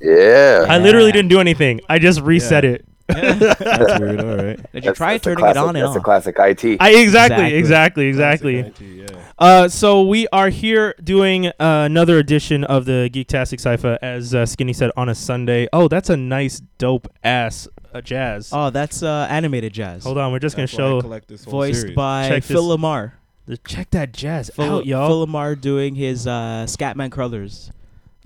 Yeah. I literally didn't do anything. I just reset Yeah. it. Yeah. That's weird. All right. Did you That's- try that's the turning classic, it on and That's off? a classic IT. I exactly, exactly, Exactly. exactly. Yeah. Uh, so we are here doing uh, another edition of the Geektastic Cypher, as uh, Skinny said on a Sunday. Oh, that's a nice, dope ass uh, jazz. Oh, that's uh, animated jazz. Hold on, we're just gonna That's why I show. collect this whole Voiced series. by Check Phil this- Lamar. the- Check that jazz Phil, out, y'all. Phil Lamar doing his uh, Scatman Crothers.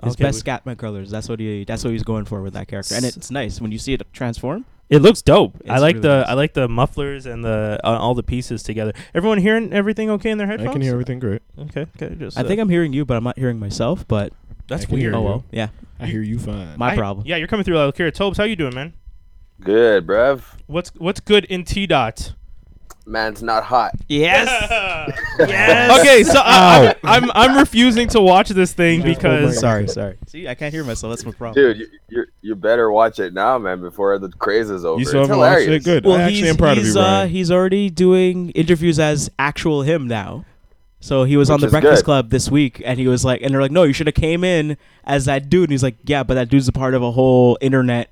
His Okay, best we- Scatman Crothers. That's what he. That's what he's going for with that character, and S- it's nice when you see it transform. It looks dope. I It's like really the nice. I like the mufflers and the uh, all the pieces together. Everyone hearing everything okay in their headphones? I can hear everything great. Okay, okay. Just, uh, I think I'm hearing you, but I'm not hearing myself. But that's I can hear weird. you. oh well, yeah, I hear you fine. my I- problem. Yeah, you're coming through loud. Here, Tobes, how you doing, man? Good, bruv. What's what's good in T dot? Man's not hot. Yes. yes. Okay, so I, I'm, I'm I'm refusing to watch this thing because uh, God. sorry, sorry. See, I can't hear myself. That's my problem. Dude, you, you you better watch it now, man, before the craze is over. you still it's haven't watched hilarious. it? Good. Well, I he's actually am proud of you, he's, uh, Brian. he's already doing interviews as actual him now. So he was on Which the is Breakfast good. Club this week, and he was like, and they're like, no, you should have came in as that dude. And he's like, yeah, but that dude's a part of a whole internet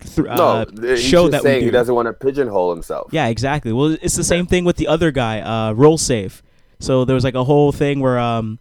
th- uh, no, th- he's show just that saying we he do. doesn't want to pigeonhole himself. Yeah, exactly. Well, it's the same thing with the other guy, uh, Roll Safe. So there was like a whole thing where um,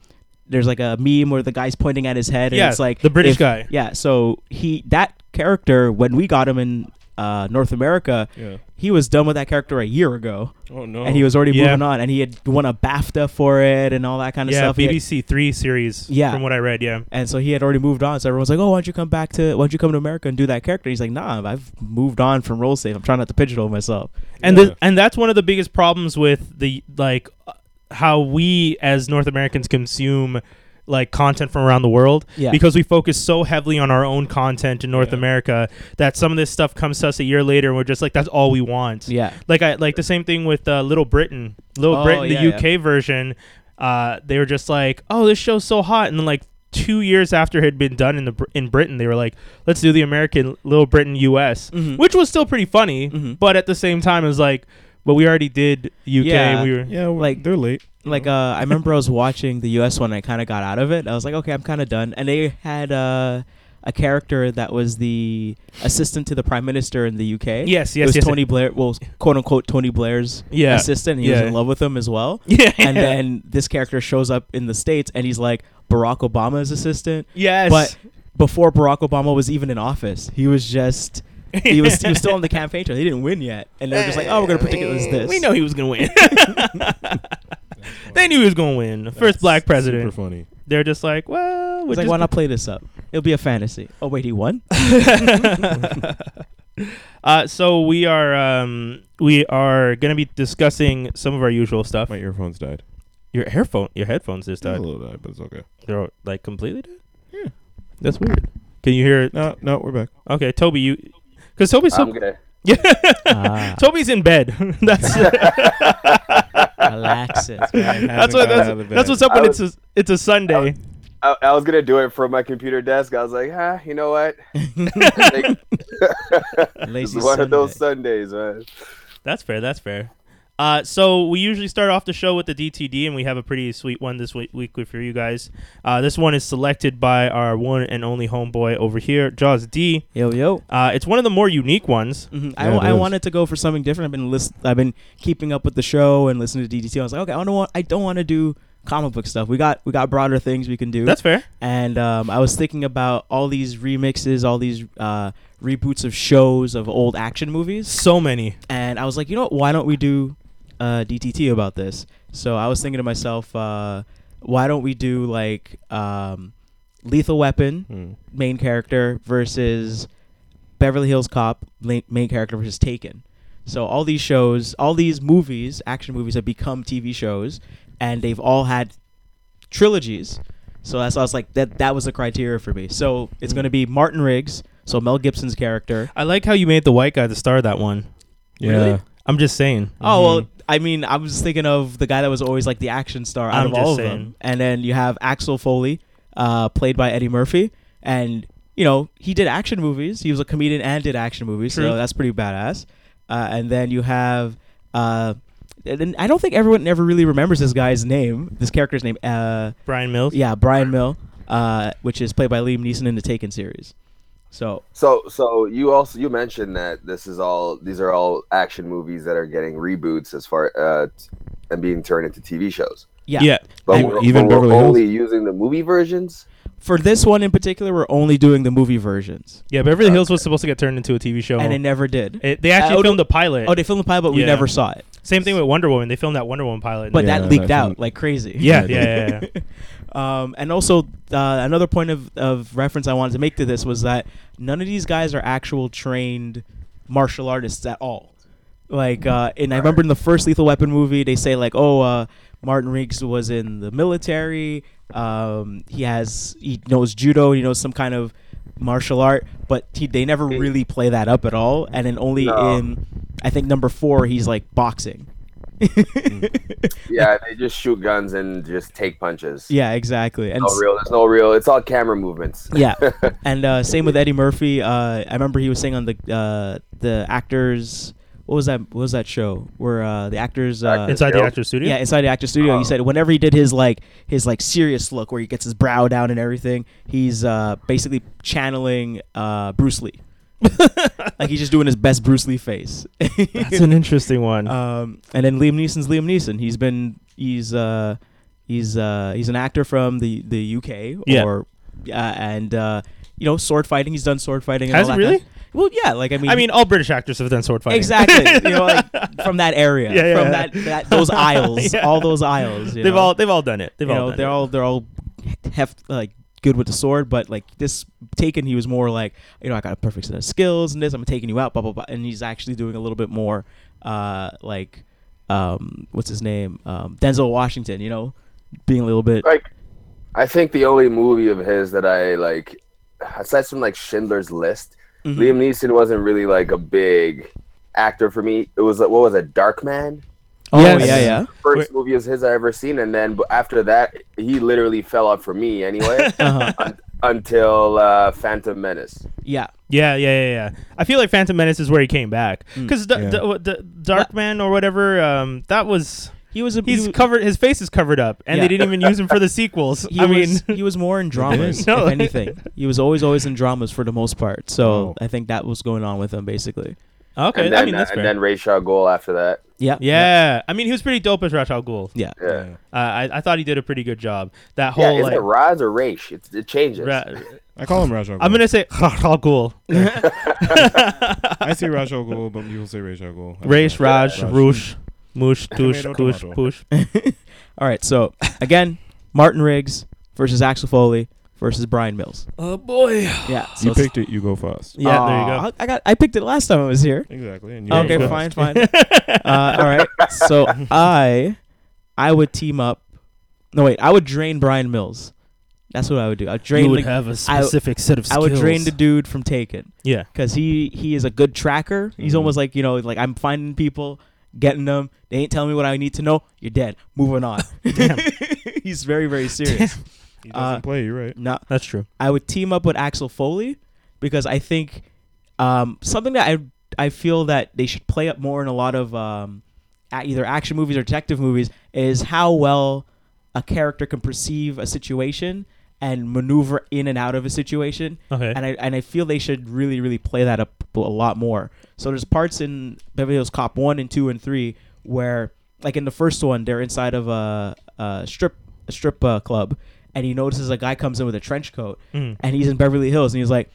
there's like a meme where the guy's pointing at his head, and Yeah, it's like the British if- guy. Yeah, so he that character when we got him in uh, North America, yeah. he was done with that character a year ago, Oh no. and he was already Yeah. moving on, and he had won a BAFTA for it and all that kind of yeah, stuff. He had- BBC Three series. Yeah. from what I read, yeah. and so he had already moved on. So everyone's like, "Oh, why don't you come back to? Why don't you come to America and do that character?" And he's like, "Nah, I've moved on from Roll Safe. I'm trying not to pigeonhole myself." and Yeah. this, and that's one of the biggest problems with the like uh, how we as North Americans consume like content from around the world Yeah. because we focus so heavily on our own content in North Yeah. America that some of this stuff comes to us a year later and we're just like that's all we want. Yeah. Like I like the same thing with uh, Little Britain. Little Oh, Britain, yeah, the UK version, uh, they were just like, "Oh, this show's so hot," and then like two years after it had been done in the Br- in Britain, they were like, "Let's do the American Little Britain US," Mhm. which was still pretty funny, Mhm. but at the same time, it was like, "But we already did UK. Yeah. We were Yeah. well, like- they're late. like uh, I remember I was watching the U.S. one. I kind of got out of it. I was like, okay, I'm kind of done. And they had uh, a character that was the assistant to the prime minister in the U.K. yes, it yes, was yes, Tony Blair. Well, quote unquote Tony Blair's Yeah. assistant. He was Yeah. in love with him as well. yeah, And then this character shows up in the states, and he's like Barack Obama's assistant. yes, But before Barack Obama was even in office, he was just. he was, he was still on the campaign trail. He didn't win yet, and they're just like, "Oh, we're gonna predict it as this." We know he was gonna win. they knew he was gonna win. First black president. Super funny. They're just like, well, we're It's like, just why not play this up? It'll be a fantasy. Oh wait, he won. uh, so we are um, we are gonna be discussing some of our usual stuff. My earphones died. Your earphone, your headphones just Died a died. little died, but it's okay. They're like completely dead. Yeah. that's weird. Can you hear it? No, no, we're back. Okay, Toby, you because Toby's I'm so, gonna Ah. Toby's in bed. that's Relaxes. man. that's what got that's, out of bed. that's what's up I when it's was- a, it's a Sunday. I, I was gonna do it from my computer desk. I was like, huh, you know what? Like, it's Lazy one of those Sunday. Sundays, man. That's fair. That's fair. Uh, so we usually start off the show with the DTD, and we have a pretty sweet one this week, week for you guys. Uh, this one is selected by our one and only homeboy over here, Jaws D. Yo yo. Uh, it's one of the more unique ones. Mhm. Yeah, it I, I is. wanted to go for something different. I've been list- I've been keeping up with the show and listening to DDT. I was like, okay, I don't want I don't want to do comic book stuff. We got we got broader things we can do. That's fair. and um, I was thinking about all these remixes, all these uh, reboots of shows of old action movies. So many. and I was like, you know what? Why don't we do uh, DTT about this? So I was thinking to myself, uh, why don't we do like um, Lethal Weapon Hmm. main character versus Beverly Hills Cop la- main character versus Taken? So all these shows, all these movies, action movies, have become TV shows, and they've all had trilogies. So that's why I was like, that that was the criteria for me. So it's going to be Martin Riggs, so Mel Gibson's character. I like how you made the white guy the star of that one. Yeah. Really? I'm just saying. Oh well, Mm-hmm. I mean, I was thinking of the guy that was always like the action star out I'm of just all of saying. them, and then you have Axel Foley, uh, played by Eddie Murphy, and you know he did action movies. He was a comedian and did action movies, True. so that's pretty badass. Uh, and then you have, uh, and then I don't think everyone ever really remembers this guy's name, this character's name. Uh, Mm-hmm. Brian Mills. yeah, Brian Mill, uh, which is played by Liam Neeson in the Taken series. So So, so you also you mentioned that this is all these are all action movies that are getting reboots as far uh, t- and being turned into TV shows. yeah. yeah. But And we're, even but we're Beverly Hills? only using the movie versions. For this one in particular, we're only doing the movie versions, Yeah, Beverly Hills was supposed to get turned into a TV show. and it never did. Oh. It- they actually Oh, no. filmed a pilot. Oh, they filmed the pilot, but we Yeah. never saw it. Same thing with Wonder Woman. They filmed that Wonder Woman pilot. But Yeah, that that leaked film- out like crazy. yeah, Yeah, yeah, yeah, yeah. Um, and also, uh, another point of, of reference I wanted to make to this was that none of these guys are actual trained martial artists at all. Like, uh, and I remember in the first Lethal Weapon movie, they say like, "Oh, uh, Martin Riggs was in the military. Um, he has he knows judo. He knows some kind of martial art." But he, they never really play that up at all. And then only No. in, I think number four, he's like boxing. Yeah, they just shoot guns and just take punches. Yeah, exactly. And no s- real. There's no real. It's all camera movements. Yeah, and uh, same with Eddie Murphy. Uh, I remember he was saying on the uh, the actors. What was that? What was that show where uh, the actors? Uh, Actors. Inside the Yeah. actor's studio. yeah, inside the actor studio. Oh. He said whenever he did his like his like serious look, where he gets his brow down and everything, he's uh, basically channeling uh, Bruce Lee. like he's just doing his best Bruce Lee face. That's an interesting one. Um, and then Liam Neeson's Liam Neeson. He's been he's uh he's uh he's an actor from the the UK Yeah. or uh, and uh you know sword fighting. He's done sword fighting. And Has all he that really? kind of- well, yeah. Like I mean, I mean, all British actors have done sword fighting. exactly. you know, like from that area, Yeah, yeah, from yeah. that, that those aisles, Yeah. all those aisles. You they've know? all they've all done it. They've you all know, done they're it. all they're all heft like good with the sword, but like this taken, he was more like you know I got a perfect set of skills and this I'm taking you out, blah blah blah, and he's actually doing a little bit more uh like um what's his name um Denzel Washington, you know, being a little bit Like, I think the only movie of his that I like, aside from like Schindler's List, Mhm. Liam Neeson wasn't really like a big actor for me. It was like what was it, Dark Man? oh Yes. yeah yeah First movie of his I ever seen, and then b- after that, he literally fell off for me anyway uh-huh. un- until uh, Phantom Menace. yeah Yeah, yeah, yeah, yeah. I feel like Phantom Menace is where he came back Mm. because the, Yeah. the, the Dark Man or whatever. Um, that was he was a he, he's w- covered. His face is covered up, and Yeah. they didn't even use him for the sequels. he I mean, was, he was more in dramas No. if anything he was always always in dramas for the most part so Oh. I think that was going on with him basically okay. and then, uh, I mean, that's and fair. then Rachel Goal after that. yeah yeah. I mean, he was pretty dope as Ra's al Ghul. yeah Yeah. yeah. Uh, I, I thought he did a pretty good job. That Yeah, whole is like. it Raz or Raish? It's, it changes. Ra- I call him Raj. I'm gonna say Ra's al Ghul. I say Raj Al Ghul, but people say Raj Al Ghul. Raish, Raj, Raj. Roosh, Moosh, Doosh, Tomato, Koosh, tomato. Poosh. All right, so again, Martin Riggs versus Axel Foley versus Brian Mills. Oh boy. Yeah, so You it's- picked it. You go first. Yeah, there you Aw, go. I got I picked it last time I was here. Exactly. And you Yeah, okay, go you fine, first. fine. uh, all right, so I I would team up. No wait, I would drain Brian Mills. That's what I would do. I drain. the, have a specific set of I would drain the dude from Taken yeah. because he he is a good tracker. He's Mhm. almost like you know like I'm finding people, getting them. They ain't telling me what I need to know. You're dead. Moving on. Damn. He's very very serious. He doesn't Uh, play. You're right. No, That's true. I would team up with Axel Foley because I think um, something that I I feel that they should play up more in a lot of um, a- either action movies or detective movies is how well a character can perceive a situation and maneuver in and out of a situation. Okay. And I and I feel they should really really play that up a lot more. So there's parts in Beverly Hills Cop one and two and three where like in the first one they're inside of a, a strip a strip uh, club and he notices a guy comes in with a trench coat Mm. and he's in Beverly Hills and he's like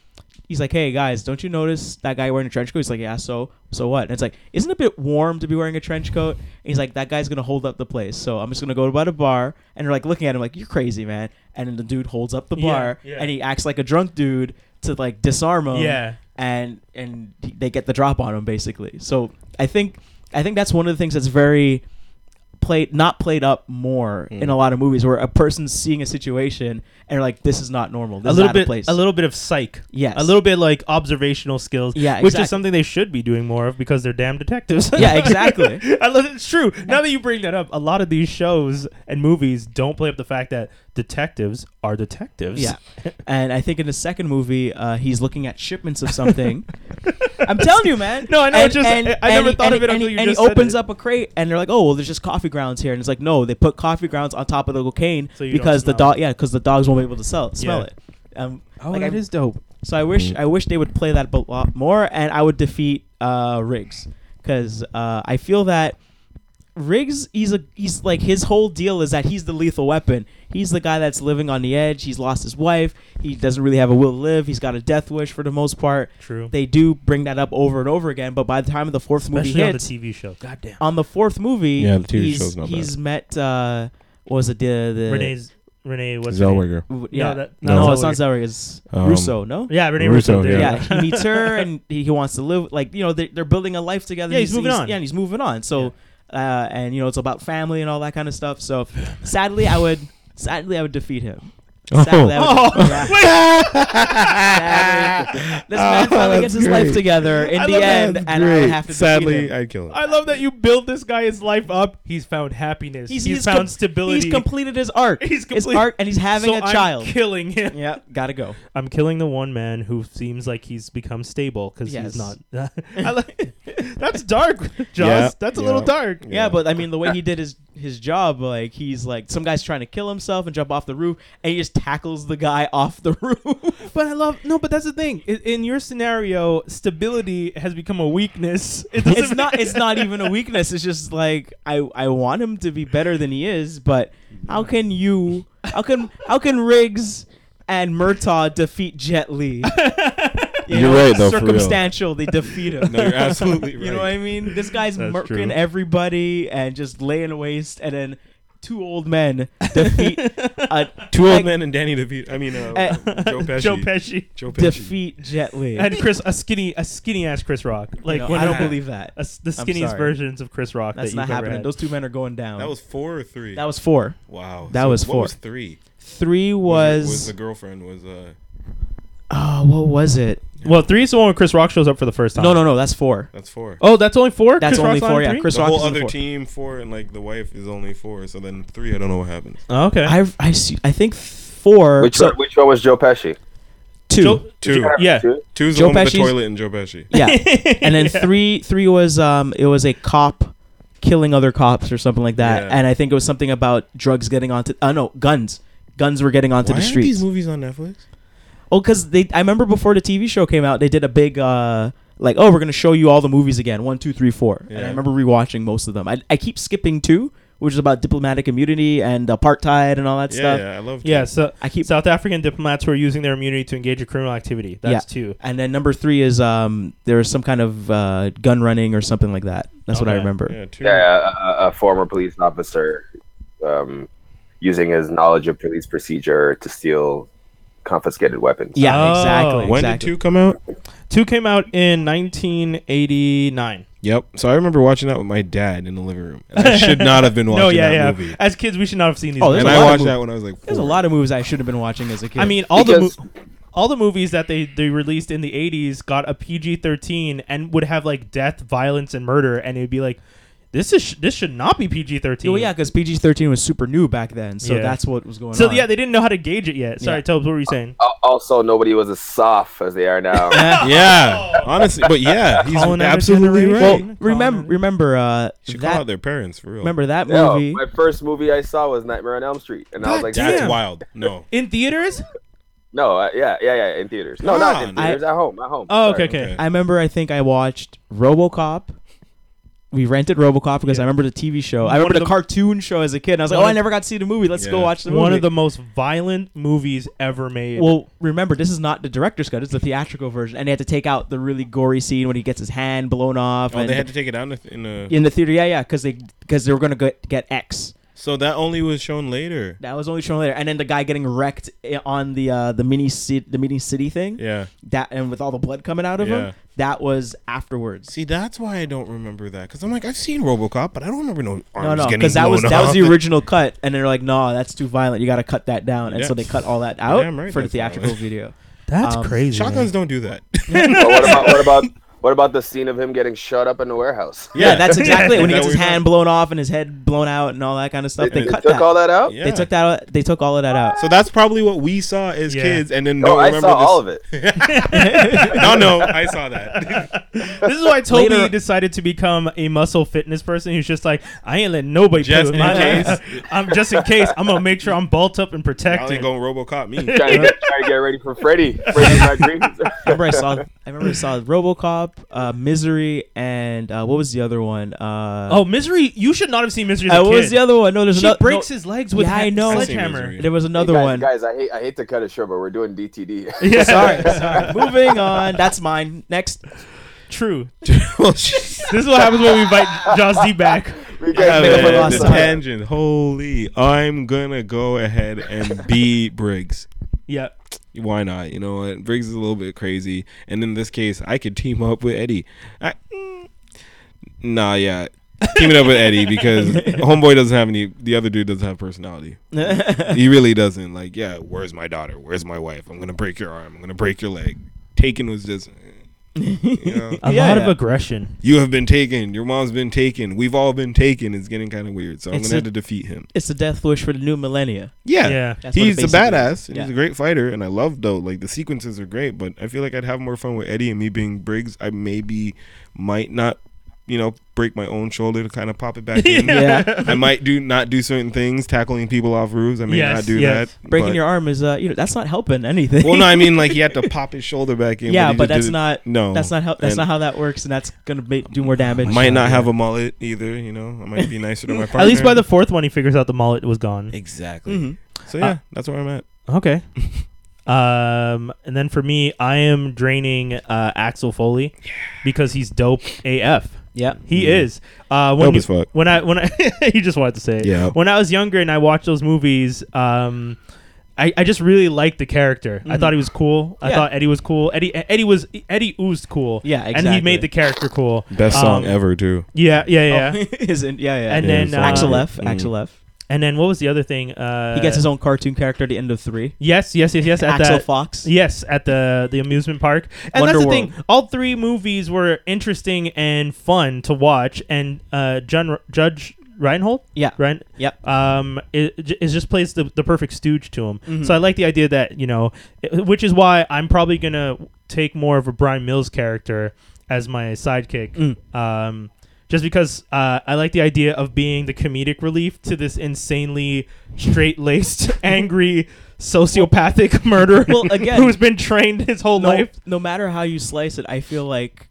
he's like hey guys don't you notice that guy wearing a trench coat he's like yeah so so what and it's like isn't it a bit warm to be wearing a trench coat and he's like that guy's gonna hold up the place so I'm just gonna go by the bar and they're like looking at him like you're crazy man and then the dude holds up the Yeah, bar yeah. and he acts like a drunk dude to like disarm him Yeah. and and they get the drop on him basically. So I think I think that's one of the things that's very played not played up more in a lot of movies where a person's seeing a situation and they're like this is not normal. This a is little out bit, of place. a little bit of psych. Yes. A little bit like observational skills. Yeah, Which exactly. is something they should be doing more of because they're damn detectives. Yeah, exactly. I love it's true. Now that you bring that up, a lot of these shows and movies don't play up the fact that detectives are detectives. yeah. And I think in the second movie uh, he's looking at shipments of something. I'm telling you, man. No, I know, And, it's just- and- I- I never and- thought and- of it And, until he- you and just he said opens it. up a crate, and they're like, "Oh, well, there's just coffee grounds here." And it's like, "No, they put coffee grounds on top of the cocaine So you don't because the smell dog, yeah, because the dogs won't be able to sell smell Yeah. it." Um, Oh, like that I- is dope. So I wish I wish they would play that a lot more, and I would defeat uh, Riggs because uh, I feel that Riggs he's a he's like his whole deal is that he's the lethal weapon. He's the guy that's living on the edge. He's lost his wife. He doesn't really have a will to live. He's got a death wish for the most part. True. They do bring that up over and over again, but by the time of the fourth Especially movie on the hits, Uh, TV show. Goddamn. on the fourth movie, Yeah, the TV he's, show's not he's met uh, what was it the, the Renee's Renee what's her name? Zellweger. w- yeah. No, that, no, no, it's not Zellweger. Zellweger. It's Um, Russo. No. Yeah, Renee Russo, Russo. there you Yeah. go. he meets her and he, he wants to live like you know they're, they're building a life together. Yeah, he's moving on. Yeah, and he's moving on. So, uh, and you know it's about family and all that kind of stuff. So, sadly, I would sadly I would defeat him. Sadly, I would, Oh, yeah. wait. Sadly, this man Oh, finally gets that's his life great. together in I the love that. end, and I would have to defeat Sadly, him. I'd kill him. I love that you build this guy's life up. He's found happiness. He's, found com- stability. He's completed his arc. He's his complete- arc, and he's having so a child. I'm killing him. yeah, gotta go. I'm killing the one man who seems like he's become stable because Yes. he's not. I like, that's dark, Joss. Yeah, That's a yeah. little dark. Yeah. but I mean, the way he did his his job, like he's like some guy's trying to kill himself and jump off the roof, and he just tackles the guy off the roof. But I love no. But that's the thing. In, in your scenario, stability has become a weakness. It doesn't it's not it's not even a weakness. It's just like I I want him to be better than he is, but how can you? How can how can Riggs and Murtaugh defeat Jet Li? You You're right, though, for real. Circumstantial, they defeat him. no, you're absolutely right. You know what I mean? This guy's That's murking true. everybody and just laying waste, and then two old men defeat a, Two like, old men and Danny DeVito. I mean, uh, Uh, Joe Pesci. Joe Pesci Joe Pesci. defeat Jet Li. and Chris a skinny a skinny ass Chris Rock. Like You know, one I of don't the- believe that. a s- the I'm skinniest sorry. versions of Chris Rock. That's that not you've ever happening. had. Those two men are going down. That was four or three. that was four. wow. that So was What four. was three? Three Was, was, was the girlfriend was uh oh, what was it? Well, three is the one where Chris Rock shows up for the first time. No, no, no. That's four. that's four. Oh, that's only four. That's Chris only Rock's not four. in Yeah, three? Chris the Rock whole is in other four. team four and like the wife is only four. So then three, I don't know what happens. Oh, okay. I I see. I think four. Which so one, which one was Joe Pesci? two. Joe- Two. Yeah. Two? Two's the Joe one with the Pesci's- toilet and Joe Pesci. Yeah, and then Yeah. three. Three was um. It was a cop killing other cops or something like that. Yeah. And I think it was something about drugs getting onto. Uh, no, guns. Guns were getting onto Why the aren't these streets. movies on Netflix? Oh, because they. I remember before the TV show came out, they did a big uh. Like oh, we're gonna show you all the movies again. One, two, three, four. And I Yeah. remember rewatching most of them. I, I keep skipping two, which is about diplomatic immunity and apartheid and all that Yeah, stuff. yeah, I love. Yeah, so I keep South African diplomats who are using their immunity to engage in criminal activity. That's two. And then number three is um, there was some kind of uh, gun running or something like that. That's what I Okay. remember. Yeah, two. Yeah, a- a, a former police officer um, using his knowledge of police procedure to steal confiscated weapons. Yeah, Oh. exactly. When exactly. did two come out? Two came out in 1989. Yep. So I remember watching that with my dad in the living room. And I should not have been watching no, yeah, that yeah. movie. As kids, we should not have seen these. Oh, movies. there's a And I lot of watched mov- that when I was like. Four. There's a lot of movies I should have been watching as a kid. I mean, all Because- the mo- all the movies that they, they released in the 80s got a PG-13 and would have like death, violence, and murder, and it'd be like, this is this should not be PG-13. well, yeah, because PG-13 was super new back then, so Yeah. that's what was going So on. yeah, they didn't know how to gauge it yet. Sorry, Yeah. Tubbs, what were you saying? Al- Also, nobody was as soft as they are now. Yeah, honestly, but yeah, he's Calling out a absolutely right. generation. well, remember, remember uh, should call out that. their parents for real. Remember that Yo, movie? my first movie I saw was Nightmare on Elm Street, and I was like, that's Damn. wild. No, Oh, In theaters? No, uh, yeah, yeah, yeah, in theaters. No, not in Come on. theaters. at home. At home. Oh, okay, Sorry. okay. I remember. I think I watched RoboCop. We rented RoboCop because I remember the TV show. I remember of the, the- cartoon show as a kid. And I was like, One "Oh, I of- never got to see the movie. Let's go Yeah. watch the movie." One of the most violent movies ever made. Well, remember, this is not the director's cut; it's the theatrical version, and they had to take out the really gory scene when he gets his hand blown off. oh, and they had to take it down if- in a. in the theater, yeah, yeah, because they because they were gonna get get X. So that only was shown later. That was only shown later, and then the guy getting wrecked i- on the uh, the mini city, the mini city thing. Yeah. That and with all the blood coming out of Yeah. him, that was afterwards. See, that's why I don't remember that because I'm like I've seen RoboCop, but I don't remember no arms No, no, getting because that was blown that was off. the original cut, and they're like, "No, that's too violent. You got to cut that down." And so Yeah. they cut all that out Damn right for the that's violent. theatrical video. That's um, crazy. man. Shotguns don't do that. But what about what about What about the scene of him getting shut up in the warehouse? Yeah, that's exactly it. When he That gets his we- hand blown off and his head blown out and all that kind of stuff, they, they cut took that. all that out. Yeah. They took that. Out, they took all of that out. So that's probably what we saw as Yeah. kids, and then No, don't Oh, I saw remember this. all of it. no, no, I saw that. This is why Toby Later- decided to become a muscle fitness person. He's just like, I ain't letting nobody play Just with in my case. I'm just in case. I'm gonna make sure I'm bulked up and Y'all protected. ain't going RoboCop me. Trying to, get, trying to get ready for Freddy. Freddy's my dreams. I remember I saw. I remember I saw RoboCop, uh, Misery, and uh, what was the other one? Uh, oh, misery! You should not have seen misery. As a uh, what was kid. the other one? No, there's She another. breaks his legs with Yeah, I a know. I've seen sledgehammer. Misery. no, there was another guys, one. guys, I hate I hate to cut it short, but we're doing DTD. Yeah. sorry, sorry. Moving on. That's mine. Next. True. Oh, This is what happens when we invite Jaws D back. We Yeah, man, guys made up a lot this this of time. tangent. Holy. I'm going to go ahead and be Briggs. Yeah. Why not? You know what? Briggs is a little bit crazy. And in this case, I could team up with Eddie. I, mm, nah, yeah. Team it up with Eddie because Homeboy doesn't have any, the other dude doesn't have personality. He really doesn't. Like, yeah, where's my daughter? Where's my wife? I'm going to break your arm. I'm going to break your leg. Taken was just. eh. You, know, A Yeah, lot of yeah. aggression. you have been taken. Your mom's been taken. We've all been taken. It's getting kind of weird. So I'm It's gonna have a- to defeat him. it's the death wish for the new millennia. Yeah. Yeah. That's what it He's a basically badass. is. and Yeah. He's a great fighter, and I love though. Like the sequences are great, but I feel like I'd have more fun with Eddie and me being Briggs. I maybe might not, you know, break my own shoulder to kind of pop it back in. Yeah. I might do not do certain things, tackling people off roofs. I may Yes, not do yes. that. Breaking but- your arm is uh, you know, that's not helping anything. Well, no, I mean like he had to pop his shoulder back in. yeah, he but just that's did it- not No, that's not how that's And not how that works, and that's gonna make, do more damage. Might not have a mullet either. You know, I might be nicer to my partner. At least by the fourth one, he figures out the mullet was gone. Exactly. Mhm. Mm-hmm. So yeah, Uh, that's where I'm at. Okay. um, and then for me, I am draining uh, Axel Foley because he's dope AF. Yeah. He Mhm. is. Uh, when Dope you- as fuck. When I when I he just wanted to say it. Yeah. When I was younger and I watched those movies, um, I, I just really liked the character. I Mhm. Mm. thought he was cool. I Yeah. thought Eddie was cool. Eddie Eddie was Eddie oozed cool. Yeah, And exactly. he made the character cool. Best song Um, ever too. Yeah, yeah, Oh. yeah. Isn't yeah yeah. And Yeah, then so- uh, Axel F. Mhm. Axel F. And then what was the other thing? Uh, He gets his own cartoon character at the end of three. Yes, yes, yes, yes. At Axel that, Fox. Yes, at the the amusement park. And that's the thing. Wonderworld. All three movies were interesting and fun to watch. And uh, Jun, Judge Reinhold, Yeah. right? Yep. Um, it, it just plays the, the perfect stooge to him. Mhm. So I like the idea that you know, it- which is why I'm probably gonna take more of a Brian Mills character as my sidekick. Mm. Um, just because uh, I like the idea of being the comedic relief to this insanely straight-laced, angry, sociopathic murderer Well, again- who's been trained his whole No, life. no matter how you slice it, I feel like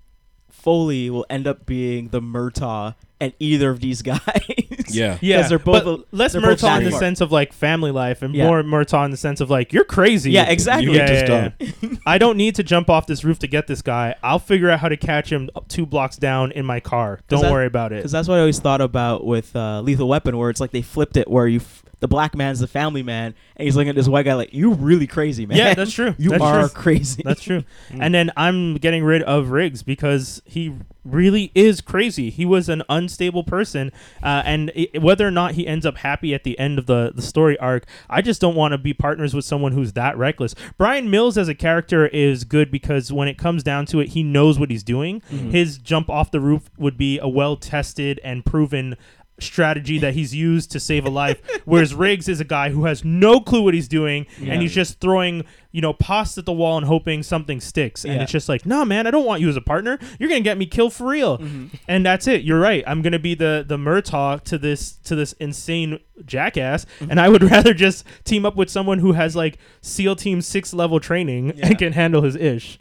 Foley will end up being the Murtaugh and either of these guys. Yeah. Yeah, they're both but a- less they're both Murtaugh in the smart. sense of like family life, and Yeah. more Murtaugh in the sense of like you're crazy. Yeah, exactly. You Yeah, get this yeah, done. yeah. I don't need to jump off this roof to get this guy. I'll figure out how to catch him up two blocks down in my car. Don't that- worry about it. Because that's what I always thought about with uh, Lethal Weapon, where it's like they flipped it, where you f- the black man's the family man, and he's looking at this white guy like, "You really crazy, man? Yeah, that's true. you That's are true. crazy." That's true. and then I'm getting rid of Riggs because he really is crazy. He was an unstable person, uh, and i whether or not he ends up happy at the end of the the story arc, I just don't want to be partners with someone who's that reckless. Brian Mills as a character is good because when it comes down to it, he knows what he's doing. Mm-hmm. His jump off the roof would be a well tested and proven strategy that he's used to save a life. Whereas Riggs is a guy who has no clue what he's doing and he's just throwing, you know, pasta at the wall and hoping something sticks. And Yeah. it's just like, no, man, I don't want you as a partner. You're gonna get me killed for real. And that's it. You're right. I'm gonna be the the Murtaugh to this to this insane jackass. And I would rather just team up with someone who has like SEAL Team six level training Yeah. and can handle his ish.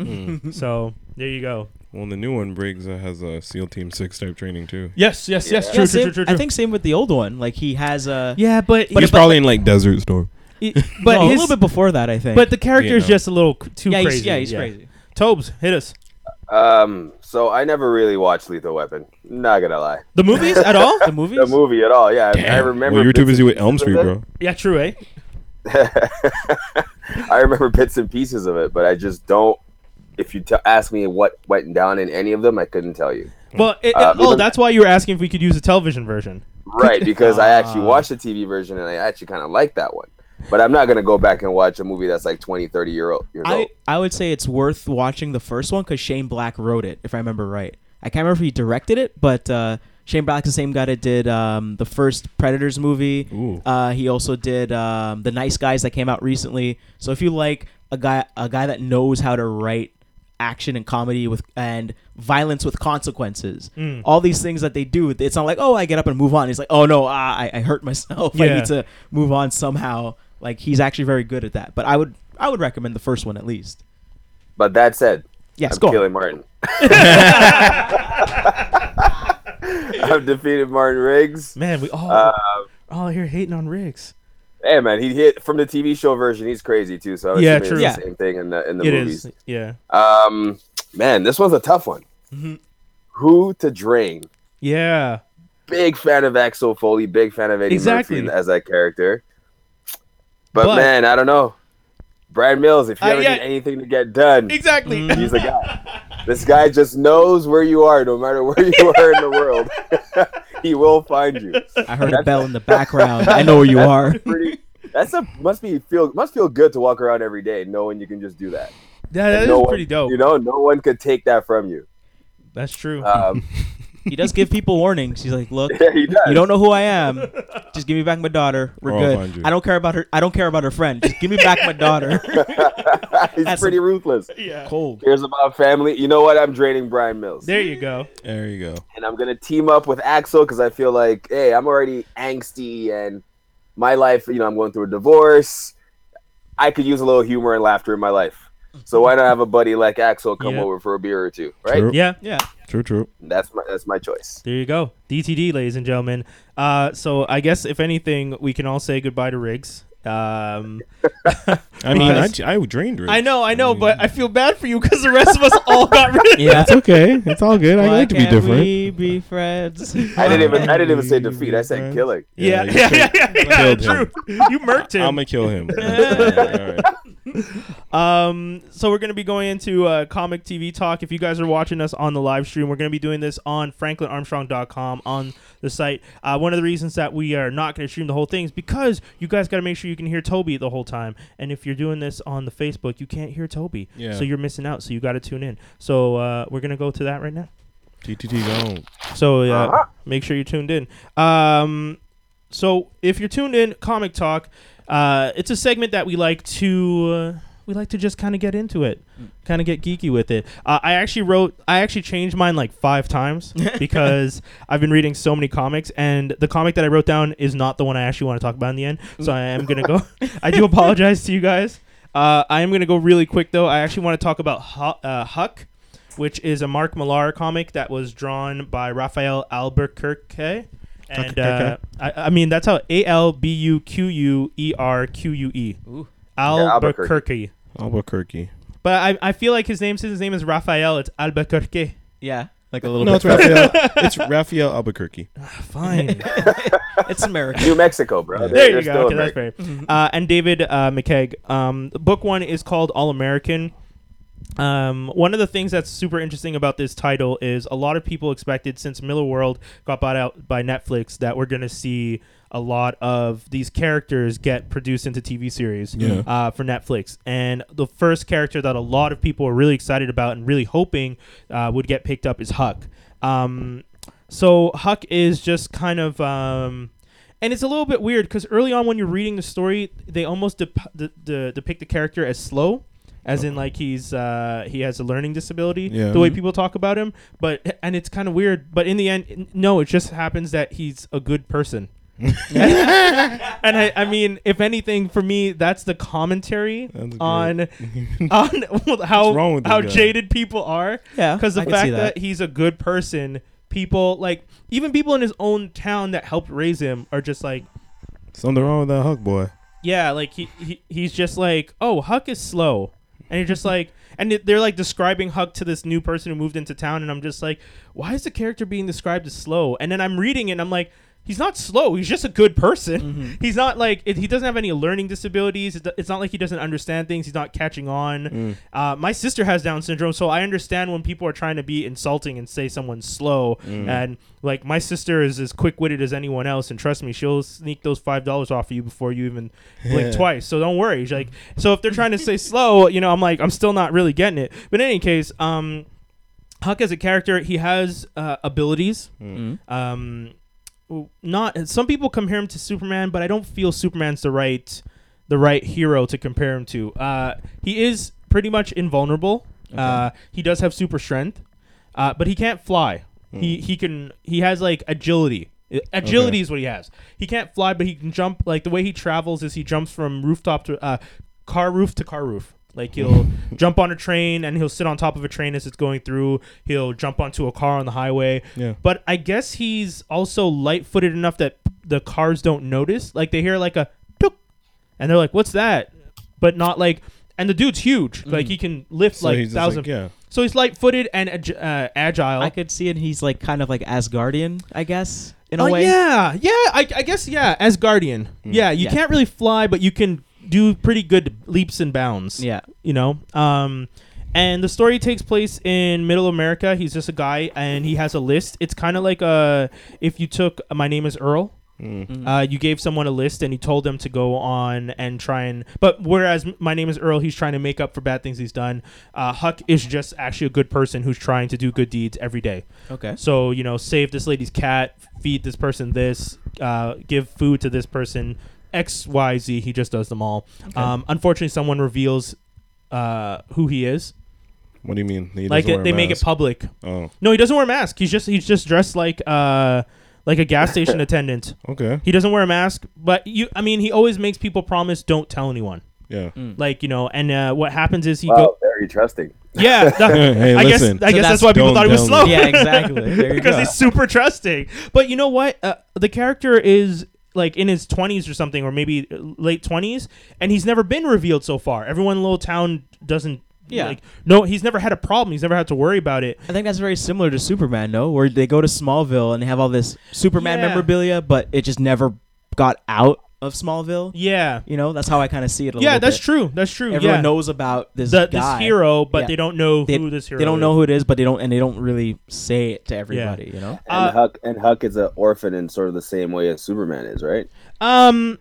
so there you go. Well, the new one Briggs uh, has a SEAL Team Six type training too. Yes, yes, yes. Yeah. True, Yeah, true, same- true, true, I think same with the old one. Like he has a, yeah, but He's probably in like Desert Storm. but but a his- little bit before that, I think. But the character is Yeah. just a little c- too yeah, crazy. he's, yeah, he's crazy. Tobes, hit us. Um, so I never really watched Lethal Weapon. Not gonna lie, The movies at all? The movies. the movie at all. Yeah, I- I remember. Well, you're too bits busy and with Elm pieces Street, of bro. Yeah, true, eh? it. I remember bits and pieces of it, but I just don't. If you t- ask me what went down in any of them, I couldn't tell you. Well, it, Uh, it- oh, even- that's why you were asking if we could use a television version. Right, because I actually Ah. watched the TV version and I actually kind of liked that one. But I'm not gonna go back and watch a movie that's like 20, 30 year old years I, old. I would say it's worth watching the first one because Shane Black wrote it, if I remember right. I can't remember if he directed it, but uh, Shane Black's the same guy that did um, the first Predators movie. Ooh. Uh, he also did um, the Nice Guys that came out recently. So if you like a guy, a guy that knows how to write action and comedy with and violence with consequences, Mm. all these things that they do, it's not like oh I get up and move on. It's like oh no, ah, I, I hurt myself. I Yeah. need to move on somehow. Like he's actually very good at that. But I would I would recommend the first one at least. But that said, Yes, I'm go. on. killing Martin. I've defeated Martin Riggs. Man, we all Uh, all here hating on Riggs. hey man, he hit from the TV show version. He's crazy too. So I'm Yeah, assuming true. it's Yeah. the same thing in the in the It movies. is. Yeah. Um, man, this one's a tough one. Mm-hmm. Who to drain? Yeah. Big fan of Axel Foley. Big fan of Eddie Exactly. Murphy as that character. But, But- man, I don't know. Brad Mills, if you Uh, ever yeah. need anything to get done, Exactly. he's the guy. This guy just knows where you are, no matter where you are in the world. he will find you. I heard a bell in the background. I know where you are. Pretty, that's a must be feel must feel good to walk around every day knowing you can just do that. Yeah, that is no one- pretty dope. You know, no one could take that from you. That's true. Um, He does give people warnings. He's like, look, yeah, he does. you don't know who I am. Just give me back my daughter. We're Or I'll find you. good. I don't care about her. I don't care about her friend. Just give me back my daughter. He's That's pretty ruthless. yeah. Cold. Cares about family. You know what? I'm draining Brian Mills, There you go. There you go. and I'm gonna team up with Axel because I feel like, hey, I'm already angsty, and my life. You know, I'm going through a divorce. I could use a little humor and laughter in my life. So why not have a buddy like Axel come Yeah. over for a beer or two, right? True. Yeah. Yeah. True, true. That's my that's my choice. There you go. DTD, ladies and gentlemen. Uh, so I guess if anything, we can all say goodbye to Riggs. Um, I mean, I, Because- I drained Rick. I know, I know, but I feel bad for you because the rest of us all got rid. Yeah. It's okay. It's all good. I Why like to be can't different. We be friends. I didn't even I didn't even say defeat. I said killing. Yeah, you yeah, killed- yeah, yeah, yeah, killed true. him. You murked him. I'm gonna kill him. Alright, alright. Um, so we're gonna be going into uh, comic TV talk. If you guys are watching us on the live stream, we're gonna be doing this on franklinarmstrong.com on the site. Uh, one of the reasons that we are not gonna stream the whole thing is because you guys gotta make sure you can hear Toby the whole time. And if you're doing this on the Facebook, you can't hear Toby, Yeah. so you're missing out. So you gotta tune in. So uh, we're gonna go to that right now. TTT gone. So uh, make sure you're tuned in. Um, so if you're tuned in, comic talk. Uh, it's a segment that we like to uh, we like to just kind of get into it, kind of get geeky with it. Uh, I actually wrote, I actually changed mine like five times because I've been reading so many comics, and the comic that I wrote down is not the one I actually want to talk about in the end. So I am gonna go. I do apologize to you guys. Uh, I am gonna go really quick though. I actually want to talk about Hu- uh, Huck which is a Mark Millar comic that was drawn by Raphael Albuquerque. And uh, I, I mean, that's how A L B U Q U E R Q U E. Ooh. Albuquerque. Albuquerque. Albuquerque. But I, I feel like his name, since his name is Raphael, it's Albuquerque. yeah. Like a little No, it's bit. Raphael. it's Raphael Albuquerque. Fine. It's American. New Mexico, bro. They're- there they're you still go. Okay, that's American. fair. Uh, and David uh, McKeag. Um, book one is called All American. Um, one of the things that's super interesting about this title is a lot of people expected since Miller World got bought out by Netflix that we're going to see a lot of these characters get produced into TV series Yeah. uh, for Netflix. And the first character that a lot of people are really excited about and really hoping uh, would get picked up is Huck. Um, so Huck is just kind of. Um, and it's a little bit weird because early on when you're reading the story, they almost dep the, the, depict the character as slow, as in like he's uh, he has a learning disability. Yeah. The way people talk about him, but and it's kind of weird. But in the end, n- no, it just happens that he's a good person. and I, I mean, if anything, for me, that's the commentary That's great. on on how wrong with this how guy? jaded people are. Yeah, because the I can fact see that. that. he's a good person, people like even people in his own town that helped raise him are just like, Something wrong with that Huck boy. yeah, like he, he he's just like, oh, Huck is slow, and you're just like, and it- they're like describing Huck to this new person who moved into town, and I'm just like, why is the character being described as slow? And then I'm reading it, and I'm like, he's not slow. He's just a good person. Mhm. He's not like it, he doesn't have any learning disabilities. It- It's not like he doesn't understand things. He's not catching on. Uh, my sister has Down syndrome, so I understand when people are trying to be insulting and say someone's slow. And like my sister is as quick witted as anyone else, and trust me, she'll sneak those five dollars off of you before you even blink twice. So don't worry. She's Like so, if they're trying to say slow, you know, I'm like I'm still not really getting it. But in any case, um. Huck as a character, he has uh, abilities. Um, w- not some people compare him to Superman, but I don't feel Superman's the right the right hero to compare him to. Uh, he is pretty much invulnerable. Uh, he does have super strength, uh, but he can't fly. He he can he has like agility. Uh, Agility is what he has. He can't fly, but he can jump. Like the way he travels is he jumps from rooftop to uh, car roof to car roof. Like he'll jump on a train and he'll sit on top of a train as it's going through. He'll jump onto a car on the highway. Yeah. But I guess he's also light-footed enough that the cars don't notice. Like they hear like a tuk, and they're like, "What's that?" But not like. And the dude's huge. Like he can lift Mm. So like he's just like, thousand. yeah. So he's light-footed and ag- uh, agile. I could see it. He's like kind of like Asgardian, I guess, in a Oh way. Yeah, yeah. I, I guess yeah. As guardian, Mm. yeah. You Yeah. can't really fly, but you can do pretty good leaps and bounds. Yeah. you know. Um, and the story takes place in Middle America. He's just a guy, and he has a list. It's kind of like uh, if you took "My Name Is Earl." Uh, you gave someone a list and you told them to go on and try and. But whereas my name is Earl, he's trying to make up for bad things he's done. Uh, Huck is just actually a good person who's trying to do good deeds every day. Okay. So you know, save this lady's cat, feed this person this, uh, give food to this person. X, Y, Z. He just does them all. Um, unfortunately, someone reveals uh, who he is. What do you mean? He like they, doesn't wear a they make it mask? public. Oh, No, he doesn't wear a mask. He's just he's just dressed like uh, like a gas station attendant. okay. He doesn't wear a mask, but you. I mean, he always makes people promise don't tell anyone. Yeah. Like you know, and uh, what happens is he Wow, go. very trusting. Yeah, that- hey, I guess I listen. guess that's, that's- why people don't thought he was tell slow. me. Yeah, exactly. There you because go. he's super trusting. But you know what? Uh, the character is like in his 20s or something, or maybe uh, late 20s, and he's never been revealed so far. Everyone in Little Town doesn't. Yeah. Like, no, he's never had a problem. He's never had to worry about it. I think that's very similar to Superman, no? Where they go to Smallville and they have all this Superman Yeah. memorabilia, but it just never got out of Smallville. Yeah. You know, that's how I kind of see it. A Yeah, little that's bit. true. That's true. Everyone yeah. knows about this the, guy. this hero, but Yeah. they don't know They, who this hero they don't is. know who it is, but they don't, and they don't really say it to everybody. You know, Uh, And Huck and Huck is an orphan in sort of the same way as Superman is, right? Um,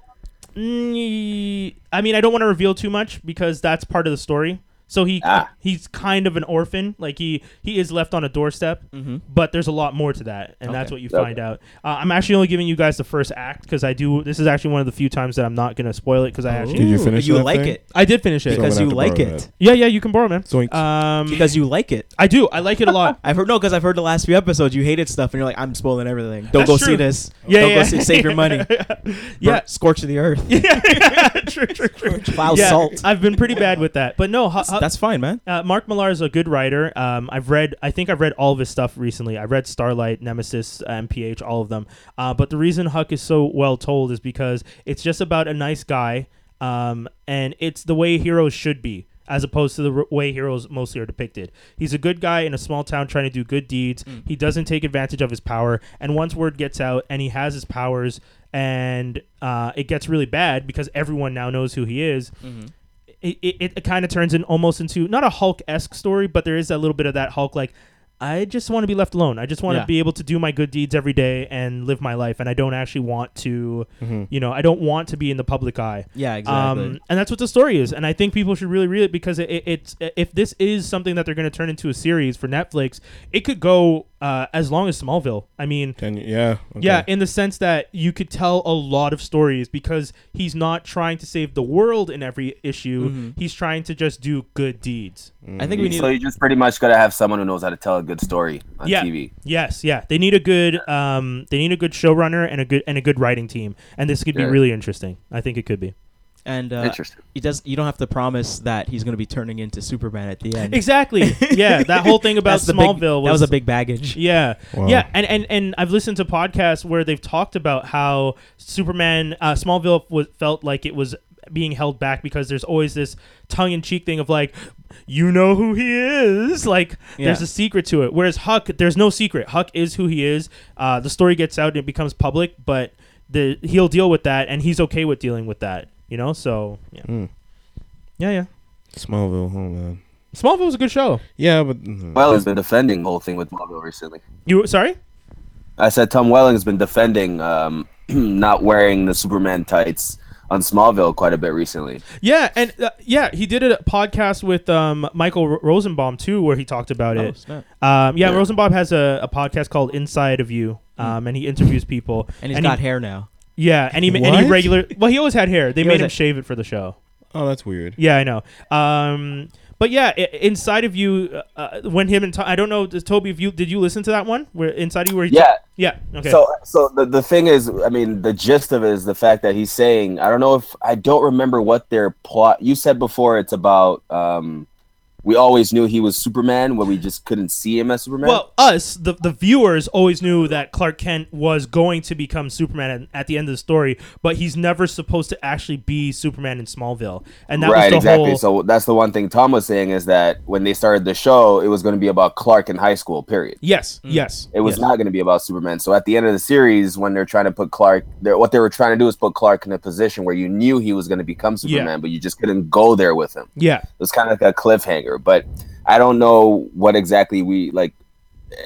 mm, I mean, I don't want to reveal too much because that's part of the story. So he Ah. he's kind of an orphan. Like he he is left on a doorstep, but there's a lot more to that, and that's Mm-hmm. Okay. what you Okay. find out. Uh, I'm actually only giving you guys the first act because I do. This is actually one of the few times that I'm not gonna spoil it because Oh. I Did actually you Ooh, finish You that like thing? it I did finish it. because Because- gonna you have like to borrow it yeah, yeah, you can borrow, man. Zoinks. Um, because you like it. I do. I like it a lot. I've heard no, because I've heard the last few episodes you hated stuff, and you're like, I'm spoiling everything. Don't That's go true. see this. Yeah, Don't yeah. go see, save your money. yeah. Burn- scorch of the earth. yeah, true, true, true. Plow Yeah, Uh, salt. I've been pretty bad with that, but no, Hu- Hu- That's fine, man. Uh, Mark Millar is a good writer. Um, I've read, I think I've read all of his stuff recently. I've read Starlight, Nemesis, uh, MPH, all of them. Uh, but the reason Huck is so well told is because it's just about a nice guy, um, and it's the way heroes should be, as opposed to the r- way heroes mostly are depicted. He's a good guy in a small town trying to do good deeds. He doesn't take advantage of his power, and once word gets out and he has his powers, and uh, it gets really bad because everyone now knows who he is it, it, it kind of turns in almost into not a Hulk esque story, but there is a little bit of that Hulk like. I just want to be left alone. I just want to Yeah. be able to do my good deeds every day and live my life. And I don't actually want to, you know, I don't want to be in the public eye. Mm-hmm. Yeah, exactly. Um, and that's what the story is. And I think people should really read it because it, it, it's if this is something that they're going to turn into a series for Netflix, it could go uh, as long as Smallville. I mean, Can you, yeah. Okay. yeah, in the sense that you could tell a lot of stories because he's not trying to save the world in every issue. Mm-hmm. He's trying to just do good deeds. I think we need. so you just pretty much gotta have someone who knows how to tell a good story on yeah. TV. Yes, yeah. They need a good um they need a good showrunner and a good and a good writing team. And this could be Yeah. really interesting. I think it could be. and uh, Interesting. he does. You don't have to promise that he's going to be turning into Superman at the end. Exactly. yeah, that whole thing about That's the big- Smallville was that was a big baggage. Yeah. Wow. Yeah. And, and and I've listened to podcasts where they've talked about how Superman, uh, Smallville was, felt like it was being held back because there's always this tongue in cheek thing of like, you know who he is. Like there's Yeah. a secret to it. Whereas Huck, there's no secret. Huck is who he is. Uh, the story gets out and it becomes public, but the he'll deal with that and he's okay with dealing with that. You know, so yeah, Mm. yeah, yeah. Smallville, hold on. Smallville was a good show. Yeah, but mm, Welling's been defending the whole thing with Marvel recently. You sorry? I said Tom Welling's been defending um, not wearing the Superman tights on Smallville quite a bit recently. Yeah, and uh, yeah, he did a podcast with um, Michael Ro- Rosenbaum too, where he talked about Oh, it. snap. Um, yeah, Rosenbaum has a, a podcast called Inside of You, um, and he interviews people. Mm. And he's he- got hair now. Yeah, and he ma- and he What? regular. Well, he always had hair. They He made always him had- shave it for the show. oh, that's weird. Yeah, I know. Um, but yeah, I- Inside of You, uh, uh, when him and To- I don't know, does Toby, if you did you listen to that one where Inside of You, where he Yeah. yeah, okay, So, so the, the thing is, I mean, the gist of it is the fact that he's saying, I don't know if I don't remember what their plot. You said before it's about. Um, we always knew he was Superman, but we just couldn't see him as Superman. Well, us, the, the viewers, always knew that Clark Kent was going to become Superman at, at the end of the story, but he's never supposed to actually be Superman in Smallville. And that was right, the exactly. whole. So that's the one thing Tom was saying is that when they started the show, it was going to be about Clark in high school. Period. yes, Mm. yes. It was yes. not going to be about Superman. So at the end of the series, when they're trying to put Clark, they're, what they were trying to do is put Clark in a position where you knew he was going to become Yeah. Superman, but you just couldn't go there with him. Yeah. It was kind of like a cliffhanger, but I don't know what exactly we like.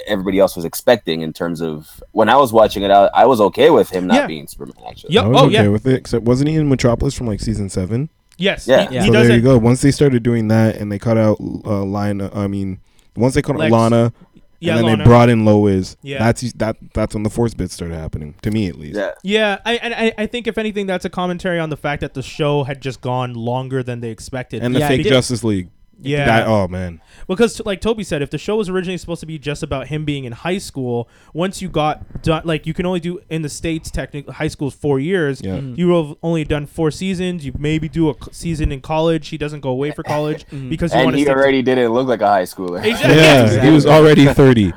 Everybody else was expecting in terms of when I was watching it. I, I was okay with him not Yeah. being Superman. Actually, Yep. I was Oh, okay yeah. with it. Except wasn't he in Metropolis from like season seven? Yes. Yeah. He, Yeah. he so does there you it. go. Once they started doing that, and they cut out uh, Lana, I mean, once they cut out Lex. Lana, Yeah. and then Lana. they brought in Lois. Yeah. Yeah, that's that. That's when the force bits started happening to me, at least. yeah. yeah. I, and I, I think, if anything, that's a commentary on the fact that the show had just gone longer than they expected. And the Yeah, I fake did- Justice League. yeah. That, oh man. because like toby said if the show was originally supposed to be just about him being in high school once you got done like you can only do in the states technically high school's four years Yeah. Mhm. you have only done four seasons you maybe do a c- season in college he doesn't go away for college because you And want he to already didn't look like a high schooler. Exactly. Yeah, he was already thirty.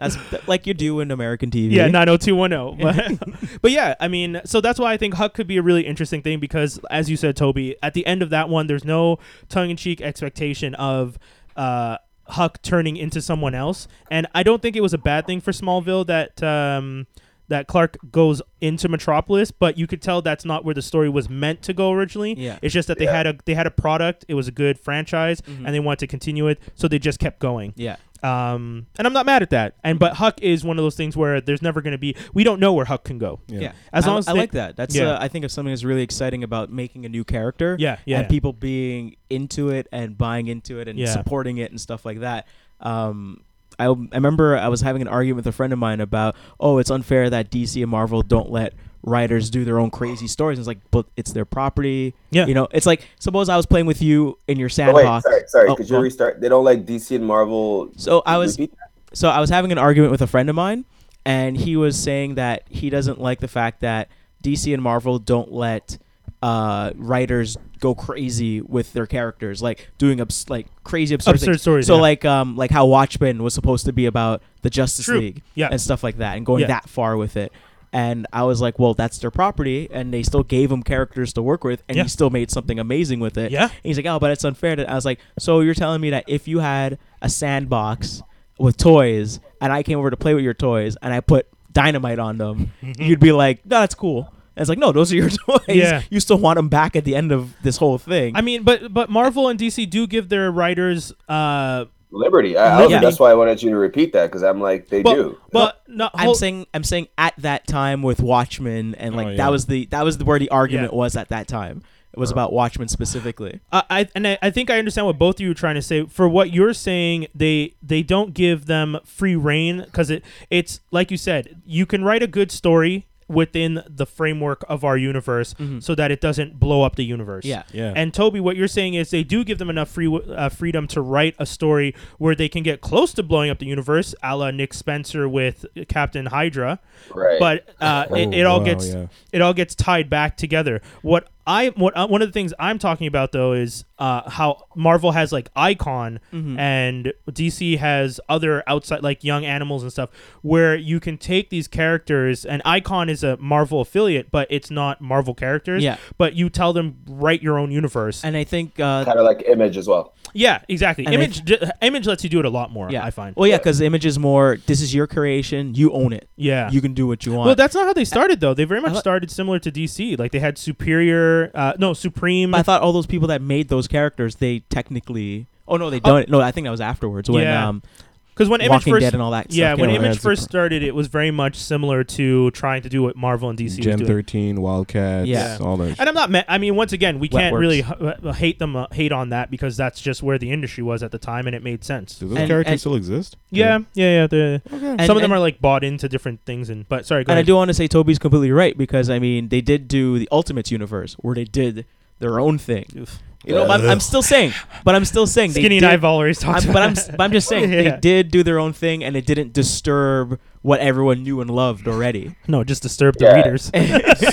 That's th- like you do in American TV. yeah 90210 but, but yeah i mean so that's why i think huck could be a really interesting thing because as you said toby at the end of that one there's no tongue-in-cheek expectation of uh huck turning into someone else and i don't think it was a bad thing for smallville that um that Clark goes into Metropolis, but you could tell that's not where the story was meant to go originally. Yeah. It's just that they had a they had a product, it was a good franchise, and they wanted to continue it, so they just kept going. Yeah. Um, and I'm not mad at that. And but Huck is one of those things where there's never going to be. We don't know where Huck can go. Yeah. Yeah. As I, long as I they- like that. That's Yeah. uh, I think of something that's really exciting about making a new character. Yeah, yeah, And yeah. people being into it and buying into it and Yeah. supporting it and stuff like that. Um I, I remember I was having an argument with a friend of mine about, oh, it's unfair that DC and Marvel don't let writers do their own crazy stories. And it's like, but it's their property. Yeah. You know, it's like, suppose I was playing with you in your Oh, wait, sandbox. sorry, sorry. Oh, could you well, restart? They don't like DC and Marvel. So I was Repeat that? so I was having an argument with a friend of mine, and he was saying that he doesn't like the fact that DC and Marvel don't let uh, writers go crazy with their characters, like doing abs- like crazy absurd, Absurd things. stories, So yeah. like um like how Watchmen was supposed to be about the Justice True. League, Yeah. and stuff like that, and going Yeah. that far with it. And I was like, well, that's their property, and they still gave him characters to work with, and Yeah. he still made something amazing with it. Yeah. And he's like, oh, but it's unfair. That I was like, so you're telling me that if you had a sandbox with toys and I came over to play with your toys and I put dynamite on them, you'd be like, no, that's cool. And it's like, no, those are your toys. Mm-hmm. Yeah. You still want them back at the end of this whole thing. I mean, but but Marvel and DC do give their writers. Uh, Liberty. I, I Yeah. That's why I wanted you to repeat that because I'm like they but do. but not. I'm hold- saying I'm saying at that time with Watchmen and like Oh, yeah. that was the that was the, where the argument Yeah. was at that time. It was about Watchmen specifically. I I- and I, I think I understand what both of you are trying to say. For what you're saying, they they don't give them free reign because it it's like you said, you can write a good story within the framework of our universe so that it doesn't blow up the universe. Yeah. Yeah. And Toby, what you're saying is they do give them enough free uh, freedom to write a story where they can get close to blowing up the universe, a la Nick Spencer with Captain Hydra right. but uh, it, Oh, it all wow, gets yeah. it all gets tied back together. What I what uh, one of the things I'm talking about though is uh, how Marvel has like Icon Mm-hmm. and DC has other outside like Young Animals and stuff where you can take these characters and Icon is a Marvel affiliate but it's not Marvel characters. Yeah. But you tell them write your own universe. and I think uh, kind of like Image as well. yeah, exactly. And I- Image j- Image lets you do it a lot more. yeah, I find. Well, yeah, because the image is more. This is your creation. You own it. yeah. You can do what you want. Well, that's not how they started though. They very much thought- started similar to DC. Like they had Superior, uh, no Supreme. I thought all those people that made those characters, they technically. Oh no, they don't. no, I think that was afterwards when Yeah. um, Because when Image Walking first, Dead and all that. yeah, stuff when came out. Yeah, Image it's a first pro- started, it was very much similar to trying to do what Marvel and DC Gen was doing. thirteen, Wildcats, Yeah. all that. shit. And I'm not. Ma- I mean, once again, we Wet can't works. really h- uh, hate them, uh, hate on that because that's just where the industry was at the time, and it made sense. Do those and- characters and- still exist? Yeah, yeah, yeah. The, And- some of and- them are like bought into different things, and but sorry, go And I ahead. do want to say Toby's completely right because I mean they did do the Ultimates universe where they did their own thing. You know, I'm, I'm still saying, but I'm still saying they Skinny and did- I've always talked. I'm, but about I'm s- but I'm just saying Yeah. they did do their own thing and it didn't disturb what everyone knew and loved already. no, just disturb the Yeah. readers.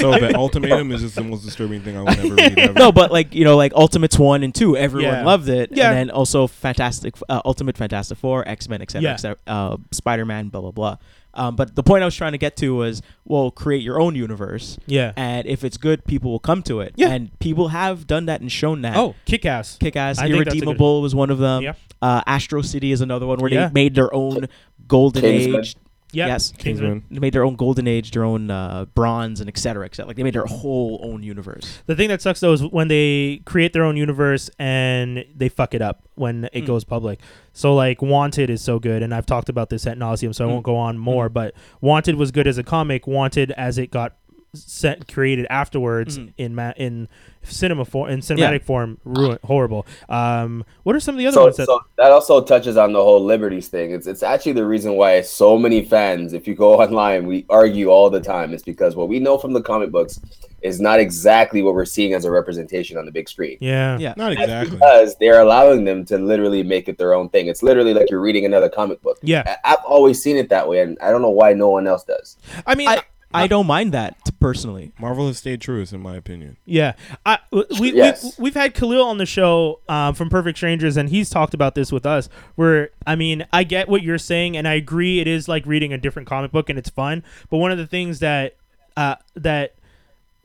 so the ultimatum is just the most disturbing thing I will ever read. Ever. no, but like you know, like Ultimates one and two, everyone Yeah. loved it. Yeah. and then also Fantastic uh, Ultimate Fantastic Four, X Men, etc., Yeah. etc., uh, Spider Man, blah blah blah. Um, but the point I was trying to get to was, well, create your own universe, yeah. and if it's good, people will come to it. Yeah. and people have done that and shown that. Oh, kick ass. Kick Ass, I think that's a good- Irredeemable was one of them. Yeah. Uh, Astro City is another one where Yeah. they made their own golden Kingsman. age. Yes. Kingsman. Kingsman. They made their own golden age, their own uh, bronze, and et cetera, et cetera. Like they made their whole own universe. The thing that sucks though is when they create their own universe and they fuck it up when it Mm. goes public. So like Wanted is so good, and I've talked about this at nauseum, so I Mm. won't go on more. But Wanted was good as a comic. Wanted as it got set created afterwards Mhm. in ma- in cinema form in cinematic Yeah. form ruin horrible. Um, what are some of the other So, ones that? so that also touches on the whole liberties thing. It's it's actually the reason why so many fans, if you go online, we argue all the time. It's because what we know from the comic books is not exactly what we're seeing as a representation on the big screen. yeah. Yeah. Not That's exactly. because they're allowing them to literally make it their own thing. It's literally like you're reading another comic book. Yeah. I- I've always seen it that way, and I don't know why no one else does. I mean, I, I don't mind that t- personally. Marvel has stayed truest, in my opinion. Yeah, I, w- we, Yes. we we've had Khalil on the show um, from Perfect Strangers, and he's talked about this with us. Where I mean, I get what you're saying, and I agree. It is like reading a different comic book, and it's fun. But one of the things that uh, that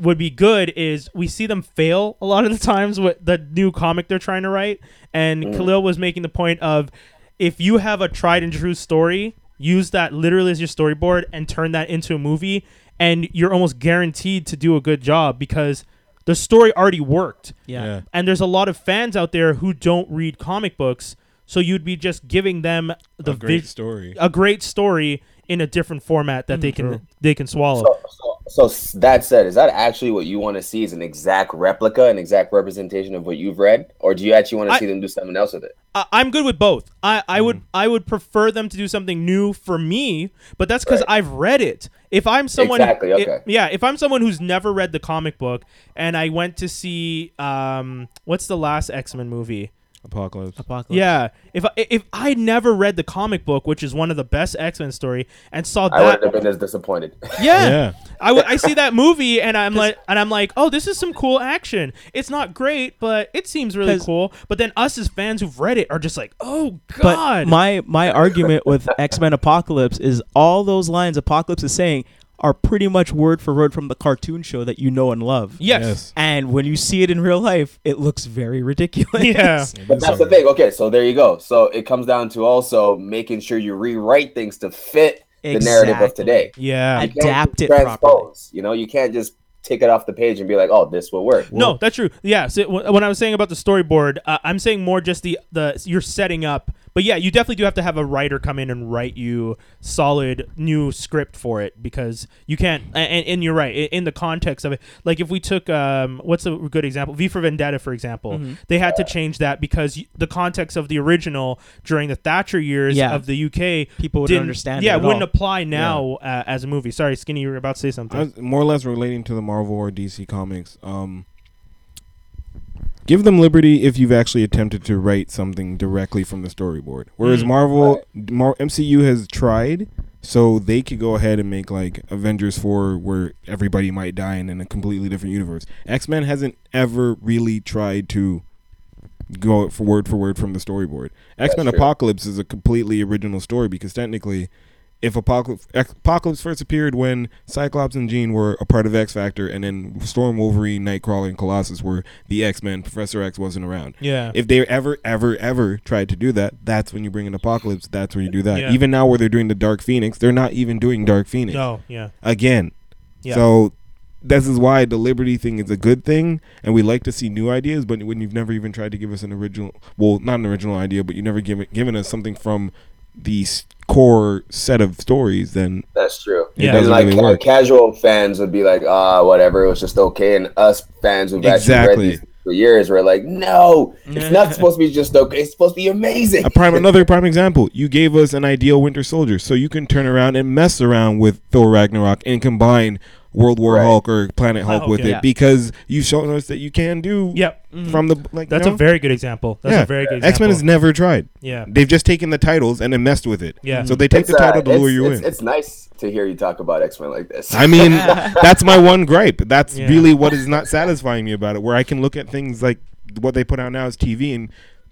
would be good is we see them fail a lot of the times with the new comic they're trying to write. And Mm. Khalil was making the point of if you have a tried and true story, use that literally as your storyboard and turn that into a movie, and you're almost guaranteed to do a good job because the story already worked. Yeah. Yeah. And there's a lot of fans out there who don't read comic books, so you'd be just giving them the a great vid- story. Mm. a great story in a different format that they can they can swallow. So, so, so s- that said, is that actually what you want to see? Is an exact replica, an exact representation of what you've read, or do you actually want to I- see them do something else with it? I, I'm good with both. I, I Mm. would I would prefer them to do something new for me, but that's because I've read it. If I'm someone Exactly, i- okay. yeah, if I'm someone who's never read the comic book and I went to see um what's the last X Men movie? Apocalypse. Apocalypse. Yeah, if I, if I never read the comic book, which is one of the best X Men story, and saw I that, wouldn't have been as disappointed. yeah, Yeah. I, w- I see that movie and I'm like and I'm like, oh, this is some cool action. It's not great, but it seems really 'Cause- cool. But then us as fans who've read it are just like, oh But god, my my argument with X Men Apocalypse is all those lines Apocalypse is saying are pretty much word for word from the cartoon show that you know and love. yes. Yes. And when you see it in real life, it looks very ridiculous. Yeah. But that's the thing. Okay, so there you go. So it comes down to also making sure you rewrite things to fit the narrative of Exactly. today. Yeah. I- You can't Adapt just it properly. You know, you can't just take it off the page and be like, "Oh, this will work." no, that's true. Yeah. So wh- when I was saying about the storyboard, uh, I'm saying more just the the you're setting up. But yeah, you definitely do have to have a writer come in and write you solid new script for it because you can't. a- And, and you're right i- in the context of it. Like if we took um, what's a good example? V for Vendetta, for example, Mm-hmm. they had to change that because y- the context of the original during the Thatcher years Yeah. of the UK, People wouldn't didn't understand it Yeah, at wouldn't all. apply now uh, as a movie. Sorry, Skinny, you were about to say something. I was more or less relating to the Marvel or DC comics. Um, give them liberty if you've actually attempted to write something directly from the storyboard. Whereas Marvel, Mar- MCU has tried So they could go ahead and make like Avengers 4 where everybody might die and in a completely different universe. X-Men hasn't ever really tried to go for word for word from the storyboard. X-Men true. Apocalypse is a completely original story because technically if Apocalypse, Apocalypse first appeared when Cyclops and Jean were a part of X Factor, and then Storm, Wolverine, Nightcrawler, and Colossus were the X Men. Professor X wasn't around. Yeah. If they ever, ever, ever tried to do that, that's when you bring in Apocalypse. That's when you do that. Yeah. Even now, where they're doing the Dark Phoenix, they're not even doing Dark Phoenix No. Yeah. again. Yeah. So this is why the liberty thing is a good thing, and we like to see new ideas. But when you've never even tried to give us an original, well, not an original idea, but you never given given us something from the s- core set of stories, then That's true. it Yeah. And doesn't like really ca- work. casual fans would be like, ah, whatever, it was just okay. And us fans who've Exactly. actually read these for years were like, no, it's not supposed to be just okay. It's supposed to be amazing. A prime, another prime example. You gave us an ideal Winter Soldier, so you can turn around and mess around with Thor Ragnarok and combine World War Right. Hulk or Planet Hulk Hulk, with yeah. it because you've shown us that you can do Yep. from the like. That's you a know? very good example. That's Yeah. a very good example. X Men has never tried. Yeah. They've just taken the titles and then messed with it. Yeah. So they take the uh, title to lure it's- you it's- in. It's nice to hear you talk about X Men like this. I mean, that's my one gripe. That's Yeah. really what is not satisfying me about it. Where I can look at things like what they put out now as TV and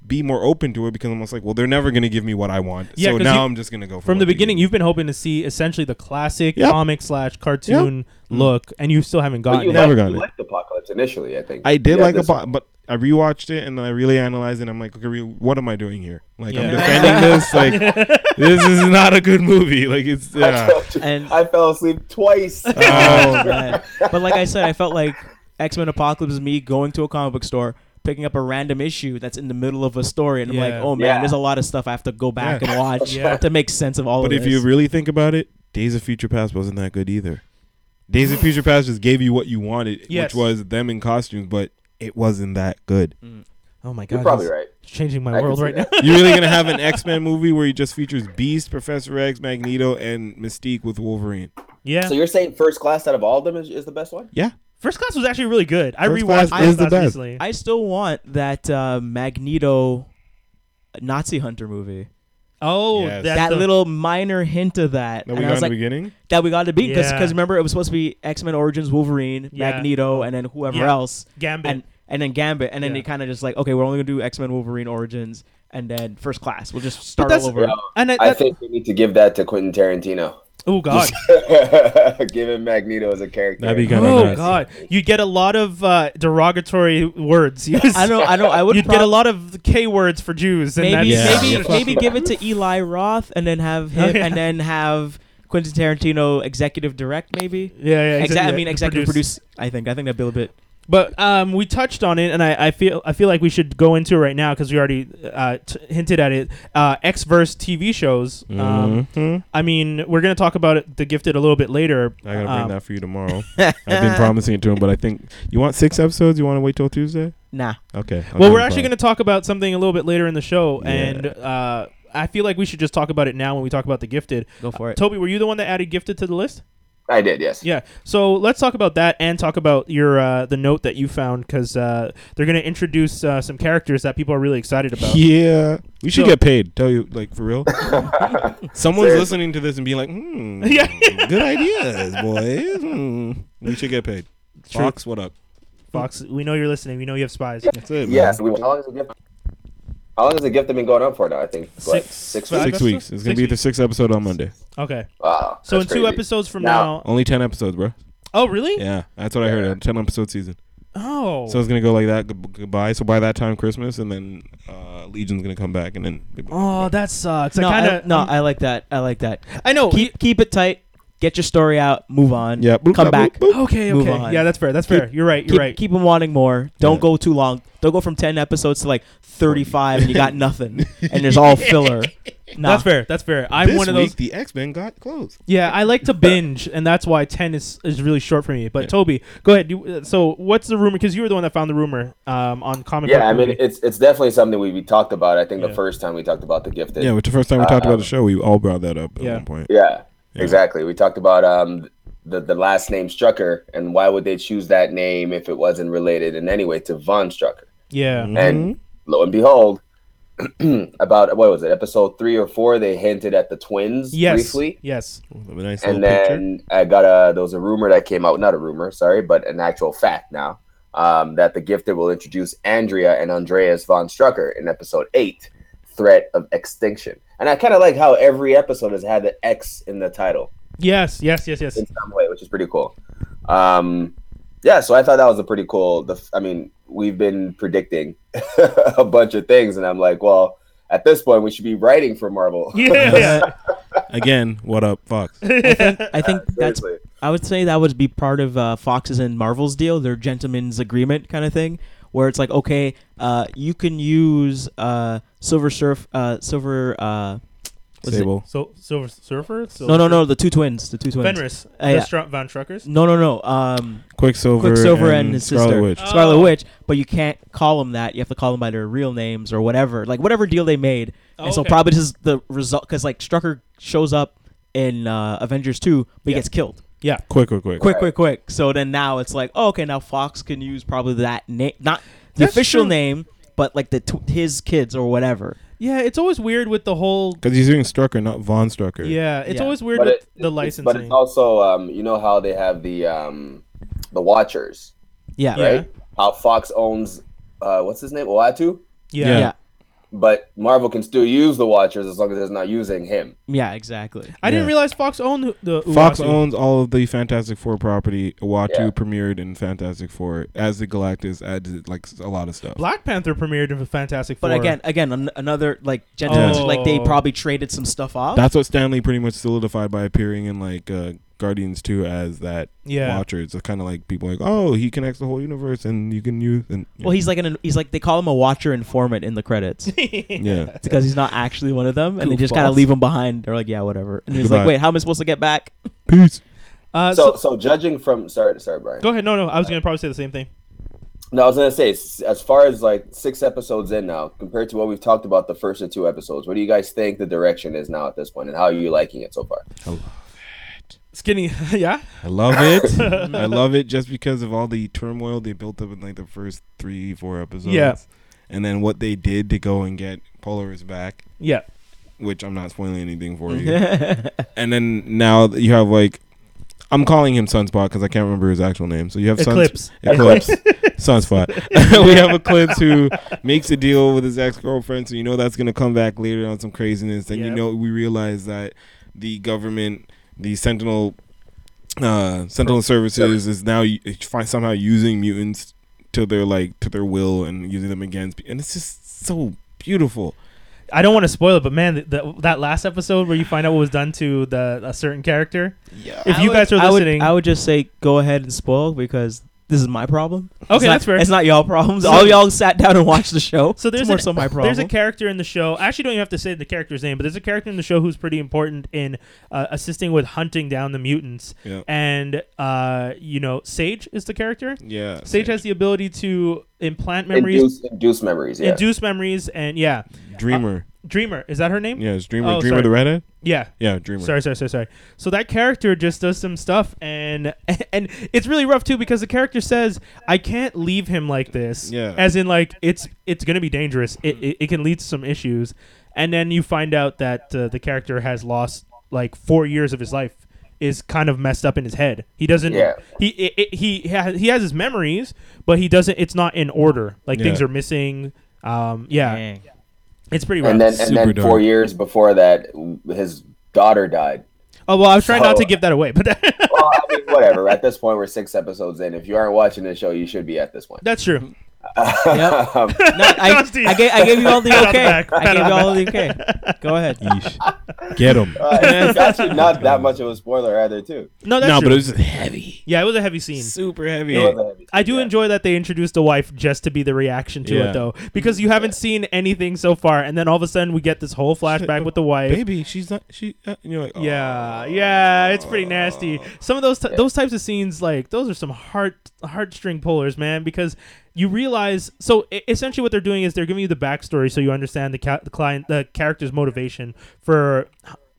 be more open to it because I'm almost like, well, they're never going to give me what I want. Yeah, so 'cause now you- I'm just going to go for From what the they beginning, give me. you've been hoping to see essentially the classic Yep. Mm. comic slash cartoon look, and you still haven't But gotten you it. never liked- got you it. liked Apocalypse initially, I think. I did Yeah, like a this- po- but I rewatched it and then I really analyzed it. and I'm like, okay, re- what am I doing here? Like I'm Yeah. defending this. Like this is not a good movie. Like it's I yeah. Uh, fell, And- I fell asleep twice. Oh man! But like I said, I felt like X Men Apocalypse is me going to a comic book store, picking up a random issue that's in the middle of a story, and I'm Yeah. like, oh man, Yeah. there's a lot of stuff I have to go back Yeah. and watch Yeah. to make sense of all But of if this. you really think about it, Days of Future Past wasn't that good either. Days of Future Past just gave you what you wanted, Yes. which was them in costumes, but it wasn't that good. Oh my god! You're probably this is right. Changing my I can world see right now. that. You're really gonna have an X Men movie where he just features Beast, Professor X, Magneto, and Mystique with Wolverine. yeah. So you're saying First Class out of all of them is, is the best one? Yeah, First class was actually really good. I First rewatched Class First is the Class best. recently. I still want that uh, Magneto Nazi hunter movie. oh, Yes. that's That the- little minor hint of that, that and we I got was in the like, beginning. that we got to beat because Yeah. remember it was supposed to be X Men Origins Wolverine, Yeah. Magneto, and then whoever Yeah. else. Gambit. and and then Gambit, and then Yeah. they kind of just like, okay, we're only gonna do X Men Wolverine Origins, and then First Class. We'll just start that's- all over. Yeah. and I, I that- think we need to give that to Quentin Tarantino. oh god, give him Magneto as a character. That'd be kinda oh nice. god, you get a lot of uh, derogatory words. You I know, I know. I would You'd get a prob- lot of K words for Jews, and Maybe, that's, Yeah. maybe, Yeah. maybe give it to Eli Roth, and then have him, Oh, yeah. and then have Quentin Tarantino executive direct, maybe. yeah, yeah. Exactly. I exactly. mean, executive produce. I think. I think that'd be a little bit. But um, we touched on it, and I, I feel I feel like we should go into it right now because we already uh, t- hinted at it. Uh, X verse TV shows. Um, Mhm. I mean, we're gonna talk about it, the gifted a little bit later. I gotta bring um, that for you tomorrow. I've been promising it to him, but I think you want six episodes. You want to wait till Tuesday? Nah. Okay. I'll Well, do we're it actually tomorrow. going to talk about something a little bit later in the show, Yeah. and uh, I feel like we should just talk about it now when we talk about the gifted. Go for it. Toby, were you the one that added gifted to the list? I did, yes. Yeah. So let's talk about that and talk about your uh, the note that you found because uh, they're going to introduce uh, some characters that people are really excited about. Yeah, we should So- get paid. Tell you, like for real. Someone's listening to this and being like, "Hmm, Yeah. good ideas, boys." Hmm. We should get paid. True. Fox, what up? Fox, we know you're listening. We know you have spies. That's it. man. Yes. we- how long is the gift? How long has the gift been going on for now? I think Six- like six five- weeks. Six weeks. It's gonna be the sixth episode on Monday. Okay. Wow. So that's in two crazy. episodes from Now- now. Only ten episodes, bro. Oh, really? Yeah, that's what I heard. A ten episode season. Oh. So it's gonna go like that. Good- goodbye. So by that time, Christmas, and then uh, Legion's gonna come back, and then. oh, that sucks. No, I I, kind of. no, I like that. I like that. I know. Keep keep it tight. Get your story out. Move on. Yeah. Boop, Come boop, back. boop. okay. Move Okay. on. Yeah, that's fair. That's fair. You're right. You're keep, right. keep them wanting more. Don't Yeah. go too long. Don't go from 10 episodes to like 35 and you got nothing. and there's all filler. Nah. That's fair. That's fair. I'm this one of week, those. The X Men got closed. Yeah, I like to binge, and that's why ten is, is really short for me. But Toby, go ahead. You, uh, so, what's the rumor? Because you were the one that found the rumor um, on comic. Yeah, Book I mean, Movie. it's it's definitely something we, we talked about. I think Yeah. the first time we talked about the gifted. Yeah, which the first time we talked Uh, about the show, we all brought that up at yeah. one point. Yeah, Yeah. exactly. We talked about um the, the last name Strucker and why would they choose that uh, name if it wasn't related in any way to Von Strucker? yeah, Mhm. And lo and behold, about what was it, episode three or four? They hinted at the twins Yes. briefly, Yes. With a nice and little picture. then I got a there was a rumor that came out, not a rumor, sorry, but an actual fact now um, that the gifted will introduce Andrea and Andreas von Strucker in episode eight, threat of extinction. And I kind of like how every episode has had the X in the title Yes. Yes. Yes. Yes. in some way, which is pretty cool. Um, yeah, so I thought that was a pretty cool. The f- I mean, we've been predicting a bunch of things, and I'm like, well, at this point, we should be writing for Marvel. Yeah. Again, what up, Fox? I think that's. Seriously. I would say that would be part of uh, Fox's and Marvel's deal, their gentleman's agreement kind of thing, where it's like, okay, uh, you can use uh, Silver Surf, uh, Silver. Uh, what's it? Sable. so Silver Surfer. Silver No, no, no, the two twins, the two twins. Fenris. Uh, yeah. the Str- Von Truckers. No, no, no. Um, Quicksilver, Quicksilver and, his Scarlet sister, Witch. Scarlet Oh. Witch. But you can't call them that. You have to call them by their real names or whatever, like whatever deal they made. and so okay. probably this is the result because like Strucker shows up in uh, Avengers two, but he Yeah. gets killed. Yeah. Quick, quick, quick. Quick, quick, quick. So then now it's like, oh, okay, now Fox can use probably that name, not the That's official true. name, but like the tw- his kids or whatever. Yeah. It's always weird with the whole. Because he's doing Strucker, not Von Strucker. Yeah. It's Yeah. always weird But with it- the it's- licensing. But it's also, um, you know how they have the um, the Watchers, Yeah, Yeah. right? How Fox owns, uh, what's his name, Oatu, yeah. yeah, yeah, but Marvel can still use the Watchers as long as it's not using him. exactly. I didn't Yeah. realize Fox owned the the Fox Uatu. owns all of the Fantastic Four property. Uatu Yeah. premiered in Fantastic Four as the Galactus, added like a lot of stuff. Black Panther premiered in the Fantastic Four. But again, again, an- another like gentleman, Oh. like they probably traded some stuff off. That's what Stanley pretty much solidified by appearing in like uh, Guardians 2 as that Yeah. Watcher. It's kind of like people like, oh, he connects the whole universe and you can use. And, well, he's like an he's like they call him a watcher informant in the credits. yeah. It's because he's not actually one of them, and they just Goofballs. kind of leave him behind. They're like, yeah, whatever. And he's Goodbye. like, wait, how am I supposed to get back? Peace. uh, So, so, so judging from sorry, sorry, Brian. go ahead. No, no. I was gonna probably say the same thing. No, I was gonna say, s- as far as like six episodes in now, compared to what we've talked about the first or two episodes, what do you guys think the direction is now at this point, and how are you liking it so far? Skinny. yeah. I love it. I love it just because of all the turmoil they built up in like the first three, four episodes. Yeah. And then what they did to go and get Polaris back, Yeah. which I'm not spoiling anything for you. yeah, and then now that you have like, I'm calling him Sunspot because I can't remember his actual name. So you have Eclipse. Suns- Eclipse. Sunspot. we have Eclipse who makes a deal with his ex girlfriend, so you know that's gonna come back later on some craziness. Then you Yep. know we realize that the government, the Sentinel, uh, Sentinel Services is now u- fi- somehow using mutants to their like to their will and using them against, and it's just so beautiful. I don't want to spoil it, but man, th th- that last episode where you find out what was done to the a certain character. Yeah. If you guys are I would, listening, I would just say go ahead and spoil because this is my problem. It's Okay, not- that's fair. It's not y'all problems. So- All y'all sat down and watched the show. So there's it's more an- so my problem. there's a character in the show. I actually don't even have to say the character's name, but there's a character in the show who's pretty important in uh, assisting with hunting down the mutants. Yeah. And uh, you know, Sage is the character. Yeah. Sage has the ability to implant memories, Induce, induce memories, yeah. induce memories, and yeah, Dreamer. Dreamer is that her name? yeah, it's Dreamer. Oh, Dreamer sorry. the redhead. yeah. Yeah, Dreamer. Sorry, sorry, sorry, sorry. So that character just does some stuff, and and it's really rough too because the character says, "I can't leave him like this." Yeah. As in, like it's it's gonna be dangerous. It it, it can lead to some issues, and then you find out that uh, the character has lost like four years of his life. Is kind of messed up in his head. He doesn't. Yeah. He it, it, he has, he has his memories, but he doesn't. It's not in order. Like Yeah. things are missing. Um. Yeah. Dang. It's pretty rough. and then and Super then four dark. years before that, w- his daughter died. oh well, I was trying not So- to give that away, but Well, I mean, whatever. At this point, we're six episodes in. If you aren't watching the show, you should be at this point. that's true. Yep. Um, No, I, Dusty. I, gave, I gave you all the Pat on the okay. back. I gave Pat you on the all the okay. Go ahead. Yeesh. Get him. uh, it's actually not that much of a spoiler either, too. No, Oh, that's no, true. but it was just heavy. Yeah, it was a heavy scene. Super heavy. It was a heavy I do scene, yeah. enjoy that they introduced a wife just to be the reaction to Yeah. it, though, because you haven't seen anything so far, and then all of a sudden we get this whole flashback with the wife. baby, she's not. She, uh, and you're like, oh. Yeah, yeah, it's pretty nasty. Some of those t- those types of scenes, like those, are some heart heartstring pullers, man. Because you realize, so e- essentially, what they're doing is they're giving you the backstory, so you understand the ca- the client, the character's motivation for.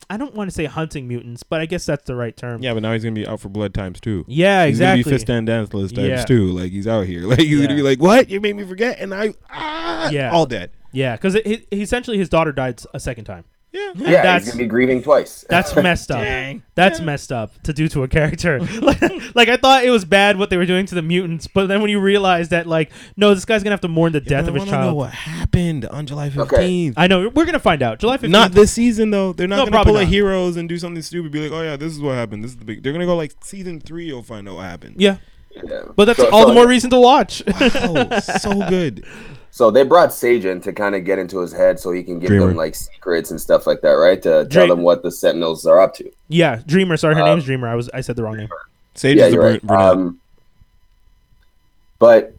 I don't want to say hunting mutants, but I guess that's the right term. Yeah, but now he's gonna be out for blood times two. yeah, exactly. He's gonna be fist and dance list times Yeah. two. Like he's out here. Like he's Yeah. gonna be like, what? You made me forget, and I, ah, Yeah. all dead. Yeah, because he, he- essentially his daughter died s- a second time. Yeah. And yeah, that's he's gonna be grieving twice. that's messed up. That's messed up to do to a character. like, like, I thought it was bad what they were doing to the mutants, but then when you realize that, like, no, this guy's gonna have to mourn the death I of his wanna child. know what happened on July 15th. Okay. I know we're gonna find out. July fifteenth. Not this season though. They're No, not gonna probably pull a not. heroes and do something stupid. Be like, oh yeah, this is what happened. This is the big. They're gonna go like season three. You'll find out what happened. Yeah, Yeah. but that's So- all the so- more reason to watch. Oh, so good. So they brought Sajin to kind of get into his head so he can give Dreamer. them like secrets and stuff like that, right? To tell Dream- them what the Sentinels are up to. yeah, Dreamer. Sorry, her Uh, name's Dreamer. I was I said the wrong name. Sage yeah, is the you're right. brun- brunette. Um, but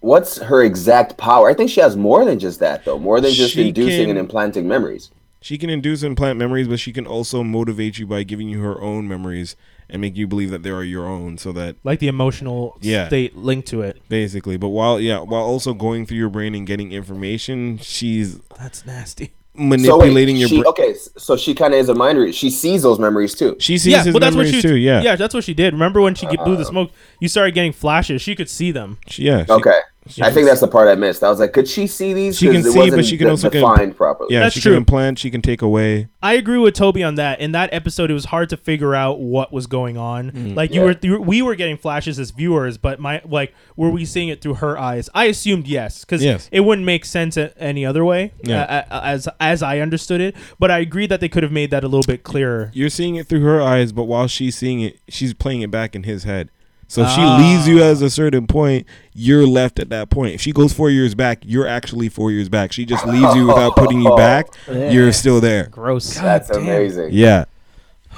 what's her exact power? I think she has more than just that, though. More than just She inducing can- and implanting memories. She can induce and plant memories, but she can also motivate you by giving you her own memories and make you believe that they are your own. So that Like the emotional Yeah. state linked to it. basically, but while yeah, while also going through your brain and getting information, she's That's nasty. So wait, manipulating your she, brain. okay, s- so she kind of is a mind reader. She sees those memories too. She sees yeah, his well, that's what she memories too. Yeah, Uh, yeah, that's what she did. Remember when she ge- blew the smoke? You started getting flashes. She could see them. She- yeah. she- Okay, I can think that's the part I missed. I was like, could she see these? She can 'Cause it see, but wasn't she can de- also get- defined properly. Yeah, That's she true. can implant. She can take away. I agree with Toby on that. In that episode, it was hard to figure out what was going on. Mm-hmm. Like you Yeah. were, you were- we were getting flashes as viewers, but my like, were we seeing it through her eyes? I assumed yes, because Yes. it wouldn't make sense a- any other way. Yeah. uh, uh, as as I understood it, but I agree that they could have made that a little bit clearer. You're seeing it through her eyes, but while she's seeing it, she's playing it back in his head. So if she Ah. leaves you as a certain point, you're left at that point. If she goes four years back, you're actually four years back. She just leaves you without putting you back. You're still there. Gross. that's God damn. amazing. Yeah.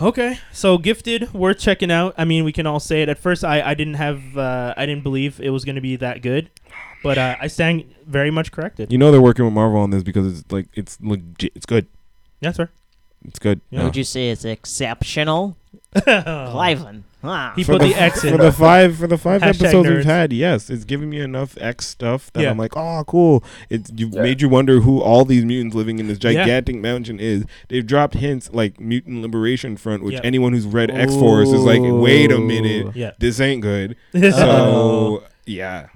Okay, so gifted, worth checking out. I mean, we can all say it. At first, I I didn't have, uh, I didn't believe it was going to be that good, but uh, I stand very much corrected. You know they're working with Marvel on this because it's like it's legit. It's good. That's right. It's good. Yeah. Would you say it's exceptional? Oh. Cliven. Huh. He For put the- the X in. For the five for the five Hashtag episodes nerds. we've had, yes, it's giving me enough X stuff that Yeah. I'm like, oh, cool. It's you've Yeah. made you wonder who all these mutants living in this Yeah. gigantic mountain is. They've dropped hints like mutant liberation front, which Yep. anyone who's read X Force is like, wait a minute, Yeah. this ain't good. Uh-oh. So yeah,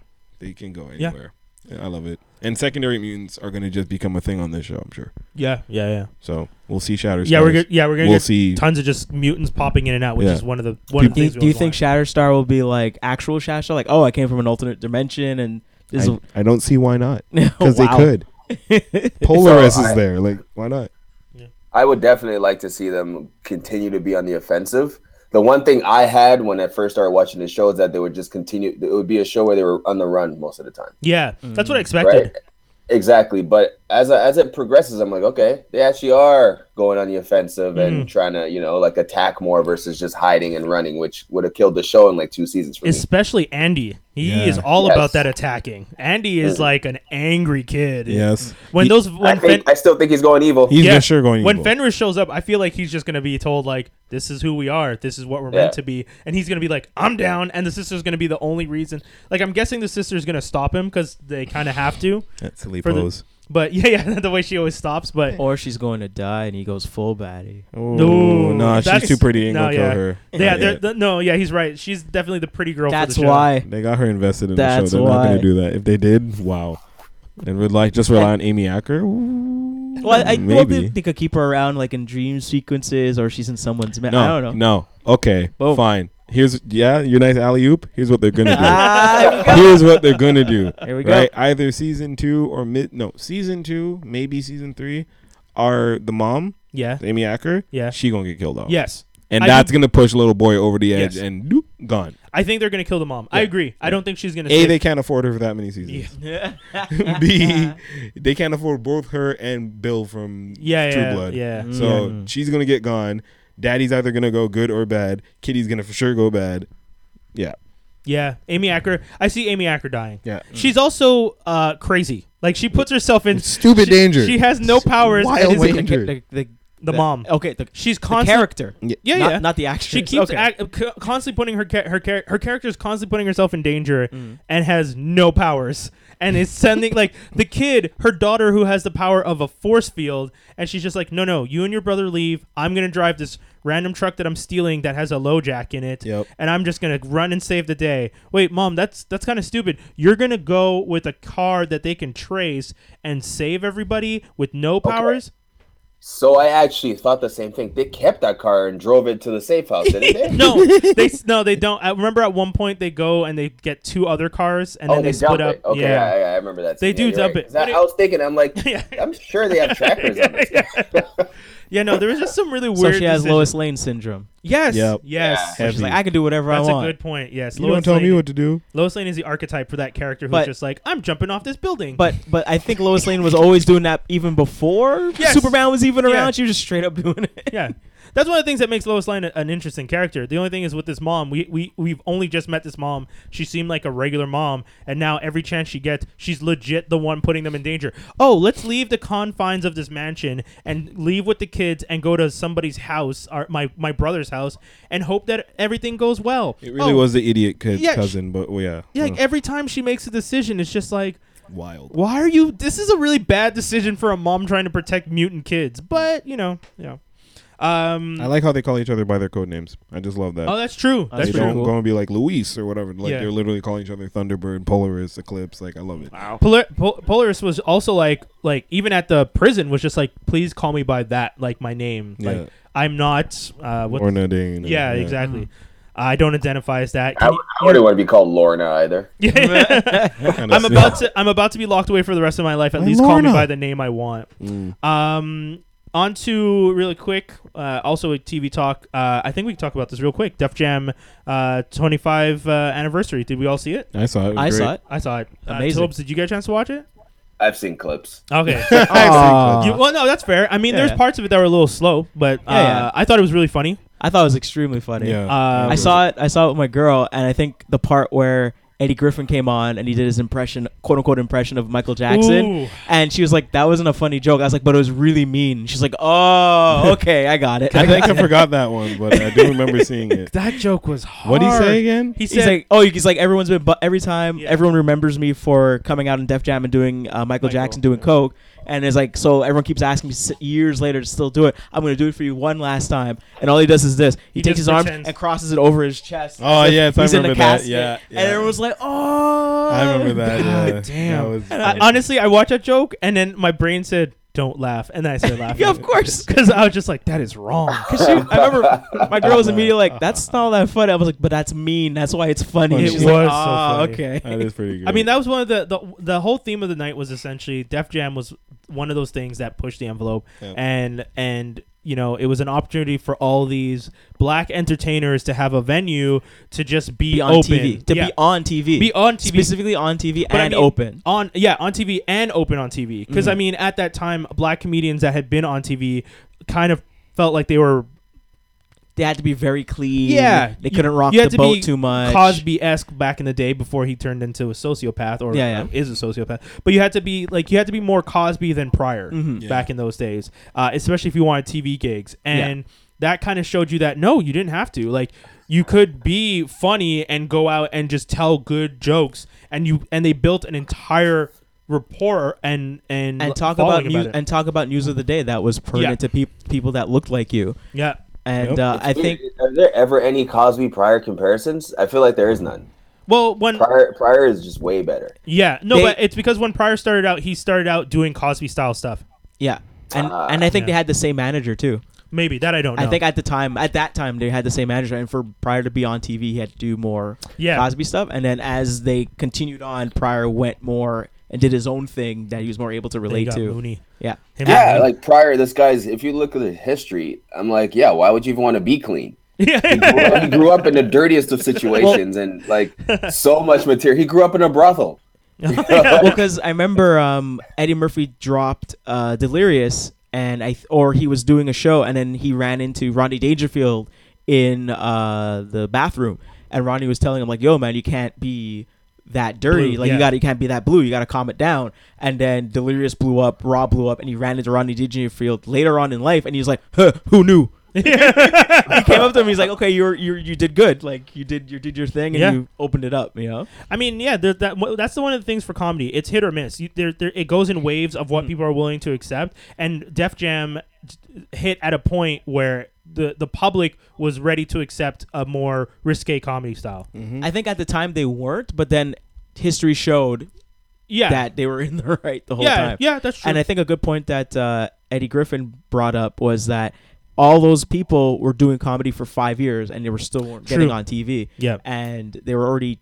they can go Yeah. anywhere. Yeah, I love it. And secondary mutants are going to just become a thing on this show, I'm sure. yeah, yeah, yeah. So we'll see Shatter. Yeah, we're Stars. gonna, yeah we're gonna we'll get see. tons of just mutants popping in and out, which Yeah. is one of the one of the Do, things. do you think Shatterstar will be like actual Shatterstar? Like, oh, I came from an alternate dimension and this I, I don't see why not because because they could. could. Polaris So is I- there. Like why not? I would definitely like to see them continue to be on the offensive. The one thing I had when I first started watching the show is that they would just continue. It would be a show where they were on the run most of the time, yeah, Mm. that's what I expected. right? Exactly. But as as it progresses, I'm like, okay, they actually are going on the offensive and trying to, you know, like attack more versus just hiding and running, which would have killed the show in like two seasons for me. Especially Andy, he Yeah. is all Yes. about that attacking. Andy Mm. is like an angry kid. Yes. When He- those I when Fen- think I still think he's going evil. He's Yeah. for sure going when evil. Fenris shows up, I feel like he's just gonna be told like, "This is who we are. This is what we're Yeah. meant to be," and he's gonna be like, "I'm down." And the sister's gonna be the only reason. Like, I'm guessing the sister's gonna stop him because they kind of have to. that silly for the- pose. But yeah, yeah, the way she always stops. But or she's going to die and he goes full baddie. Oh No, no, nah, she's that's- too pretty. Ain't no, gonna kill yeah. her. yeah, Not they're, yet. th- no, yeah, he's right. She's definitely the pretty girl. That's for the show. why. they got her invested in That's the show. They're not why. gonna do that. If they did, wow. And would like just rely on Amy Acker. Ooh, Well, I, I well, maybe. they, they could keep her around like in dream sequences or she's in someone's. Ma- no, I don't know. no. Okay, Boom. fine. Here's yeah, your nice alley oop. Here's what they're gonna Ah, do. Here's what they're gonna do. Here we go. Right, either season two or mid. No, season two, maybe season three. Are the mom Yeah. Amy Acker? Yeah. she gonna get killed off. Yes. and I that's think- gonna push little boy over the edge Yes. and doop, gone. I think they're gonna kill the mom. I agree. I don't think she's gonna. A, save- they can't afford her for that many seasons. B, they can't afford both her and Bill from yeah, True yeah, Blood. yeah. So she's gonna get gone. Daddy's either gonna go good or bad. Kitty's gonna for sure go bad. Yeah. Yeah, Amy Acker. I see Amy Acker dying. Yeah. She's also uh, crazy. Like she puts herself in Stupid she, danger. She has no powers. Wild and is- way- the, Danger. the, the, The mom. Okay, the, She's the constantly character. Yeah, Yeah, not, yeah. not the actress. she keeps okay. act, co- constantly putting her ca- her char- her character is constantly putting herself in danger and has no powers and is sending like the kid her daughter who has the power of a force field and she's just like no no you and your brother leave I'm gonna drive this random truck that I'm stealing that has a low jack in it Yep. and I'm just gonna run and save the day wait mom that's that's kind of stupid you're gonna go with a car that they can trace and save everybody with no powers So I actually thought the same thing. They kept that car and drove it to the safe house, didn't they? no, they s- no, they don't. I remember at one point they go and they get two other cars and Oh, then they, split dump up. It. Okay, yeah. yeah. I, I remember that. scene. They do Yeah, you're dump right. it, 'Cause I, but it- I was thinking, I'm like, Yeah. I'm sure they have trackers on this. yeah, yeah. Yeah, no, there was just some really so weird. she has decision- Lois Lane syndrome. Yes, Yep. yes. Yeah. She's like, Heavy. I can do whatever That's I a want. good point. Yes, You Lois don't tell Lane, me what to do. Lois Lane is the archetype for that character who's But- just like, I'm jumping off this building. But but I think Lois Lane was always doing that even before Yes. Superman was even Yeah. around. She was just straight up doing it. yeah. That's one of the things that makes Lois Lane a- an interesting character. The only thing is with this mom, we, we we've only just met this mom. She seemed like a regular mom, and now every chance she gets, she's legit the one putting them in danger. Oh, let's leave the confines of this mansion and leave with the kids and go to somebody's house, or my my brother's house, and hope that everything goes well. It really Oh, was the idiot kid's Yeah, sh- cousin, but well, yeah. Yeah, like Uh, every time she makes a decision, it's just like, wild. why are you? This is a really bad decision for a mom trying to protect mutant kids. But you know, yeah. Um, I like how they call each other by their code names. I just love that. Oh, that's true. Uh, That's they pretty don't true. cool. going to be like Luis or whatever. Like Yeah. they're literally calling each other Thunderbird, Polaris, Eclipse. Like I love it. Polar- Pol- Polaris was also like, like even at the prison was just like, please call me by that, like my name. Yeah. Like I'm not. Uh, what? Or Nadine. yeah, exactly. I don't identify as that. I, Can w- I wouldn't want to be called Lorna either. you- Yeah. I'm about to. I'm about to be locked away for the rest of my life. At I'm least call me Lorna. by the name I want. Um, on to really quick. Uh, also a TV talk. Uh, I think we can talk about this real quick. Def Jam, uh, 25 uh, anniversary. Did we all see it? I saw it. it was I saw great. it. I saw it. Uh, Amazing. Tobes, did you get a chance to watch it? I've seen clips. Okay. Uh, Aw. You- well, no, that's fair. I mean, there's Yeah. parts of it that were a little slow, but uh, Yeah, yeah. I thought it was really funny. I thought it was extremely funny. Yeah. Um, I saw it. I saw it with my girl, and I think the part where Eddie Griffin came on and he did his impression, quote unquote impression of Michael Jackson, Ooh. and she was like, "That wasn't a funny joke." I was like, "But it was really mean." She's like, "Oh, okay, I got it." I think I forgot that one, but I do remember seeing it. That joke was hard. What did he say again? He He's said, like, oh, he's like, everyone's been, bu- every time, Yeah. everyone remembers me for coming out in Def Jam and doing uh, Michael, Michael. Jackson doing Coke. And it's like, so everyone keeps asking me s- years later to still do it. I'm going to do it for you one last time. And all he does is this he, He takes just his arms pretends. and crosses it over his chest. Oh, as if yes, I he's in the remember that. casket. Yeah, yeah. And everyone's like, oh. I remember that. God yeah. damn. That was- I- honestly, I watched that joke, and then my brain said, don't laugh. And then I started laughing. Yeah, of course. Because I was just like, that is wrong. Cause she, I remember my girl was immediately like, "That's not that funny." I was like, "But that's mean. That's why it's funny." Funny. She It was like, so "Ah, funny." okay. that is pretty good. I mean, that was one of the, the the whole theme of the night was essentially Def Jam was one of those things that pushed the envelope, Yeah. and and you know it was an opportunity for all these black entertainers to have a venue to just be, be on open. TV. To Yeah. be on TV. Be on TV. Specifically on TV But I and mean, open. on yeah on TV and open on TV because I mean at that time black comedians that had been on TV kind of felt like they were They had to be very clean. Yeah. They You- couldn't rock you had the to be boat too much. Cosby esque back in the day before he turned into a sociopath or Yeah, yeah. uh, is a sociopath. But you had to be like you had to be more Cosby than prior Mhm. Yeah. back in those days, uh, especially if you wanted TV gigs. And that kind of showed you that no, you didn't have to. Like you could be funny and go out and just tell good jokes, and you and they built an entire rapport and and And talk following about, news it. and talk about news of the day that was pertinent to peop people that looked like you. yeah. And Yep. uh, I think Are there ever any Cosby prior comparisons? I feel like there is none. Well, when Prior, prior is just way better. yeah, no, They- but it's because when Pryor started out, he started out doing Cosby style stuff. yeah. And and I think Yeah. they had the same manager too. Maybe that I don't know. I think at the time at that time they had the same manager and for Pryor to be on TV he had to do more Yeah. Cosby stuff and then as they continued on Pryor went more and did his own thing that he was more able to Then you relate got to. Mooney. Yeah. Him Yeah, and- like prior, this guy's. If you look at the history, I'm like, yeah, why would you even want to be clean? yeah. Well, he grew up in the dirtiest of situations and like so much material. He grew up in a brothel. well, because I remember um, Eddie Murphy dropped uh, Delirious, and I th- or he was doing a show, and then he ran into Rodney Dangerfield in uh, the bathroom, and Rodney was telling him like, "Yo, man, you can't be that dirty. Blue, like yeah. you got to you can't be that blue. You got to calm it down. And then Delirious blew up, Raw blew up, and he ran into Rodney Dangerfield later on in life, and he's like, huh, "Who knew?" he came up to him. He's like, "Okay, you're you you did good. Like you did you did your thing, and Yeah. you opened it up. You know." I mean, yeah, there, that wh- that's the one of the things for comedy. It's hit or miss. You, there, there, it goes in waves of Mm. what people are willing to accept. And Def Jam d- hit at a point where the the public was ready to accept a more risque comedy style. I think at the time they weren't, but then history showed Yeah, that they were in the right the whole yeah, time. yeah. That's true. And I think a good point that uh, Eddie Griffin brought up was that all those people were doing comedy for five years and they were still weren't getting True. on TV. Yeah. And they were already,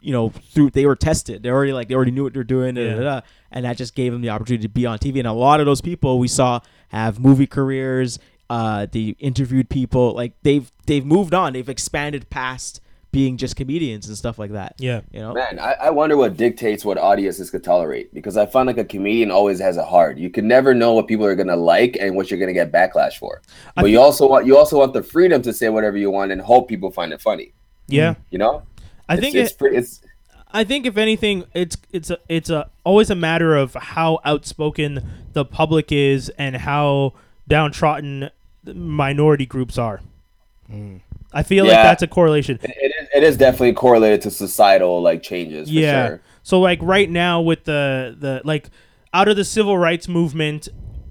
you know, through they were tested. They already like they already knew what they're doing. da, da, Yeah. da, da. and that just gave them the opportunity to be on TV. And a lot of those people we saw have movie careers. Uh, they interviewed people like they've they've moved on. They've expanded past being just comedians and stuff like that. yeah, You know. Man, I, I wonder what dictates what audiences could tolerate because I find like a comedian always has it hard. You can never know what people are gonna like and what you're gonna get backlash for. I But you also want you also want the freedom to say whatever you want and hope people find it funny. Mm. yeah. You know, I It's- think it's it, pretty. It's I think if anything, it's it's a, it's a always a matter of how outspoken the public is and how downtrodden the minority groups are. I feel like Yeah. that's a correlation. it, it, is, it is definitely correlated to societal like changes. For yeah. sure. So like right now with the the like out of the civil rights movement,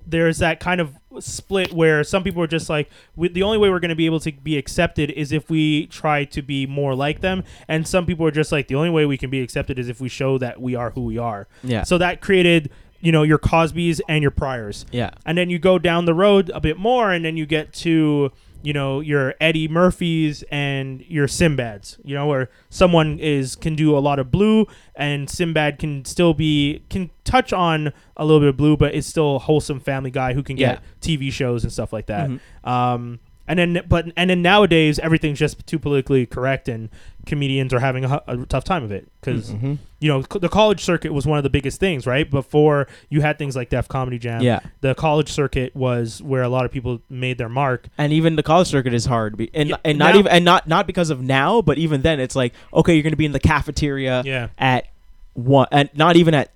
there's that kind of split where some people are just like we, the only way we're going to be able to be accepted is if we try to be more like them and some people are just like the only way we can be accepted is if we show that we are who we are Yeah. so that created you know your cosbys and your priors Yeah. and then you go down the road a bit more and then you get to you know your eddie murphys and your simbads you know where someone is can do a lot of blue and simbad can still be can touch on a little bit of blue but it's still a wholesome family guy who can get Yeah. tv shows and stuff like that um and then but and then nowadays everything's just too politically correct and comedians are having a, hu- a tough time of it because you know c- the college circuit was one of the biggest things right before you had things like def comedy jam Yeah. the college circuit was where a lot of people made their mark and even the college circuit is hard be- and Yeah, and not now- even and not not because of now but even then it's like okay you're gonna be in the cafeteria Yeah. at one and not even at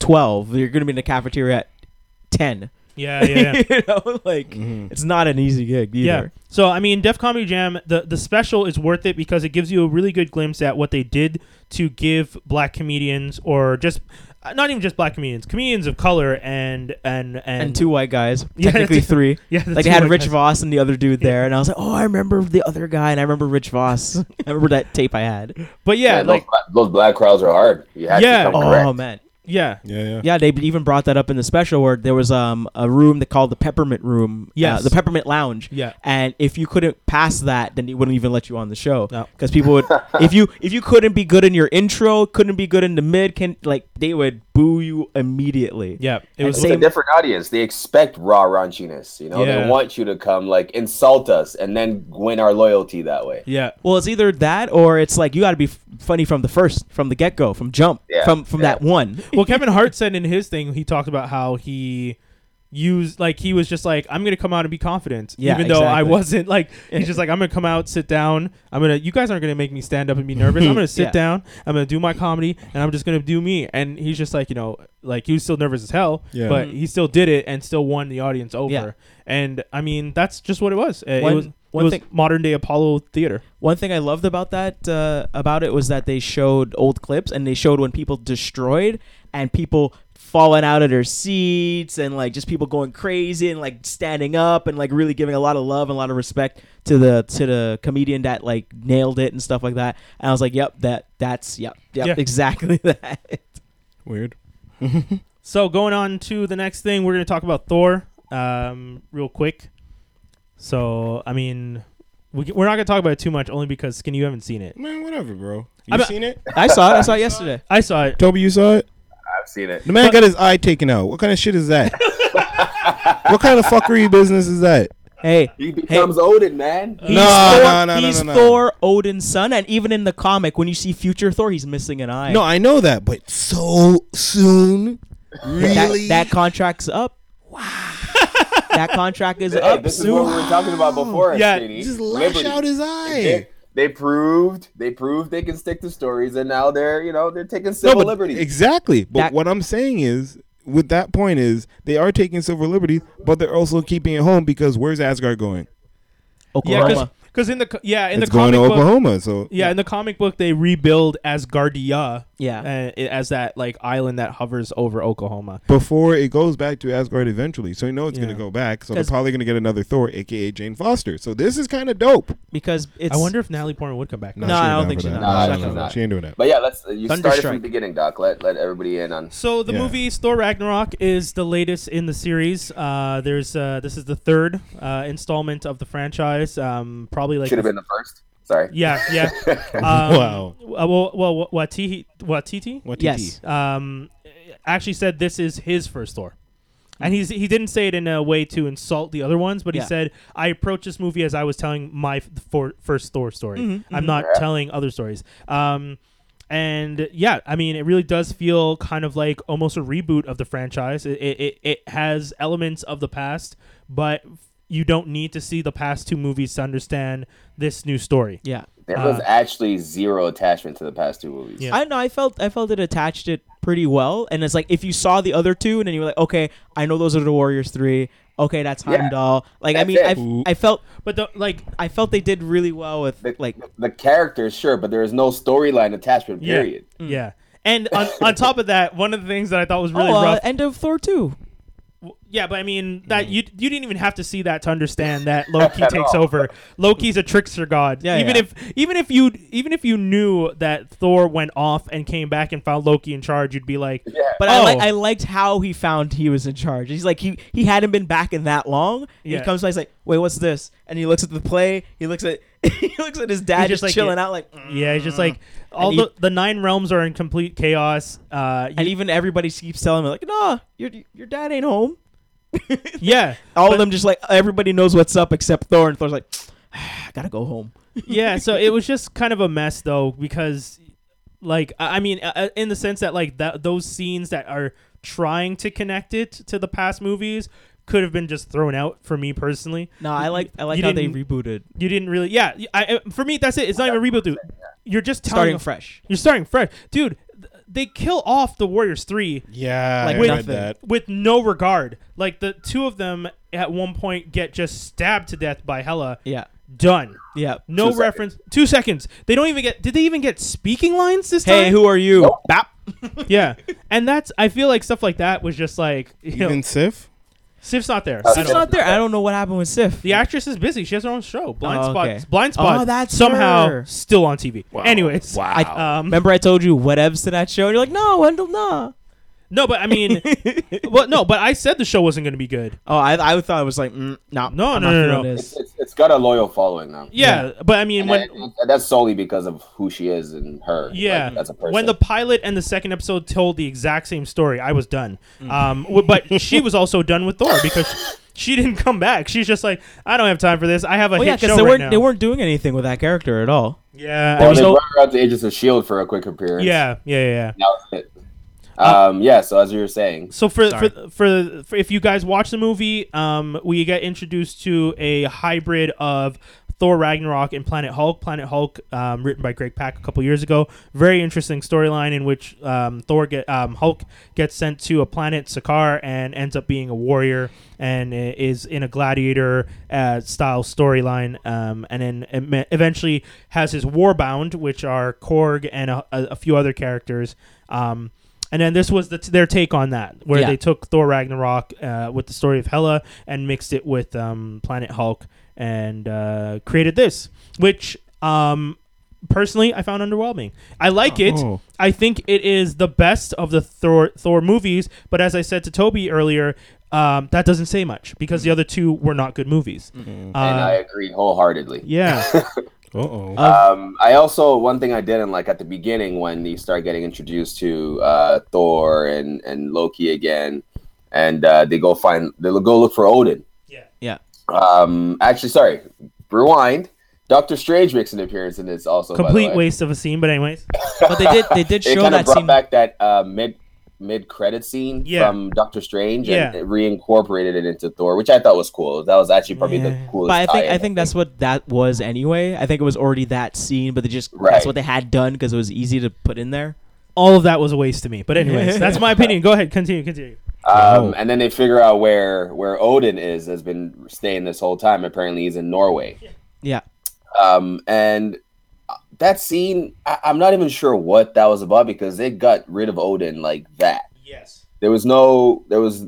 12 you're gonna be in the cafeteria at 10 yeah yeah yeah, you know like it's not an easy gig yeah. either so i mean def comedy jam the, the special is worth it because it gives you a really good glimpse at what they did to give black comedians or just uh, not even just black comedians comedians of color and and and, and two white guys Yeah, technically that's- three yeah, the like two they had white rich guys. voss and the other dude there and i was like oh i remember the other guy and i remember rich voss i remember that tape i had but yeah, Yeah, like those, bla- those black crowds are hard. You have Yeah. to come correct. oh man yeah Yeah, yeah. Yeah, they even brought that up in the special where there was um a room they called the peppermint room. Yeah, Yes. the peppermint lounge. Yeah. and if you couldn't pass that, then they wouldn't even let you on the show. No. because people would if you if you couldn't be good in your intro, couldn't be good in the mid, can like they would boo you immediately. yeah it And was It's a same- different audience. They expect raw raunchiness. You know, Yeah. they want you to come like insult us and then win our loyalty that way. yeah Well, it's either that or it's like you got to be f- funny from the first, from the get go, from jump, Yeah, from from that one. well, Kevin Hart said in his thing, he talked about how he used, like, he was just like, I'm going to come out and be confident. Yeah, even though I exactly. wasn't, like, he's just like, I'm going to come out, sit down. I'm going to, you guys aren't going to make me stand up and be nervous. I'm going to sit Yeah. down. I'm going to do my comedy and I'm just going to do me. And he's just like, you know, like, he was still nervous as hell, Yeah. but he still did it and still won the audience over. Mm-hmm. Yeah. And I mean, that's just what it was. Uh, it One- was, it one was thing- modern day Apollo theater. One thing I loved about that uh, about it was that they showed old clips and they showed when people destroyed and people falling out of their seats and like just people going crazy and like standing up and like really giving a lot of love and a lot of respect to the to the comedian that like nailed it and stuff like that. And I was like, "Yep, that that's yep, yep, Yeah. exactly that." Weird. So going on to the next thing, we're going to talk about Thor, um, real quick. So I mean, we, c- we're not going to talk about it too much, only because Skinny, you haven't seen it. Man, whatever, bro. You I'm a- seen it? I saw it. I saw it yesterday. I saw it. Toby, you saw it? I've seen it. The man got his eye taken out. What kind of shit is that? what kind of fuckery business is that? Hey, He becomes Odin, man. He's No, Thor, no, no, no, he's no, no. Thor, Odin's son, and even in the comic, when you see future Thor, he's missing an eye. No, I know that, but so soon? That- Really? That, contract's up. Wow. that contract is Hey, up this is what we soon. were talking about before. Yeah, Skinny. just lash Liberty. out his They, eye. They proved they proved they can stick to stories, and now they're you know they're taking civil but liberties. Exactly. But That- what I'm saying is, with that point is, they are taking civil liberties, but they're also keeping it home because where's Asgard going? Oklahoma. Yeah, because in the co- yeah in it's the going comic to book Oklahoma. So yeah in the comic book they rebuild Asgardia Yeah. uh, i- as that like island that hovers over Oklahoma. before it goes back to Asgard eventually, so you know it's going Yeah. to go back. So they're 'Cause- probably going to get another Thor, aka Jane Foster. So this is kind of dope. because it's. I wonder if Natalie Portman would come back. No, she ain't I don't down think for she's that. not. No, No, she's no, no, not. She ain't doing that. but yeah, let's you started from the Thunderstrike. beginning, Doc. Let let everybody in on. So the Yeah. movie Thor Ragnarok is the latest in the series. Uh, there's uh, this is the third uh, installment of the franchise. Um, probably like Should have been the first. Sorry. yeah yeah. Um, Wow. uh, well, well, Watiti Watiti What Yes. um, actually said this is his first Thor. And he's, he didn't say it in a way to insult the other ones, but he Yeah. said, I approach this movie as I was telling my f- for, first Thor story. I'm not Yeah. telling other stories. Um, and yeah, I mean, it really does feel kind of like almost a reboot of the franchise. It, it, it, it has elements of the past, but you don't need to see the past two movies to understand this new story. Yeah. There was Uh, actually zero attachment to the past two movies. Yeah. I don't know. I felt I felt it attached it pretty well, and it's like if you saw the other two, and then you were like, okay, I know those are the Warriors three. Okay, that's Yeah. Heimdall. Like I That's mean, it. I, I felt But the, like, I felt they did really well with The, like the characters, sure, but there is no storyline attachment. Yeah. Period. Yeah. And on, on top of that, one of the things that I thought was really oh, uh, rough. end of Thor two. w- yeah, but I mean that Mm. you you didn't even have to see that to understand that Loki At takes all. over. Loki's a trickster god. Yeah, even yeah. if even if you even if you knew that Thor went off and came back and found Loki in charge, you'd be like, Yeah. But Oh. I, li- I liked how he found he was in charge. He's like he he hadn't been back in that long. and Yeah. He comes by, he's like, wait, what's this? And he looks at the play. He looks at he looks at his dad He's just just like, chilling yeah. out, like. mm. yeah, it's just like all you- the, the nine realms are in complete chaos. Uh, And you- even everybody keeps telling him like, nah, your your dad ain't home. yeah, All but- of them just like everybody knows what's up except Thor, and Thor's like, "Ah, I gotta go home. yeah, so it was just kind of a mess though because like I I mean uh, uh, in the sense that like that those scenes that are trying to connect it to the past movies could have been just thrown out for me personally. No, I like I like You how they didn't- rebooted, You didn't really yeah, y- I, I- for me that's it. It's not even a reboot dude. You're just telling starting a- fresh. You're starting fresh. Dude, th- they kill off the Warriors 3 Yeah, Like I with- read that. with no regard. Like the two of them at one point get just stabbed to death by Hella. Yeah, Done. yeah. Two No seconds. reference. Two seconds. They don't even get. Did they even get speaking lines this Hey, time? who are you? Nope. Bap. yeah, and that's. I feel like stuff like that was just like you Even know, Sif. Sif's not there. Uh, I Sif's don't- not there. I don't know what happened with Sif. the actress is busy. She has her own show. Blind Oh, spot. okay. Blind spot. Oh, that's somehow her. still on TV. Anyways, Wow. um, Remember, I told you whatevs to that show, and you're like, no, Wendell, nah. no, but I mean, well, no, but I said the show wasn't going to be good. Oh, I, I thought it was like, mm, nah, No, I'm no, not no, feeling no. this. It's, it's got a loyal following now. Yeah, but I mean, And when that- that's solely because of who she is and her. Yeah, like, as a person. when the pilot and the second episode told the exact same story, I was done. Mm. Um, w- but she was also done with Thor because she didn't come back. She's just like, I don't have time for this. I have a Well, yeah, hit because show they right weren't now. they weren't doing anything with that character at all. yeah, I well, mean, they so- brought her out to Agents of Shield E for a quick appearance. yeah, yeah, yeah, yeah. That was it. Um, yeah. So as you were saying, So for, Sorry. for for for if you guys watch the movie, um, we get introduced to a hybrid of Thor Ragnarok and Planet Hulk. Planet Hulk, um, written by Greg Pak a couple years ago, very interesting storyline in which um, Thor get um, Hulk gets sent to a planet Sakaar and ends up being a warrior and i- is in a gladiator uh, style storyline, um, and then em- eventually has his Warbound, which are Korg and a, a, a few other characters. Um, and then this was the t- their take on that, where Yeah. they took Thor Ragnarok uh, with the story of Hela and mixed it with um, Planet Hulk and uh, created this, which um, personally I found underwhelming. I like it. Oh. I think it is the best of the Thor Thor movies, but as I said to Toby earlier, um, that doesn't say much because the other two were not good movies. Uh, and I agree wholeheartedly. yeah, Uh oh. Um, I also one thing I didn't like at the beginning when you start getting introduced to uh, Thor and, and Loki again, and uh, they go find they go look for Odin. Yeah. Yeah. Um, actually, sorry, rewind. Doctor Strange makes an appearance in this also. by the complete way. waste of a scene. But anyways, But they did they did It show kind of that brought scene. back that uh, mid mid credit scene Yeah. from Doctor Strange Yeah. and it reincorporated it into Thor, which I thought was cool. That was actually probably Yeah. the coolest. But I think tie-in, I think that's what that was anyway. I think it was already that scene, but they just Right. that's what they had done because it was easy to put in there. All of that was a waste to me. But anyways, that's my opinion. Go ahead, continue, continue. Um, and then they figure out where where Odin is has been staying this whole time. Apparently, he's in Norway. Yeah. Um, and uh, that scene, I, I'm not even sure what that was about because they got rid of Odin like that. Yes. There was no there was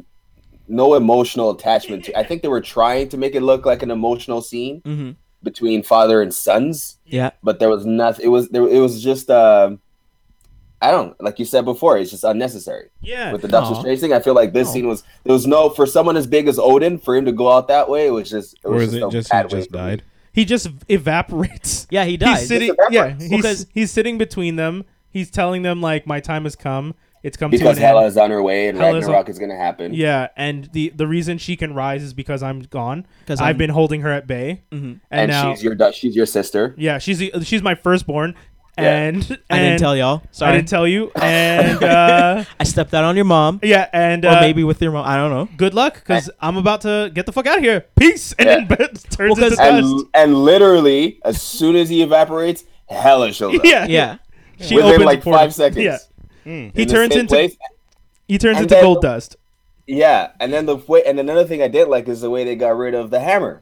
no emotional attachment to. I think they were trying to make it look like an emotional scene Mm-hmm. between father and sons, Yeah. but there was nothing. It was there. It was just. um I don't like you said before. It's just unnecessary Yeah. with the Doctor Aw. Strange thing. I feel like this No. scene was there was no for someone as big as Odin for him to go out that way. It was just it Or was is it a just he bad way just for me. died? He just evaporates. Yeah, he He's dies. sitting. Just Yeah. evaporates. He's Because- he's sitting between them. He's telling them like my time has come. It's come because to an Hela end. is on her way and Hela's Ragnarok is gonna happen. Yeah, and the the reason she can rise is because I'm gone. 'Cause I've I'm- been holding her at bay, Mhm. and, and now she's your du- she's your sister. yeah, she's the, she's my firstborn, Yeah. and, and I didn't tell y'all. Sorry. I didn't tell you, and uh, I stepped out on your mom, yeah, and or uh, maybe with your mom. I don't know. good luck because I'm about to get the fuck out of here. Peace, and Yeah. then Ben turns Well, into 'cause- And dust. and literally as soon as he evaporates, Hela shows up. Yeah, Yeah. She Within, opens like, the portal. five seconds. Yeah, Mm. he in the turns same into place. he turns and into then- gold dust. yeah, and then the way and another thing I did like is the way they got rid of the hammer.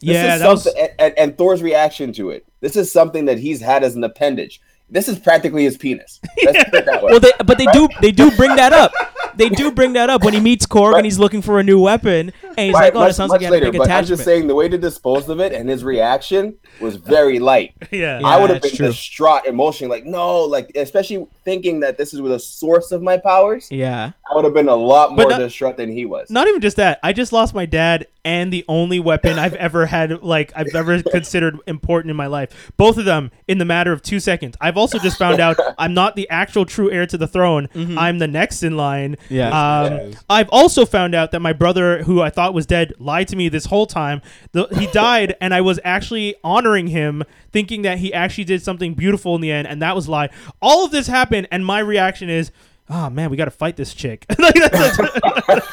This Yeah, is that was something, and, and, and Thor's reaction to it. This is something that he's had as an appendage. This is practically his penis. Let's put it that way. Well, they but they do they do bring that up. They do bring that up when he meets Korg and he's looking for a new weapon, and he's like, Right, "Oh, that sounds like I had a big but I'm attachment." just saying the way they disposed of it and his reaction was very light. Yeah. yeah. I would have that's been true. distraught emotionally, like no, like especially thinking that this is the source of my powers. yeah, I would have been a lot more not- distraught than he was. Not even just that. I just lost my dad and the only weapon I've ever had, like I've ever considered important in my life. Both of them in the matter of two seconds. I've also just found out I'm not the actual true heir to the throne. I'm the next in line. Yeah. Um, Mm-hmm. Yes. I've also found out that my brother, who I thought was dead, lied to me this whole time. The, he died, and I was actually honoring him, thinking that he actually did something beautiful in the end, and that was a lie. All of this happened, and my reaction is. Oh man, we got to fight this chick. Like, that's-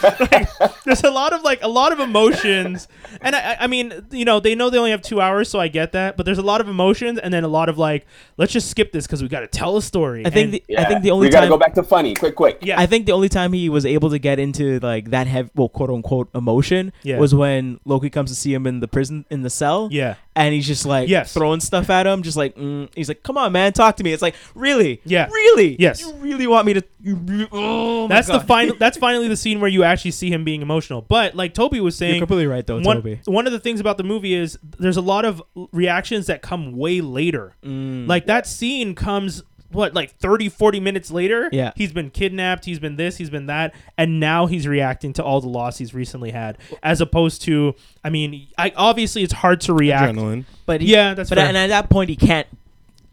like, there's a lot of like a lot of emotions, and I, I- I mean, you know, they know they only have two hours, so I get that. But there's a lot of emotions, and then a lot of like, let's just skip this because we got to tell a story. I think And- the, Yeah. I think the we only gotta time go back to funny, quick, quick. yeah, I think the only time he was able to get into like that heavy, well, quote unquote, emotion Yeah. was when Loki comes to see him in the prison in the cell. Yeah. and he's just like Yes. throwing stuff at him, just like mm. he's like, "Come on, man, talk to me." It's like, really, Yeah. really, Yes. you really want me to? You re- oh my that's the God. final. That's finally the scene where you actually see him being emotional. But like Toby was saying, You're completely right, though, one, Toby. One of the things about the movie is there's a lot of reactions that come way later. Like that scene comes what like 30 40 minutes later Yeah. he's been kidnapped he's been this he's been that and now he's reacting to all the loss he's recently had as opposed to i mean i obviously it's hard to react Adrenaline. But he, yeah that's but fair. and at that point he can't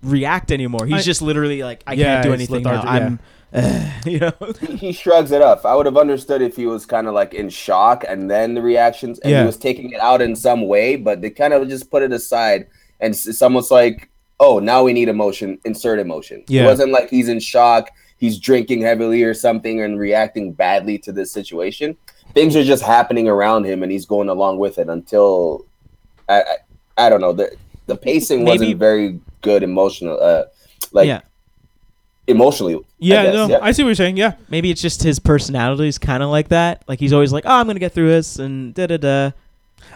react anymore. He's I- just literally like, I can't Yeah, do he's anything now. lethargic, I'm, you know, He- He shrugs it off. I would have understood if he was kind of like in shock and then the reactions, and Yeah. he was taking it out in some way. But they kind of just put it aside, and it's almost like, oh, now we need emotion. Insert emotion. Yeah. It wasn't like he's in shock, he's drinking heavily or something, and reacting badly to this situation. Things are just happening around him, and he's going along with it until I, I, I don't know. The the pacing Maybe- wasn't very good emotional. Uh, like yeah. emotionally. yeah I guess, no i see what you're saying yeah Maybe it's just his personality is kind of like that. Like he's always like, "Oh, I'm gonna get through this," and da da da.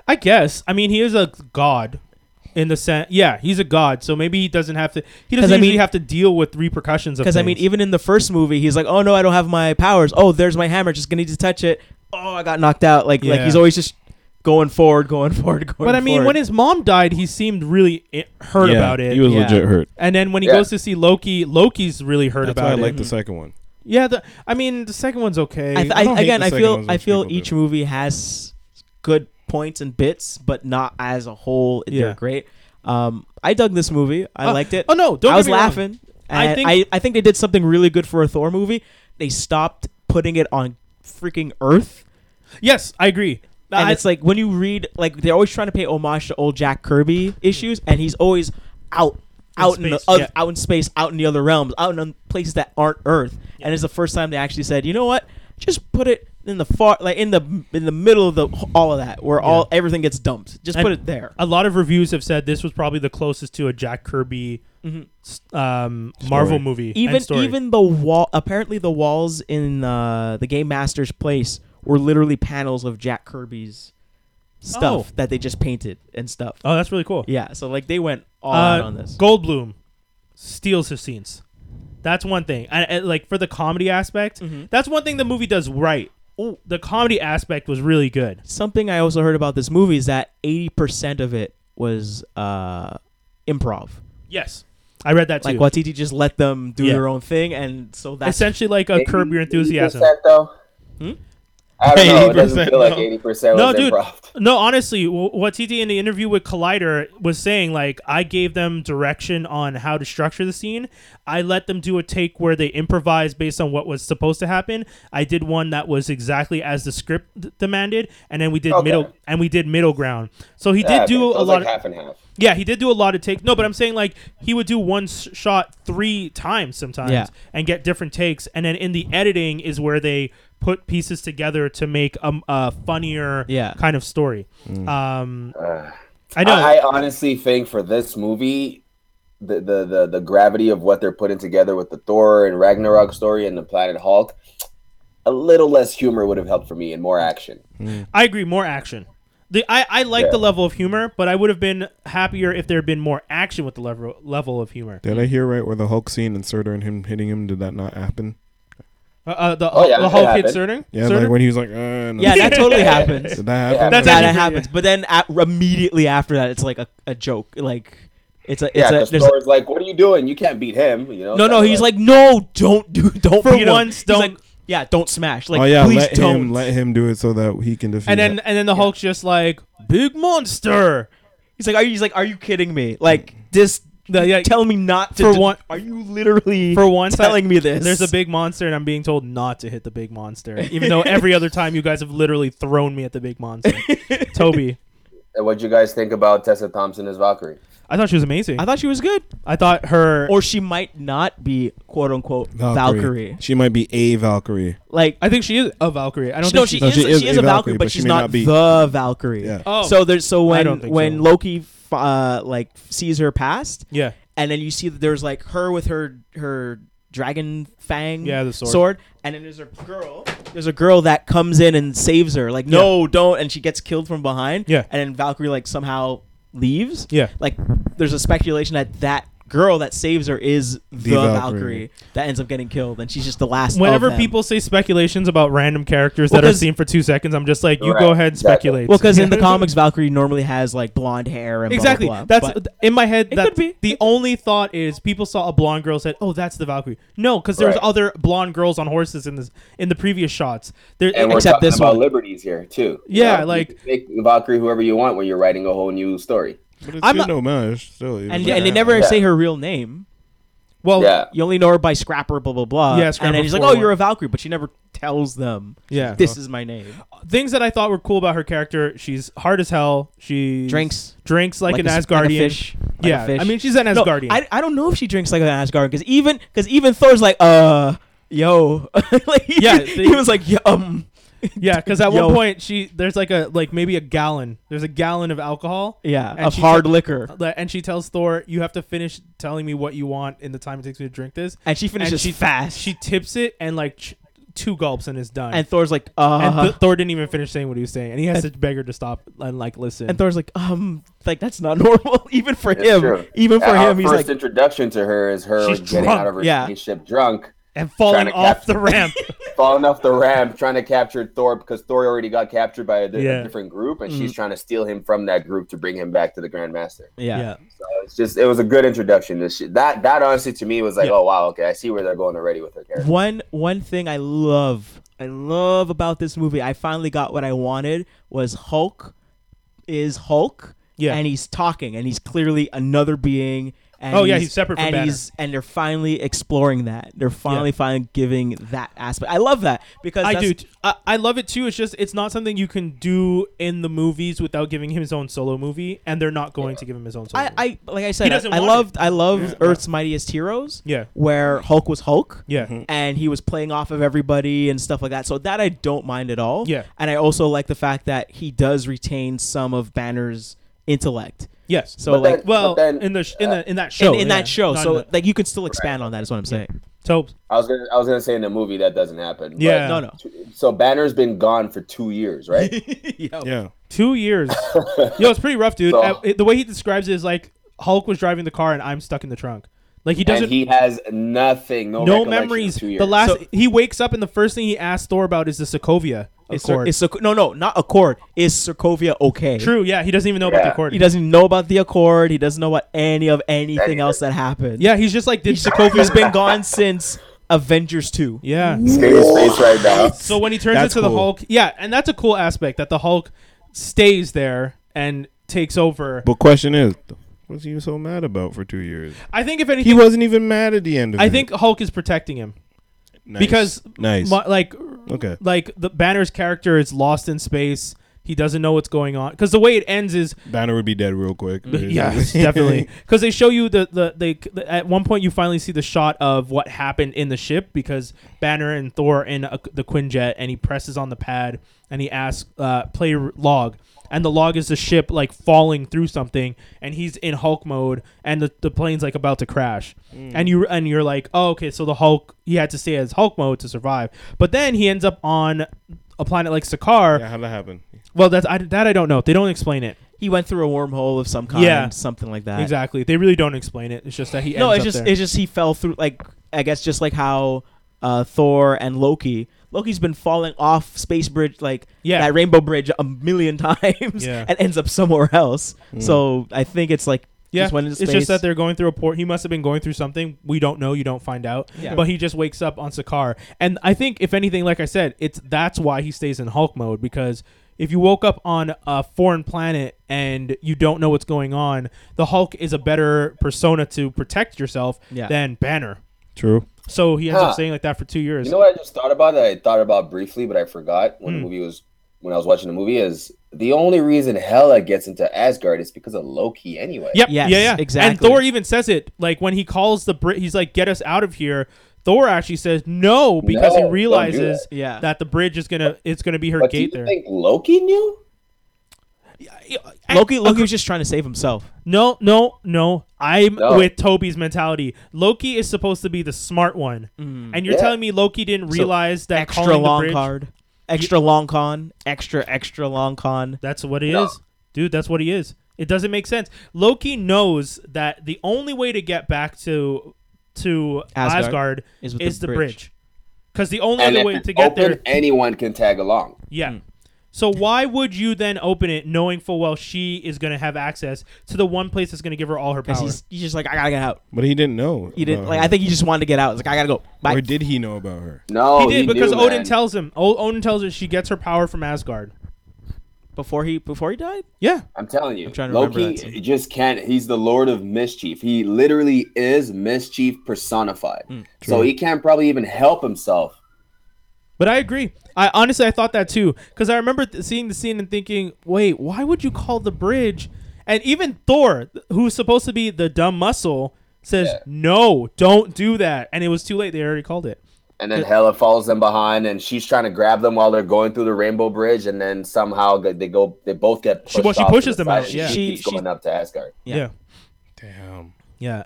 I guess. I mean, he is a god in the sense. Yeah, he's a god. So maybe he doesn't have to. He 'Cause doesn't I usually mean- have to deal with repercussions of. Because I mean, things. even in the first movie, he's like, "Oh no, I don't have my powers. Oh, there's my hammer. Just gonna need to touch it. Oh, I got knocked out." Like like Yeah. he's always just going forward, going forward, going. But I mean, forward. when his mom died, he seemed really i- hurt Yeah, about it. He was Yeah. legit hurt. and then when he Yeah. goes to see Loki, Loki's really hurt That's about why I it. like the second one. yeah, the, I mean, the second one's okay. I th- I I don't hate again, the I second feel ones I as feel people each do. movie has good points and bits, but not as a whole. Yeah. They're great. Um, I dug this movie. I Uh, liked it. oh, no, don't I get was me wrong. laughing. I I think- think I, I think they did something really good for a Thor movie. They stopped putting it on freaking Earth, yes, I agree. and I- it's like when you read like they're always trying to pay homage to old Jack Kirby issues, and he's always out out in, the, space, oth- yeah. out in space, out in the other realms, out in un- places that aren't Earth. And it's the first time they actually said, you know what? Just put it in the far, like in the in the middle of the all of that, where all everything gets dumped. Just And put it there. Uh, A lot of reviews have said this was probably the closest to a Jack Kirby s- um, Marvel movie. and Mm-hmm. even story. even the wall. Apparently, the walls in uh, the game master's place were literally panels of Jack Kirby's stuff Oh. that they just painted and stuff. oh, that's really cool. Yeah, so like they went all out uh, on this. Goldblum steals his scenes. That's one thing. I, I- like for the comedy aspect, Mm-hmm. that's one thing the movie does right. The comedy aspect was really good. Something I also heard about this movie is that eighty percent of it was uh, improv. Yes, I read that too. Like Watiti just let them do Yeah. their own thing, and so that's Essentially, like a Curb Your Enthusiasm. 80% though. Hmm? I don't know. It doesn't 80%, feel like no. eighty percent No, was dude. improv. No, honestly, wh- what TT in the interview with Collider was saying, like, I gave them direction on how to structure the scene. I let them do a take where they improvised based on what was supposed to happen. I did one that was exactly as the script d- demanded, and then we did Okay. middle and we did middle ground. So he Yeah, did do so a it's lot. like of, half and half. yeah, he did do a lot of takes. No, but I'm saying like he would do one s- shot three times sometimes Yeah. and get different takes, and then in the editing is where they put pieces together to make a, a funnier Yeah. Mm. kind of story. Um, Uh, I know. I, I honestly think for this movie, the, the the the gravity of what they're putting together with the Thor and Ragnarok story and the Planet Hulk, a little less humor would have helped for me and more action. I agree. More action. The I, I like Yeah. the level of humor, but I would have been happier if there had been more action with the level level of humor. Did I hear right where the Hulk scene and Surtur and him hitting him? Did that not happen? Uh, uh, the Oh, yeah, the it Hulk hit happened. Surtur. Yeah, Surtur? like when he was like, uh, no. yeah, that totally happens. did that happen? That's Yeah, actually that pretty- happens. But then at, immediately after that, it's like a, a joke. Like it's a it's Yeah, a because there's a- Thor's like, "What are you doing? You can't beat him." You know. no no. kinda He's like no, don't do don't For beat him." once, He's don't- like, yeah, don't smash. Like oh yeah, please let don't. him let him do it so that he can defeat. And then and then the Hulk's just like big monster. he's like are you he's like are you kidding me? Like this. The- yeah, tell me not to. for do- one- are you literally For once, I- telling me this? There's a big monster, and I'm being told not to hit the big monster, even though every other time you guys have literally thrown me at the big monster. Toby, And what'd you guys think about Tessa Thompson as Valkyrie? I thought she was amazing. I thought she was good, I thought her. or she might not be quote unquote Valkyrie. Valkyrie. She might be a Valkyrie. Like I think she is a Valkyrie. I don't no, think she, she. No, is, she is a Valkyrie, but, she's may not, not be- the Valkyrie. Yeah. Oh. so there's so when don't think when so. Loki f- uh, like sees her past, yeah, and then you see that there's like her with her her dragon fang Yeah, the sword. and then there's a girl there's a girl that comes in and saves her like no don't and she gets killed from behind Yeah. and then valkyrie like somehow leaves Yeah. like there's a speculation that that girl that saves her is the, valkyrie. Valkyrie. that ends up getting killed and she's just the last of Whenever them. people say speculations about random characters Well, that are 'cause- seen for two seconds, I'm just like, you Right, go ahead and exactly. speculate. well because in the comics valkyrie normally has like blonde hair and exactly. blah, blah, blah, that's but- in my head. It That could be. the only thought is people saw a blonde girl said, "Oh, that's the Valkyrie." No, because there was Right. other blonde girls on horses in this in the previous shots. There, And we're Except talking this about one. liberties here too. Yeah, you like- you can make Valkyrie whoever you want when you're writing a whole new story. But it's I'm I'm not- an homage, still. even and, like and they that. never Yeah. say her real name well, yeah, You only know her by Scrapper, blah blah blah. Yeah, and Scrapper then he's like, "Oh, 41. you're a Valkyrie," but she never tells them. Yeah. this is my name. things that I thought were cool about her character. She's hard as hell. She Drinks. drinks like, an a- Asgardian. like a fish. Like a yeah, fish. I mean she's an no, Asgardian. I, I don't know if she drinks like an Asgardian because even because even Thor's like, "Uh, yo," like, he- Yeah, he, they- was like, "Yeah, um, yeah, because at Yo. one point she there's like a like maybe a gallon. There's a gallon of alcohol. yeah, And uh, of she hard te- liquor." and she tells Thor, "You have to finish telling me what you want in the time it takes me to drink this." And she finishes she- fast. She tips it and like ch- two gulps and it's done. and Thor's like, "Uh," And Th- Thor didn't even finish saying what he was saying, and he has to beg her to stop and like listen. and Thor's like, "Um, like that's not normal even for It's him. true. Even for Our him, he's like." first introduction to her is her She's getting drunk, out of her yeah. spaceship drunk, And trying falling to off catch- the ramp. falling off the ramp, trying to capture Thor because Thor already got captured by a, di- a Yeah. different group, and she's trying to steal him from that group to bring him back to the Grand Master. Mm-hmm. yeah. yeah. So it's just it was a good introduction. This shit. that that honestly to me was like, Yeah. oh wow, okay, I see where they're going already with her character. one one thing I love, I love about this movie. I finally got what I wanted was Hulk is Hulk, Yeah. and he's talking, and he's clearly another being, And Oh, yeah, he's separate from and Banner. and they're finally exploring that. They're finally finally giving that aspect. I love that because I that's- do. t- I, I love it too. It's just it's not something you can do in the movies without giving him his own solo movie, and they're not going to give him his own I, solo. movie. I like I said, I, doesn't I want loved I loved Earth's Mightiest Heroes. Yeah. where Hulk was Hulk. yeah, and he was playing off of everybody and stuff like that. So that I don't mind at all. Yeah. and I also like the fact that he does retain some some of Banner's intellect. yes. So But like. then- well, then, in the sh- in the in that in, show, in yeah. that show, Not in so the- like you can still expand on that. Is what I'm saying. so I was gonna I was gonna say in the movie that doesn't happen. but- Yeah. No, no. so Banner's been gone for two years, right? Yeah. two years. Yo, it's pretty rough, dude. So- Uh, it- the way he describes it is like Hulk was driving the car and I'm stuck in the trunk. Like he doesn't. and he has nothing, no, no recollection of memories. Two years. The last So- he wakes up and the first thing he asks Thor about is the Sokovia Is, Accord. is Soco- no, no, not Accord. Is Sokovia okay? True. Yeah, he doesn't even know about the Yeah. Accord. He doesn't know about the Accord. He doesn't know about any of anything Anything. else that happened. Yeah, he's just like did Sokovia. Sokovia's been gone since Avengers Two. yeah. Scared his face right now. So when he turns That's into the cool. Hulk, yeah, and that's a cool aspect that the Hulk stays there and takes over. But question is, what's he so mad about for two years? I think if He anything, wasn't even mad at the end of it. I think Hulk is protecting him Nice. because nice. mu- like okay. like the Banner's character is lost in space. He doesn't know what's going on because the way it ends is Banner would be dead real quick. yes, definitely. Because they show you the the they the, at one point you finally see the shot of what happened in the ship because Banner and Thor are in a, the Quinjet and he presses on the pad and he asks uh, play r- log and the log is the ship like falling through something and he's in Hulk mode and the, the plane's like about to crash and you and you're like oh okay so the Hulk he had to stay as Hulk mode to survive but then he ends up on a planet like Sakaar Yeah, how'd that happen? well that's I, that I don't know they don't explain it He went through a wormhole of some kind. Yeah. something like that. Exactly. They really don't explain it. It's just that he. No, ends it's up just there. it's just he fell through. Like I guess just like how uh, Thor and Loki. Loki's been falling off space bridge like Yeah. that rainbow bridge a million times Yeah. and ends up somewhere else. So I think it's like yeah. just went into it's just space. that they're going through a port. He must have been going through something we don't know. You don't find out. Yeah. But he just wakes up on Sakaar, and I think if anything, like I said, it's that's why he stays in Hulk mode because if you woke up on a foreign planet and you don't know what's going on, the Hulk is a better persona to protect yourself Yeah. than Banner. True. So he ends Huh. up staying like that for two years. You know what I just thought about that I thought about briefly, but I forgot when the Hmm. movie was when I was watching the movie is the only reason Hela gets into Asgard is because of Loki anyway. Yep. Yes, yeah, yeah. And exactly. Thor even says it. Like when he calls the Brit, he's like, "Get us out of here." Thor actually says no because No, don't he do realizes that. Yeah. the bridge is gonna it's gonna be her But do you gate there. think Loki knew? Loki Loki Agre- was just trying to save himself. No, no, no. I'm No. with Toby's mentality. Loki is supposed to be the smart one, and you're Yeah. telling me Loki didn't realize that Mm. extra calling long the bridge. card, extra long con, extra extra long con. That's what he No. is. Dude, that's what he is. It doesn't make sense. Loki knows that the only way to get back to to Asgard, Asgard is with the is the bridge. bridge. Because the only And other if way it's to get open, there anyone can tag along. Yeah. Hmm. So why would you then open it knowing full well she is gonna have access to the one place that's gonna give her all her Because power? he's, he's just like I gotta get out. But he didn't know. He didn't about like. her. I think he just wanted to get out. It's like I gotta go. Bye. Or did he know about her? No, he did Oh, knew, because Odin man. tells him. O- Odin tells her she gets her power from Asgard. before he before he died. Yeah. I'm telling you, trying to remember Loki that scene. he just can't. He's the Lord of Mischief. He literally is mischief personified. Hmm, so he can't probably even help himself. But I agree. I honestly I thought that too because I remember th- seeing the scene and thinking, wait, why would you call the bridge? And even Thor, th- who's supposed to be the dumb muscle, says, Yeah. no, don't do that. And it was too late. They already called it. And then Hela follows them behind, and she's trying to grab them while they're going through the Rainbow Bridge, and then somehow they they go. They both get. She- Pushed well, she off to pushes the them side, out, and yeah. she, She- keeps she- going up to Asgard. Yeah. Yeah. Yeah. Damn.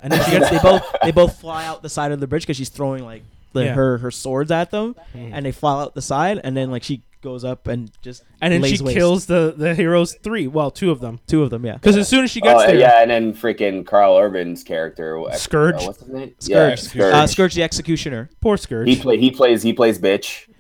And then she Yes, gets they both they both fly out the side of the bridge because she's throwing like the, Yeah. her her swords at them, and they fly out the side, and then like she goes up and just and then lays she waste. kills the the heroes three, well, two of them. two of them. Yeah, Because as soon as she gets Oh there, yeah, and then freaking Carl Urban's character, uh, Scourge. what's his name? Yeah, Scourge, Scourge. Uh, Scourge the executioner. poor he Scourge. play. He plays. He plays bitch. Oh,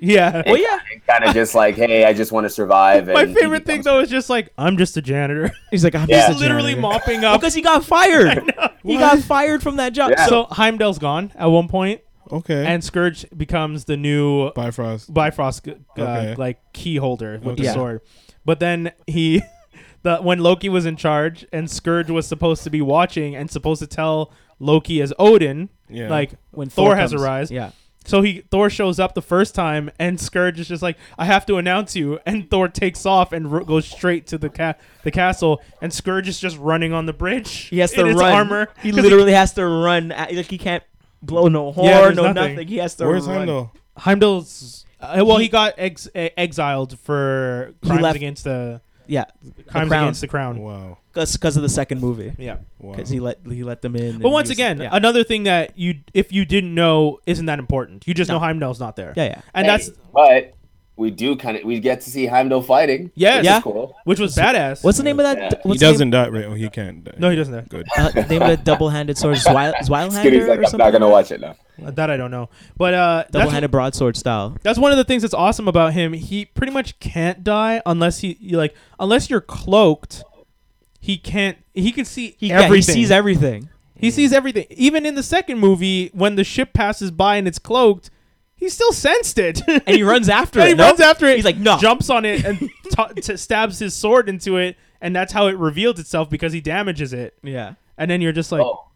Yeah. And, kind of just like, hey, I just want to survive. My and he favorite thing becomes- though is just like I'm just a janitor, He's like, I'm Yeah. just a literally janitor." mopping Well, up. because he got fired. he got fired from that job. Yeah. So so Heimdall's gone at one point, Okay. and Scourge becomes the new Bifrost. Bifrost uh, Okay. like key holder with the Okay. sword. But then he the when Loki was in charge and Scourge was supposed to be watching and supposed to tell Loki as Odin, Yeah. like when Thor, has comes. arise. Yeah. So he Thor shows up the first time, and Scourge is just like, "I have to announce you," and Thor takes off and ro- goes straight to the ca- the castle, and Scourge is just running on the bridge. He has to in his run. armor. He 'cause literally has to run. at- Like he can't blow no horn, Yeah, there's no nothing. nothing. He has to Where's run. Heimdall? Heimdall's. Uh, well, he, got ex- eh, exiled for He crimes left- against the Yeah, crimes crown. against the crown. Wow. because of the second movie. Yeah. Wow. Because he let he let them in. and But once he was- again, yeah. another thing that you, if you didn't know, isn't that important. You just know Heimdall's not there, yeah, yeah. and Hey, that's but we do kind of we get to see Heimdall fighting. Yes. which is Yeah. cool. which was badass. What's the name of that? He What's he the doesn't die, right? Oh, he can't die. no, he doesn't. Know. Good. Name, uh, the name of the double-handed sword? Zwil- Skinny's Zwilhander like, or I'm something? not gonna watch it now. Uh, That I don't know. But uh, that's, Double-handed broadsword style. that's one of the things that's awesome about him. He pretty much can't die unless he you like unless you're cloaked. He can't. He can see He, yeah, everything. he sees everything. He sees everything. Even in the second movie, when the ship passes by and it's cloaked, he still sensed it. And he runs after And it. he no? runs after it. He's like, no. jumps on it and t- t- stabs his sword into it, and that's how it reveals itself because he damages it. Yeah. And then you're just like, oh,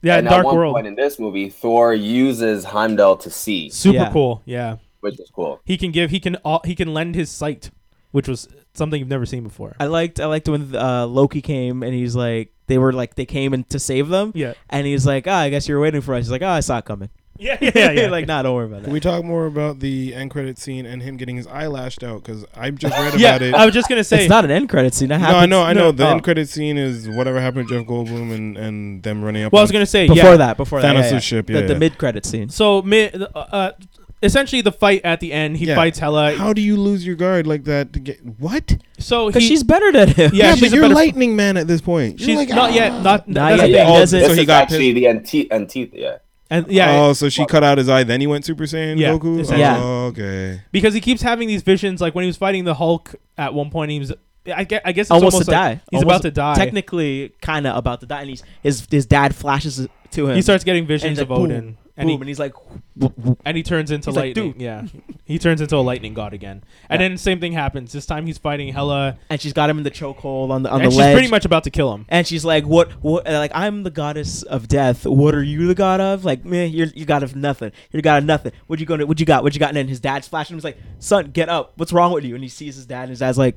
yeah, and at Dark one World, point in this movie, Thor uses Heimdall to see, super Yeah. cool. Yeah, which is cool. he can give, he can, all he can lend his sight, which was something you've never seen before. I liked I liked when uh, Loki came and he's like they were like they came and to save them. Yeah. And he's like, ah, I guess you were waiting for us. He's like, oh, I saw it coming. Yeah, yeah, yeah. like, nah, don't worry about that. Can we talk more about the end credit scene and him getting his eye lashed out? Because I just read yeah. about it. I was just gonna say, it's not an end credit scene. That no, I happens know, I no, know. The oh. end credit scene is whatever happened to Jeff Goldblum and, and them running up. well, I on- was gonna say, before yeah. that. Before that, Thanos' yeah, yeah. ship, The- yeah, the, yeah. mid credit scene. So, mid, uh, uh, essentially, the fight at the end, he Yeah. fights Hela. How do you lose your guard like that? To get what? so Because he, she's better than him. Yeah, she's a but you're better- Lightning Man at this point. You're she's like, not "Ah." yet, not, Not that's the yet, thing. he Oh, doesn't- This So is he got actually the anti anti yeah. and, yeah, Oh, so she cut out his eye, then he went Super Saiyan Yeah, Goku. essentially. Yeah. Oh, okay. because he keeps having these visions. Like when he was fighting the Hulk at one point, he was. I guess, I guess it's almost, almost, to like die. He's Almost- about to die. Technically, kind of about to die, and he's, his his dad flashes to him. he starts getting visions he's of like, boom, Odin, and boom, he and he's like, whoop, whoop. and he turns into He's like, lightning. "Dude." yeah, he turns into a lightning god again. And Yeah. then same thing happens. This time he's fighting Hela, and she's got him in the chokehold on the on and the she's ledge. pretty much about to kill him. and she's like, "What? What? and Like, I'm the goddess of death. What are you the god of? Like, man, you're you god of nothing. You're the god of nothing. What you gonna? What you got? What you got?" And then his dad's flashing. him. He's like, "Son, get up. What's wrong with you?" And he sees his dad, and his dad's like,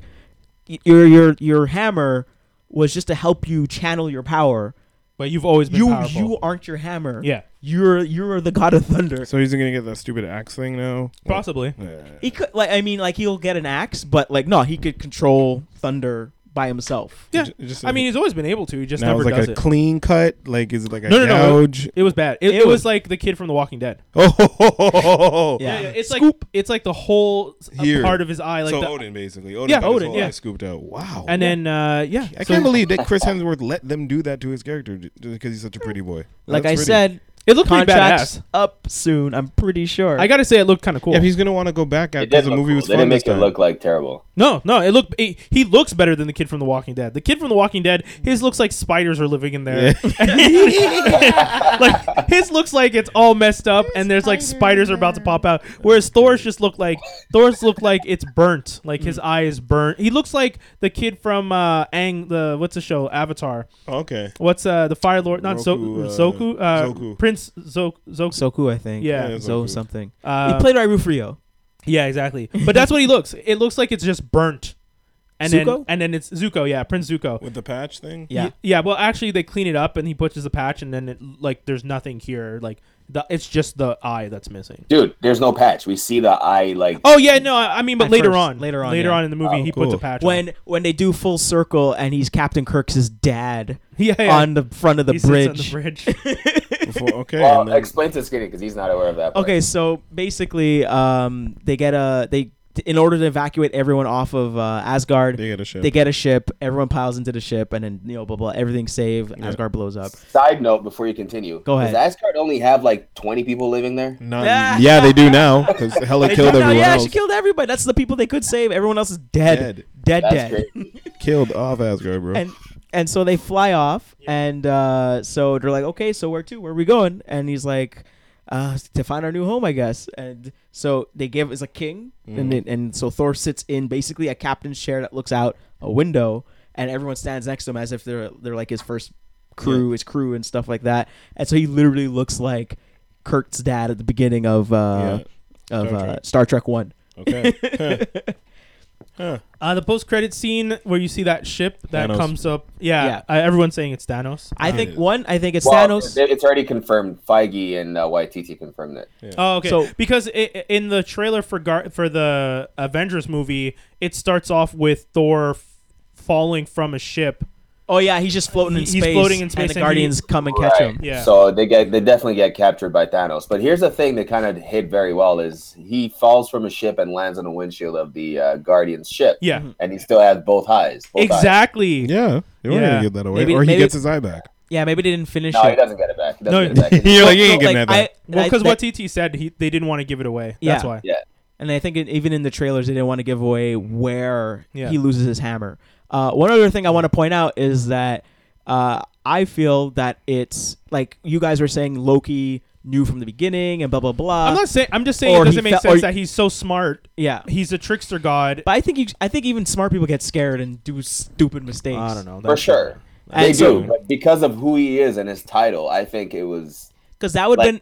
"Y- "Your your your hammer was just to help you channel your power. But you've always been You powerful. you aren't your hammer. yeah, you're you're the god of thunder." So he's gonna get that stupid axe thing now. possibly. Yeah. He could like I mean like he'll get an axe, but like no, he could control thunder by himself. Yeah, Ju- just I mean he's always been able to. He just now never it's like does a it. clean cut. Like is it like a No, no, no. gouge? It was bad. It, It it was, was- like the kid from The Walking Dead. Oh, Yeah. it's like it's like the whole s- Here. part of his eye, like so the, Odin basically. Odin Yeah, got his Odin, whole yeah. eye scooped out. Wow. and then uh, yeah. I so- can't believe that Chris Hemsworth let them do that to his character because he's such a pretty boy. Like That's I pretty. said, it looked pretty contracts badass. up soon. I'm pretty sure. I gotta say, it looked kind of cool. Yeah, he's gonna want to go back It after did the look movie cool. was They fun. didn't make this it time. look like terrible. No, no, it looked he, he looks better than the kid from The Walking Dead. The kid from The Walking Dead, his looks like spiders are living in there. like his looks like it's all messed up and there's like spiders are about to pop out. Whereas Thor's just look like Thor's look like it's burnt. Like his eye is burnt. He looks like the kid from uh Ang the what's the show? Avatar. okay. What's uh the Fire Lord not Roku, uh, Zoku, Zoku uh Zoku. Prince Zoku Zoku. Soku, I think. Yeah. Yeah. Zo Zoku. something. Uh, he played Rairu Frio. yeah, exactly. But that's what he looks. It looks like it's just burnt. And then Zuko? and then it's Zuko, yeah, Prince Zuko. With the patch thing. Yeah. Y- yeah. Well, actually, they clean it up, and he pushes the patch, and then it, like there's nothing here. Like the, it's just the eye that's missing. Dude, there's no patch. We see the eye like Oh yeah, no, I, I mean, but At later first, on, later on, later yeah. on in the movie, Oh, he puts cool. a patch. on. When when they do full circle and he's Captain Kirk's dad yeah, yeah. on the front of the he sits bridge. on the bridge. Before, okay. Well, and then- explain to Skinny because he's not aware of that. part. Okay, so basically, um, they get a they in order to evacuate everyone off of uh, Asgard. they get a ship. They get a ship. Everyone piles into the ship, and then you know, blah blah. Everything's saved. Yeah. Asgard blows up. Side note before you continue. Go ahead. Does Asgard only have like 20 people living there? None- Yeah. yeah, they do now because Hella They killed found out, everyone yeah, else. she killed everybody. That's the people they could save. Everyone else is dead, dead, dead. That's great. Killed off Asgard, bro. and and so they fly off and uh, so they're like okay so where to where are we going and he's like uh, to find our new home i guess and so they give Mm. it's a king and it, and so thor sits in basically a captain's chair that looks out a window and everyone stands next to him as if they're they're like his first crew, his crew, and stuff like that. And so he literally looks like Kirk's dad at the beginning of uh, of Star uh, Trek. Star Trek One. Okay. Huh. Huh. Uh, the post credit scene where you see that ship that Thanos. comes up. Yeah, Yeah. Uh, everyone's saying it's Thanos. I Yeah. think one. I think it's Well, Thanos. it- it's already confirmed. Feige and uh, YTT confirmed it. Oh, okay. So- because i in the trailer for Gar- for the Avengers movie, it starts off with Thor f- falling from a ship. Oh yeah, he's just floating in He's space. floating in and space the and Guardians come and catch him. Yeah. So they get they definitely get captured by Thanos. But here's the thing that kind of hit very well is he falls from a ship and lands on the windshield of the uh, Guardian's ship. Yeah, And he still has both eyes. Both eyes. exactly. Yeah. They weren't Yeah. gonna give that away. Maybe- or he maybe- gets his eye back. Yeah, maybe they didn't finish No, he it. doesn't get it back. He doesn't No, get it back. You're like, you No, ain't getting like, that back. I- Well, I- because that- what TT said, he, they didn't want to give it away. That's Yeah. why. Yeah. and I think it, even in the trailers, they didn't want to give away where Yeah. he loses his hammer. Uh, one other thing I want to point out is that uh, I feel that it's like you guys were saying Loki knew from the beginning and blah blah blah. I'm not saying. I'm just saying or it he doesn't make felt- sense or- that he's so smart. yeah, He's a trickster god. but I think you, I think even smart people get scared and do stupid mistakes. I don't know. For sure. They And so- do. But because of who he is and his title, I think it was because that would have Like- been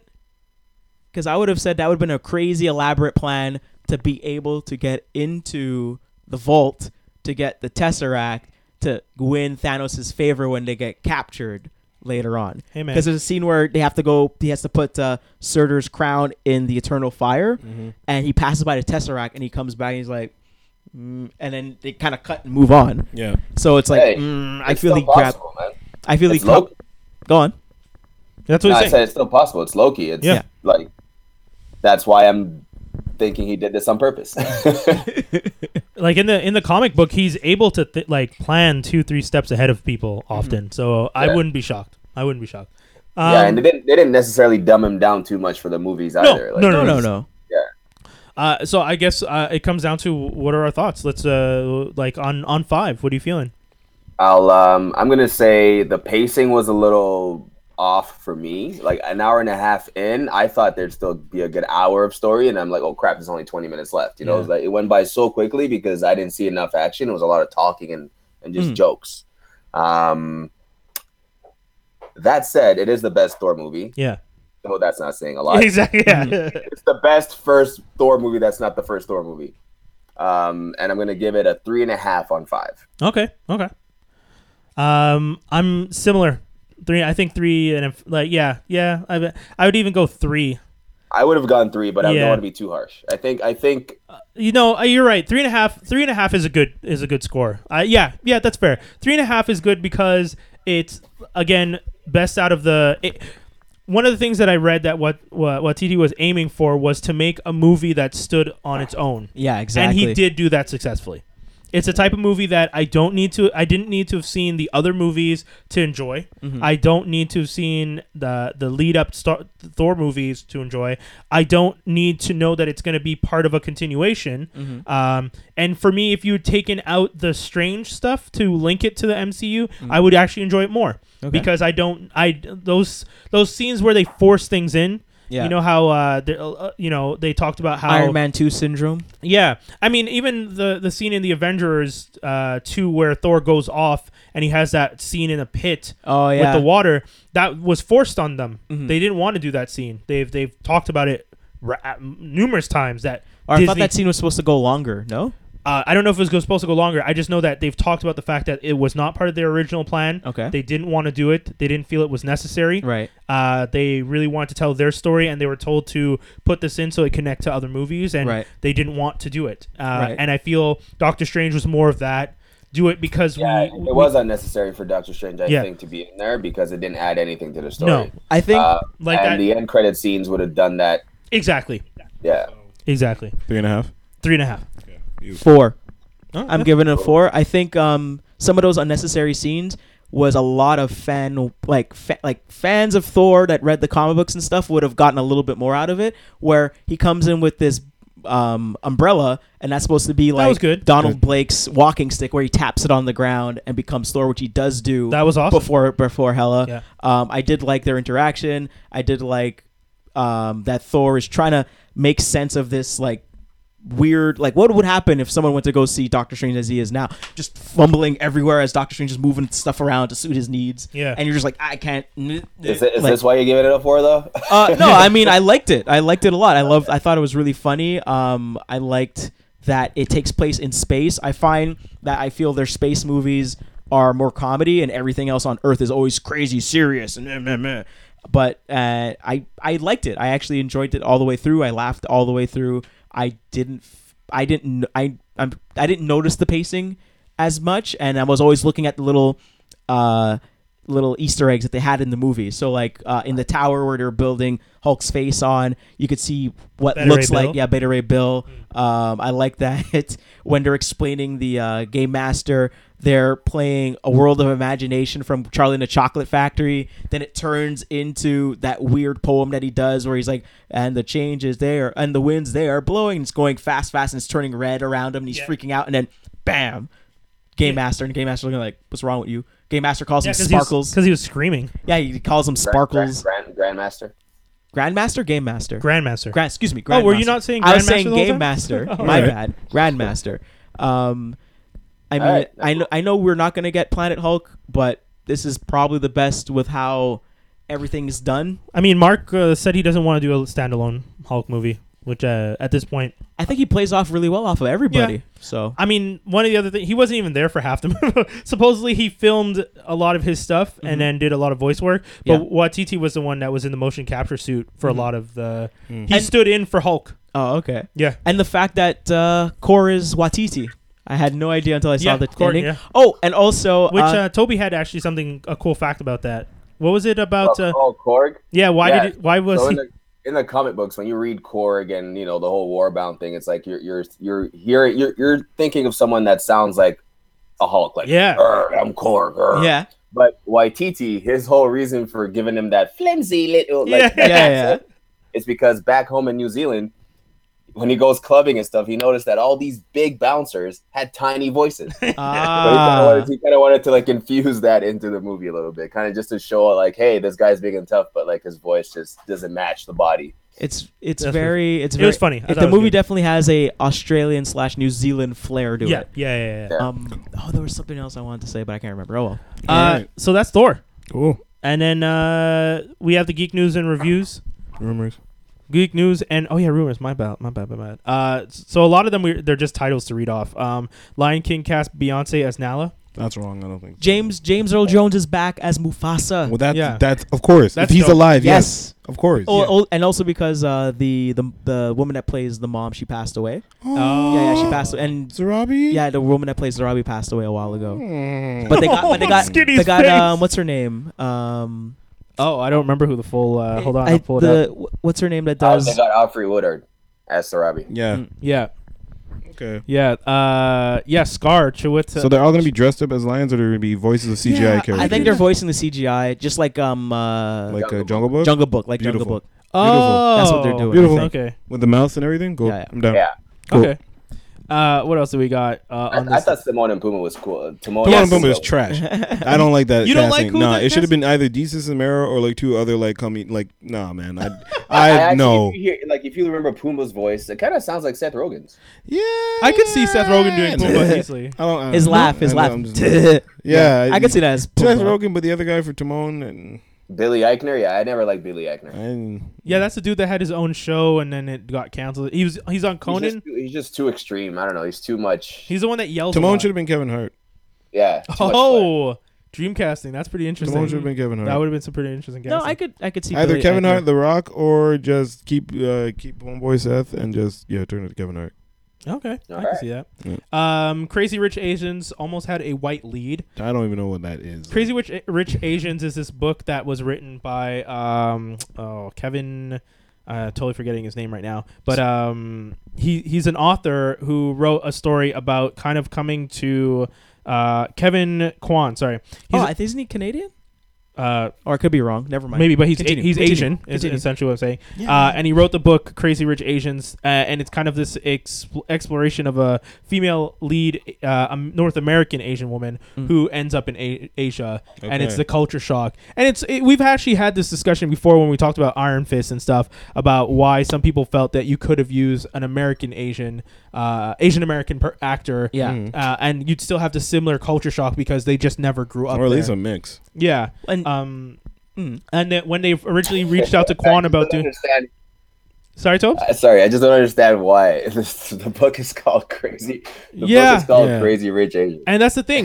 because I would have said that would have been a crazy elaborate plan to be able to get into the vault to get the tesseract to win Thanos' favor when they get captured later on. Hey, man. Because there's a scene where they have to go, he has to put uh, Surtur's crown in the eternal fire, Mm-hmm. and he passes by the tesseract, and he comes back, and he's like, mm, and then they kind of cut and move on. Yeah. So it's like, Hey, mm, I it's feel he still grabbed. possible, man. I feel he It's Loki. grabbed. Go on. That's No, what I he's saying. said it's still possible. It's Loki. It's Yeah. like that's why I'm thinking he did this on purpose. Like in the in the comic book, he's able to th- like plan two three steps ahead of people often. So I Mm-hmm. Yeah. wouldn't be shocked. I wouldn't be shocked. Um, yeah, and they didn't they didn't necessarily dumb him down too much for the movies either. like, no, No, no, no. Uh, so I guess uh, it comes down to what are our thoughts? Let's uh, like on on five. What are you feeling? I'll um I'm gonna say the pacing was a little off for me. Like an hour and a half in, I thought there'd still be a good hour of story, and I'm like, oh crap, there's only 20 minutes left. You know, it was like it went by so quickly because I didn't see enough action. It was a lot of talking and and just jokes. Um. That said, it is the best Thor movie. Yeah, No, that's not saying a lot. exactly. Yeah. It's the best first Thor movie. That's not the first Thor movie. Um, and I'm gonna give it a three and a half on five. okay. Okay. Um, I'm similar. Three. I think three and if, like yeah, yeah. I would- I would even go three. I would have gone three, but I Yeah. don't want to be too harsh. I think I think You know, uh, you're right. Three and a half. Three and a half is a good is a good score. Uh, yeah, yeah, that's fair. Three and a half is good because it's again best out of the. It, one of the things that I read that what what what TD was aiming for was to make a movie that stood on its own. Yeah, exactly. And he did do that successfully. It's a type of movie that I don't need to. I didn't need to have seen the other movies to enjoy. Mm-hmm. I don't need to have seen the the lead up star, Thor movies to enjoy. I don't need to know that it's going to be part of a continuation. Mm-hmm. Um, and for me, if you had taken out the strange stuff to link it to the MCU, Mm-hmm. I would actually enjoy it more because I don't. I those those scenes where they force things in. Yeah. You know how uh, they're, uh, you know they talked about how Iron Man 2 syndrome. yeah, I mean, even the the scene in the Avengers uh, two where Thor goes off and he has that scene in a pit Oh yeah. Mm-hmm. with the water that was forced on them. They didn't want to do that scene. They've they've talked about it ra- uh, numerous times that Or Oh, I Disney. thought that scene was supposed to go longer. No. uh, I don't know if it was go- supposed to go longer. I just know that they've talked about the fact that it was not part of their original plan. Okay. they didn't want to do it. They didn't feel it was necessary. Right. Uh, they really wanted to tell their story, and they were told to put this in so it connect to other movies, and Right. they didn't want to do it. Uh, Right. And I feel Doctor Strange was more of that. Do it because yeah, we, we- it was unnecessary for Doctor Strange. I Yeah. think to be in there because it didn't add anything to the No. story. I think Uh, Like and that- the end credit scenes would have done that. exactly, Yeah, exactly Three and a half. three and a half. four. Oh, I'm giving it a four. I think um some of those unnecessary scenes was a lot of fan like fa- like fans of Thor that read the comic books and stuff would have gotten a little bit more out of it. Where he comes in with this um umbrella and that's supposed to be like was good. Donald Blake's walking stick where he taps it on the ground and becomes Thor, which he does do. That was awesome. before before Hela. Yeah. Um, I did like their interaction. I did like um, that Thor is trying to make sense of this like weird like what would happen if someone went to go see Doctor Strange as he is now just fumbling everywhere as Doctor Strange is moving stuff around to suit his needs Yeah. and you're just like I can't Is, it, is like- this why you're giving it a four though? uh, no, I mean I liked it. I liked it a lot. I loved. I thought it was really funny. Um, I liked that it takes place in space. I find that I feel their space movies are more comedy, and everything else on Earth is always crazy serious and. eh, meh, meh. But uh, I I liked it. I actually enjoyed it all the way through. I laughed all the way through. I didn't. f- I didn't. I I'm, I didn't notice the pacing as much, and I was always looking at the little. Uh, little Easter eggs that they had in the movie. So like uh, in the tower where they're building Hulk's face on, you could see what Beta looks Ray like Bill. Hmm. yeah Beta Ray Bill. Um, I like that when they're explaining the uh, Game Master, they're playing a world of imagination from Charlie and the Chocolate Factory. Then it turns into that weird poem that he does where he's like, and the change is there, and the winds they are blowing. It's going fast, fast, and it's turning red around him, and he's Yeah. freaking out, and then bam. Game Master and Game Master looking like, what's wrong with you? Game Master calls Yeah, him because Sparkles. because he was screaming. Yeah, he calls him Sparkles. Grand, grand, Grandmaster. Grandmaster, Game Master. Grandmaster. Grand, excuse me. Oh, Grandmaster. were you not saying I was Grandmaster saying the whole Game time? Master. All My right. bad. Grandmaster. Um, I mean, All right. I know, I know we're not gonna get Planet Hulk, but this is probably the best with how everything is done. I mean, Mark uh, said he doesn't want to do a standalone Hulk movie, which uh, at this point, I think he plays off really well off of everybody. Yeah. So I mean, one of the other things, he wasn't even there for half the movie. Supposedly, he filmed a lot of his stuff and then did a lot of voice work. But Mm-hmm. Yeah. Mm-hmm. Watiti was the one that was in the motion capture suit for a lot of the. He Mm. And- stood in for Hulk. oh okay. Yeah. And the fact that uh, Core is Watiti, I had no idea until I saw Yeah, the Kor, ending. yeah. Oh, and also Which uh, uh, Toby had actually something a cool fact about that. What was it about? Uh, oh, Korg. yeah, why yeah. did it, why was So in he? the, in the comic books, when you read Korg and you know the whole Warbound thing, it's like you're you're you're you're you're, you're thinking of someone that sounds like a Hulk, like Yeah. "Arr, I'm Korg. uh, arr." yeah. But Waititi, his whole reason for giving him that flimsy little like, Yeah. that Yeah, accent is because back home in New Zealand, when he goes clubbing and stuff, he noticed that all these big bouncers had tiny voices. So he kind, of Ah, wanted, he kind of wanted to like infuse that into the movie a little bit, kind of just to show like, hey, this guy's big and tough, but like his voice just doesn't match the body. it's it's That's very it's It very was funny. I If the thought it was movie good. definitely has a Australian slash New Zealand flair to yeah, it. yeah, yeah, yeah, yeah. Um, oh, there was something else I wanted to say, but I can't remember. Oh well. Uh, Alright. So that's Thor. Cool. And then uh, we have the geek news and reviews. Rumors. Geek news and oh yeah, rumors. My bad, my bad, my bad. Uh, so a lot of them we they're just titles to read off. Um, Lion King cast Beyonce as Nala. That's wrong. I don't think. James James Earl Jones is back as Mufasa. Well, that's Yeah. that's of course. That's if he's dope. alive, Yes. yes. of course. Oh, yeah. oh, and also because uh, the, the the woman that plays the mom, she passed away. Oh. Yeah, yeah, she passed away. And Zarabi. yeah, the woman that plays Zarabi passed away a while ago. Mm. But they got, but they got, Skinny's they got. Oh, face. Um, what's her name? Um, Oh, I don't remember who the full. Uh, hold on, I- I'll pull it the, up. wh- What's her name that Uh, does? they got Alfred Woodard as Sarabi. yeah. Mm. Yeah, Okay. yeah, uh, yeah. Scar Chiwetel. So they're all gonna be dressed up as lions, or they're gonna be voices of CGI Yeah, I characters. I think they're voicing the CGI, just like um, uh, like uh, Jungle Book Jungle Book, like Jungle Beautiful. Book. oh, That's what they're doing, I Beautiful. think. Okay, with the mouse and everything. Cool. Yeah, yeah. I'm down. Yeah, Cool. okay. Uh, what else do we got uh, I, on I this? thought Simone and Puma was cool. Timon, Timon yes. and Pumbaa is trash. I don't like that. You don't like casting. who Nah, that it should have cast? been either Desus and Mero or like two other like coming like nah, man. I I I, actually, no. if you hear- like if you remember Puma's voice, it kind of sounds like Seth Rogen's. Yeah. I could see Seth Rogen doing Pumbaa easily. I don't, I His don't- laugh, his I know, laugh. I'm just- yeah, I can see that as Seth Pumbaa. Rogen, but the other guy for Timon and Billy Eichner, yeah, I never liked Billy Eichner. I didn't- Yeah, that's the dude that had his own show and then it got canceled. He was he's on He's Conan. just, too- he's just too extreme. I don't know. He's too much. He's the one that yells. a Timon lot. should have been Kevin Hart. Yeah. too much flair. Oh, Dreamcasting. That's pretty interesting. Timon should have been Kevin That Hart. would have been some pretty interesting. No, Casting. I could, I could see Either Billy Kevin Eichner. Hart, The Rock, or just keep uh, keep homeboy Seth and just yeah turn it to Kevin Hart. Okay, I can Alright. see that. Um, Crazy Rich Asians almost had a white lead. I don't even know what that is. Crazy Rich Rich Asians is this book that was written by um oh Kevin. Uh, totally forgetting his name right now, but um, he he's an author who wrote a story about kind of coming to uh, Kevin Kwan. Sorry, Oh, he's I think- isn't he Canadian? Uh, or I could be wrong. Never mind. maybe, but he's Continue. he's Continue. Asian. Is Continue. essentially what I'm saying. Yeah. Uh, and he wrote the book Crazy Rich Asians, uh, and it's kind of this expl- exploration of a female lead uh, um, North American Asian woman Mm. who ends up in a- Asia, and it's Hmm. Okay. the culture shock. And it's it, we've actually had this discussion before when we talked about Iron Fist and stuff about why some people felt that you could have used an American Asian uh, Asian American per- actor. yeah. Uh, and you'd still have the similar culture shock because they just never grew up. or at least there. a mix. yeah. And Um, Mm. and that when they originally reached out to Quan about doing, Understand- sorry, Tobes. uh, sorry, I just don't understand why this, the book is called Crazy. The book Yeah. is called Yeah. Crazy Rich Asian. And that's the thing,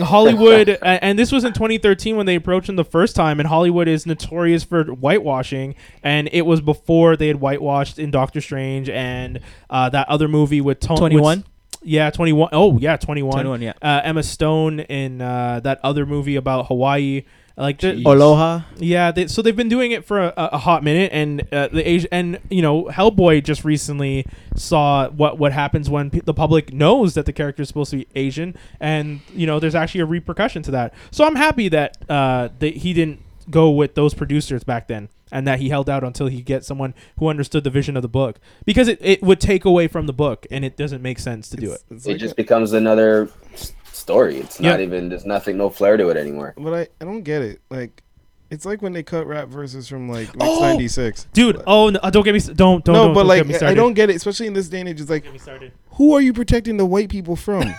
Hollywood, a- and this was in 2013 when they approached him the first time. And Hollywood is notorious for whitewashing, and it was before they had whitewashed in Doctor Strange and uh, that other movie with Tony. 21? yeah, 21. Oh, yeah, 21. 21, yeah. Uh, Emma Stone in uh, that other movie about Hawaii. Like, the, Aloha. Yeah, they, so they've been doing it for a, a hot minute, and uh, the Asia, and you know, Hellboy just recently saw what what happens when pe- the public knows that the character is supposed to be Asian, and you know, there's actually a repercussion to that. So I'm happy that uh, that he didn't go with those producers back then, and that he held out until he get someone who understood the vision of the book, because it, it would take away from the book, and it doesn't make sense to do it. It's it like just becomes another s- story. It's Yeah. not even there's nothing, no flair to it anymore. But I, I don't get it. Like, it's like when they cut rap verses from like Mix Oh! 96. Dude, But- oh no, don't get me s- don't don't no, don't, but don't get me like I started. don't get it, especially in this day and age. It's like, get me started. who are you protecting the white people from? You